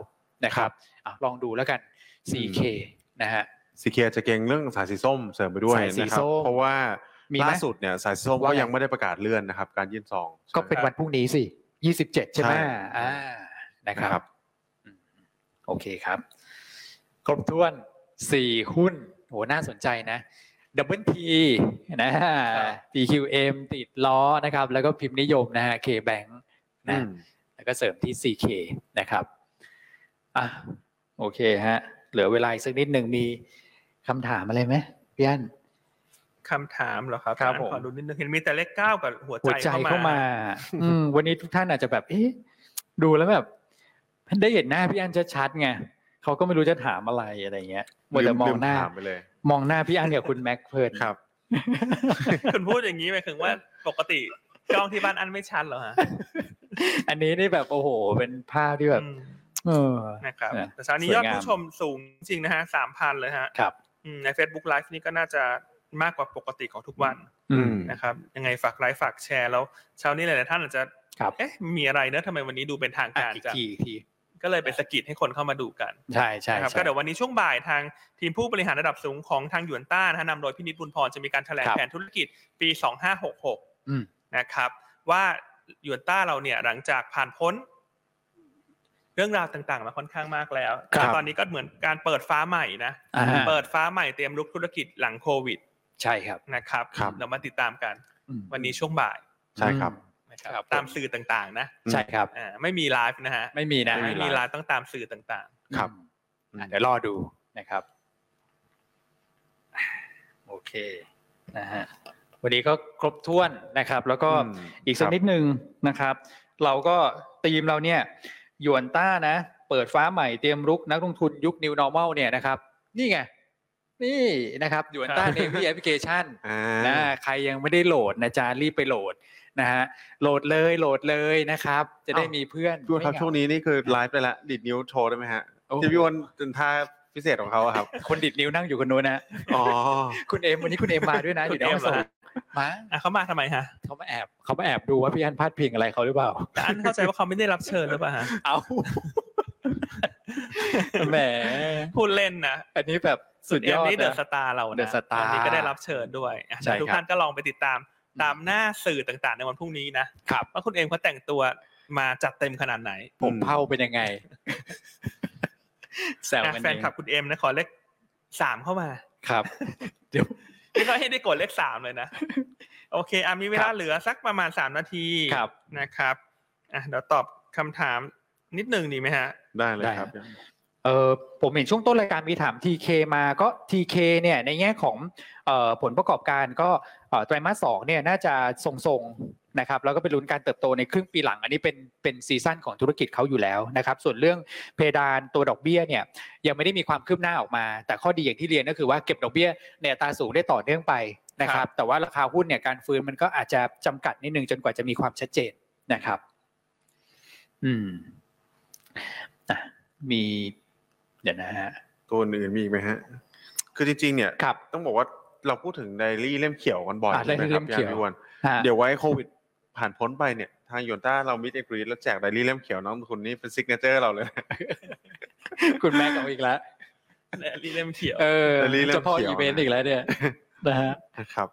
Speaker 2: นะครับอ่ะลองดูแล้วกัน CK นะฮะ
Speaker 3: ซีเคียจะเก่งเรื่องสายสีส้มเสริมไปด้วย
Speaker 2: สายสี
Speaker 3: นะครับ
Speaker 2: ส้ม
Speaker 3: เพราะว่า
Speaker 2: ไหม
Speaker 3: ล่าสุดเนี่ยสายสีส้ม
Speaker 2: ว่า
Speaker 3: ก็
Speaker 2: ไง
Speaker 3: ยังไม่ได้ประกาศเลื่อนนะครับ การยื่นซอง
Speaker 2: ก็เป็นวันพรุ่งนี้สิ 27 ใช่ไหม
Speaker 3: ใช่
Speaker 2: อ่า นะ
Speaker 3: นะ
Speaker 2: ค
Speaker 3: ครับ รับ
Speaker 2: โอเคครับ ครบถ้วน 4 หุ้น โห น่าสนใจนะ ดับเบิลทีนะฮะ
Speaker 1: ครับ
Speaker 2: TQM ติดล้อนะครับ แล้วก็พิมพ์นิยมนะฮะ K-Bank นะ
Speaker 3: อืม
Speaker 2: แล้วก็เสริมที่ 4K นะครับ อ่ะ โอเคฮะ เหลือเวลาอีกสักนิดหนึ่งมีคำถามอะไรไหมพี่อัน
Speaker 1: คำถามเหรอครับ
Speaker 2: ครับ
Speaker 1: อ่าน
Speaker 2: ผม
Speaker 1: ขอดูนิดนึงเห็นมีแต่เลขเก้ากับหัว
Speaker 2: หัวใจ
Speaker 1: ใจ
Speaker 2: เข้ามาอืมวันนี้ทุกท่านอาจจะแบบ เอ๊ะ ดูแล้วแบบได้เห็นหน้าพี่อันชัดๆไงเขาก็ไม่รู้จะถามอะไรอะไรเงี้ยหมดแต่มองหน้า
Speaker 3: ลืถามไปเลย
Speaker 2: มองหน้าพี่อันกับคุณแม็กเพลิน
Speaker 3: ครับ
Speaker 1: คุณพูดอย่างนี้หมายถึงว่าปกติกล้องที่บ้านอันไม่ชัดเหรอฮะ
Speaker 2: อันนี้นี่แบบโอ้โห เป็นภาพที่แบบ
Speaker 1: อืม
Speaker 2: เออ
Speaker 1: นะครับ
Speaker 2: นะ
Speaker 1: แต่เช้านี้
Speaker 2: สวย
Speaker 1: ย
Speaker 2: งา
Speaker 1: อด
Speaker 2: ม
Speaker 1: ผู้ชมสูงจริงนะฮะสามพันเลยฮะ
Speaker 2: ครับ
Speaker 1: อืมใน Facebook Live นี่ก็น่าจะมากกว่าปกติของทุกวัน
Speaker 2: อืม
Speaker 1: นะครับ ยังไงฝากไลค์ฝากแชร์แล้วเช้านี้หลายๆท่านอาจจะ
Speaker 2: ครับ
Speaker 1: เอ๊ะมีอะไรเนอะทำไมวันนี้ดูเป็นทาง
Speaker 2: อ่ะ
Speaker 1: การ
Speaker 2: อีก
Speaker 1: จัง
Speaker 2: ทีอีกที
Speaker 1: ก็เลยไปสะกิดให้คนเข้ามาดูกัน
Speaker 2: ใช่ใช่
Speaker 1: นะครับ
Speaker 2: ใช่
Speaker 1: ก็เดี๋ยววันนี้ช่วงบ่ายทางทีมผู้บริหารระดับสูงของทางหยวนต้านะฮะนำโดยพินิจบุญพรจะมีการแถลง
Speaker 2: ครับ
Speaker 1: แผนธุรกิจปี
Speaker 2: อืม
Speaker 1: 2566นะครับ ว่าหยวนต้าเราเนี่ยหลังจากผ่านพ้น เรื่องราวต่างๆ มาค่อนข้างมากแล้ว
Speaker 3: ครับ
Speaker 1: ตอนนี้ก็เหมือนการเปิดฟ้าใหม่นะ
Speaker 2: อ่าฮะ
Speaker 1: เปิดฟ้าใหม่เตรียมลุกธุรกิจหลังโควิด
Speaker 2: ใช่ครับ
Speaker 1: นะครับ
Speaker 3: ครับ
Speaker 1: เรามาติดตามกัน
Speaker 2: อืม
Speaker 1: วันนี้ช่วงบ่าย
Speaker 3: ใช่ครับ
Speaker 1: นะครับ
Speaker 2: ครับ
Speaker 1: ตามสื่อต่างๆ นะ
Speaker 2: ใช่ครับ
Speaker 1: อ่าไม่มีไลฟ์นะฮะ
Speaker 2: ไม่มีนะ
Speaker 3: ไม่
Speaker 1: ไม่
Speaker 3: มี
Speaker 1: มี
Speaker 3: ไล
Speaker 1: ไล
Speaker 3: ฟ์
Speaker 1: ฟ์ต้องตามสื่อต่าง
Speaker 2: อืม
Speaker 3: ครับ
Speaker 2: อ่ะเดี๋ยวรอดูนะครับ โอเคนะฮะวันนี้ก็ครบถ้วนนะครับ แล้วก็
Speaker 3: อืม
Speaker 2: อีกสัก
Speaker 3: ครับ
Speaker 2: นิดนึงนะครับ เราก็ทีมเราเนี่ยหยวนต้านะ เปิดฟ้าใหม่เตรียมรุกนักลงทุนยุค New Normal เนี่ยนะครับ นี่ไง นี่นะครับหยวน ต้าเนวี่แอปพลิเคชัน
Speaker 3: อ่า
Speaker 2: นะใครยังไม่ได้โหลดนะจ๊ะรีบไปโหลดนะฮะโหลดเลยโหลดเลยนะครับ จะได้
Speaker 3: เอ้ามี
Speaker 2: มีเพื่อน
Speaker 3: พี่อ้วนครับ
Speaker 2: ไม่เหงา
Speaker 3: ช่วงนี้นี่คือไลฟ์ไปแล้วดีดนิ้วโชว์ได้ไหมฮะ
Speaker 2: โอ้
Speaker 3: ที่พี่อ้วนเป็นท่าพิเศษของเขาอะครับ
Speaker 2: คนดิดนิ้วนั่งอยู่คนนู้นนะ
Speaker 3: อ๋อ
Speaker 2: คุณเอมวันนี้คุณเอมมาด้วยนะอยู่ในห้องส่งมา
Speaker 1: ๆอ่ะเขามาทำไมฮะ
Speaker 2: เขามาแอบเขามาแอบดูว่าพี่อันพลาดพิงอะไรเขาหรือเปล่า
Speaker 1: แต่อันเข้าใจว่าเขาไม่ได้รับเชิญหรือเปล่าฮะ
Speaker 2: เอา แหม
Speaker 1: พูดเล่นนะ
Speaker 2: อันนี้แบบสุด
Speaker 1: เอย ม
Speaker 2: อด
Speaker 1: นี่เดอะ
Speaker 2: นะ
Speaker 1: สตาร์เรานะ
Speaker 2: The Star
Speaker 1: วันนี้ก็ได้รับเชิญด้วยอ่ะ
Speaker 2: ใช่ครับ
Speaker 1: ทุกท่านก็ลองไปติดตามตามหน้าสื่อต่างๆ ในวันพรุ่งนี้นะครับ ว่าคุณเอมเขาแต่งตัวมาจัดเต็มขนาดไหน
Speaker 2: ผมเผาเป็นยังไง แซว
Speaker 1: อ่ะ
Speaker 2: กัน
Speaker 1: แฟนคลับคุณเอมนะขอเลขสามเข้ามา
Speaker 2: ครับ เดี๋ยว
Speaker 1: พี่เขาให้ได้กดเลขสามเลยนะ โอเคอ่ะมีเวลาเหลือสักประมาณสามนาที
Speaker 2: ครับ
Speaker 1: นะครับอ่ะเดี๋ยวตอบคำถามนิดหนึ่งดีไหมฮะ
Speaker 3: ได้เลยครับ
Speaker 2: ได้ เออผมเห็นช่วงต้นรายการมีถาม TK มาก็ TK เนี่ยในแง่ของเอ่อผลประกอบการก็เอ่อไตรมาสสองเนี่ยน่าจะทรงๆนะครับแล้วก็เป็นลุ้นการเติบโตในครึ่งปีหลัง อันนี้เป็นเป็นซีซั่นของธุรกิจเขาอยู่แล้วนะครับส่วนเรื่องเพดานตัวดอกเบี้ยเนี่ยยังไม่ได้มีความคืบหน้าออกมา แต่ข้อดีอย่างที่เรียนก็คือว่าเก็บดอกเบี้ยในอัตราสูงได้ต่อเนื่องไปนะค
Speaker 1: ครั
Speaker 2: รับบ แต่ว่าราคาหุ้นเนี่ยการฟื้นมันก็อาจจะจำกัดนิดนึงจนกว่าจะมีความชัดเจนนะครับ อืมอ่ะมี เดี๋ยวนะฮะ
Speaker 3: ตัวอื่นๆมีอีกไหมฮะ คือจริงๆเนี่ย
Speaker 2: ครับ
Speaker 3: ต้องบอกว่าเราพูดถึงไดอารี่เล่มเขียวกันบ่อย
Speaker 2: อ่ะ
Speaker 3: ใช่ไหม
Speaker 2: ไดอารี่
Speaker 3: ครั
Speaker 2: เล่
Speaker 3: บ
Speaker 2: ม
Speaker 3: พี่
Speaker 2: เขี
Speaker 3: อั
Speaker 2: ยว
Speaker 3: นพี่อ้วน
Speaker 2: ฮะ
Speaker 3: เดี๋ยวไว้โควิดผ่านพ้นไปเนี่ย ทางโยนต้าเรามิดเอกรีแล้วแจกไดอารี่เล่มเขียวน้องทุนนี่เป็นซิกเนเจอร์เราเลย
Speaker 2: คุณแม่เอาอีกแล้ว
Speaker 1: รีเล่มเขียว
Speaker 2: เออ
Speaker 3: เดลี่เล่ม
Speaker 2: เฉพาะ
Speaker 3: เขียว
Speaker 2: อีเวนต์
Speaker 3: นะ
Speaker 2: อีกแล้ว เนี่ย นะฮะ
Speaker 3: นะครับ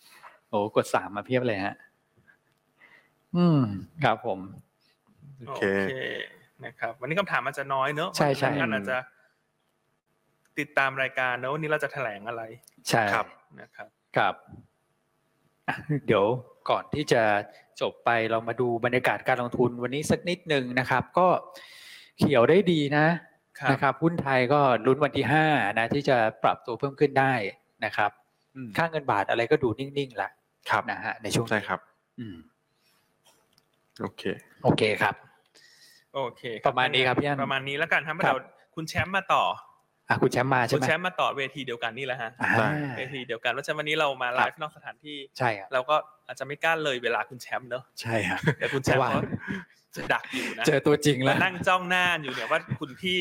Speaker 2: โอ้กดสามมาเพียบเลยฮะ อืม ครับผม
Speaker 1: โอ
Speaker 3: โอ
Speaker 1: เค
Speaker 3: เค
Speaker 1: นะครับวันนี้คำถามอาจจะน้อยเนอะ
Speaker 2: ใช่ใช่
Speaker 1: บางท่านอาจจะติดตามรายการเนอะวันนี้เราจะแถลงอะไร
Speaker 2: ใช่
Speaker 3: ครับ
Speaker 1: นะครับ
Speaker 2: ครับอ่ะเดี๋ยวก่อนที่จะจบไปเรามาดูบรรยากาศการลงทุนวันนี้สักนิดหนึ่งนะครับ ก็เขียวได้ดีนะ
Speaker 1: ครับ
Speaker 2: นะครับหุ้นไทยก็ลุ้นวันที่ห้านะ ที่จะปรับตัวเพิ่มขึ้นได้นะครับ
Speaker 3: อืม
Speaker 2: ค่าเงินบาทอะไรก็ดูนิ่งๆละ
Speaker 3: ครับ
Speaker 2: นะฮะในช่วง
Speaker 3: ใช่ครับ
Speaker 2: อืม
Speaker 3: โอเค
Speaker 2: โอเคครับ
Speaker 1: โอเค
Speaker 2: ประมาณนี้ครับพี่อั้น
Speaker 1: ประมาณนี้แล้วกันครับ
Speaker 2: ครับ
Speaker 1: เราคุณแชมป์มาต่อ
Speaker 2: อ่ะคุณแชมป์มาใช่
Speaker 1: คุณ
Speaker 2: ไหม
Speaker 1: แชมป์มาต่อเวทีเดียวกันนี่แหละฮะ
Speaker 2: อ่า
Speaker 3: ได้
Speaker 1: เวทีเดียวกันเพราะฉะนั้นวันนี้เรามาไล
Speaker 2: ครับ
Speaker 1: ฟ์นอกสถานที่
Speaker 2: ใช่ครับ
Speaker 1: เราก็อาจจะไม่กล้าเลยเวลาคุณแชมป์เนอะ
Speaker 2: ใช่ครับ
Speaker 1: เดี๋ยวคุณแชมป์
Speaker 2: ระวัง
Speaker 1: เขา ดักอยู่นะ
Speaker 2: เจอตัวจริงแล้ว
Speaker 1: นั่งจ้องหน้าอยู่เนี่ยว่าคุณพี่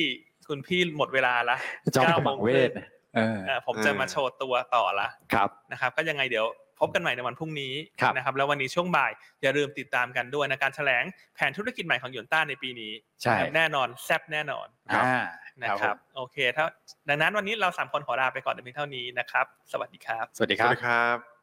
Speaker 1: คุณพี่หมดเวลาละ
Speaker 2: จอม
Speaker 1: เก้า
Speaker 2: ข
Speaker 1: โม
Speaker 2: มั
Speaker 1: ง
Speaker 2: ง
Speaker 1: ครึ่
Speaker 2: เว
Speaker 1: ง
Speaker 2: ทเออ
Speaker 1: เอ่อผมจะมาโชว์ตัวต่อละ
Speaker 2: ครับ
Speaker 1: นะครับก็ยังไงเดี๋ยวพบกันใหม่ในวันพรุ่งนี้
Speaker 2: ครับ
Speaker 1: นะครับแล้ววันนี้ช่วงบ่ายอย่าลืมติดตามกันด้วยนะการแถลงแผนธุรกิจใหม่ของหยวนต้าในปีนี้
Speaker 2: ใช่
Speaker 1: แน่นอนแซบแน่นอน
Speaker 2: อ่า
Speaker 1: นะค
Speaker 2: ค
Speaker 1: รั
Speaker 2: รั
Speaker 1: บบ โอเคถ้าดังนั้นวันนี้เราสามคนขอลาไปก่อนแต่เพียงเท่านี้นะครับ สวัสดีครับ
Speaker 2: สวัสดี
Speaker 3: ส
Speaker 2: ค
Speaker 3: วั
Speaker 2: รั
Speaker 3: ส
Speaker 2: บ
Speaker 3: ดีครับ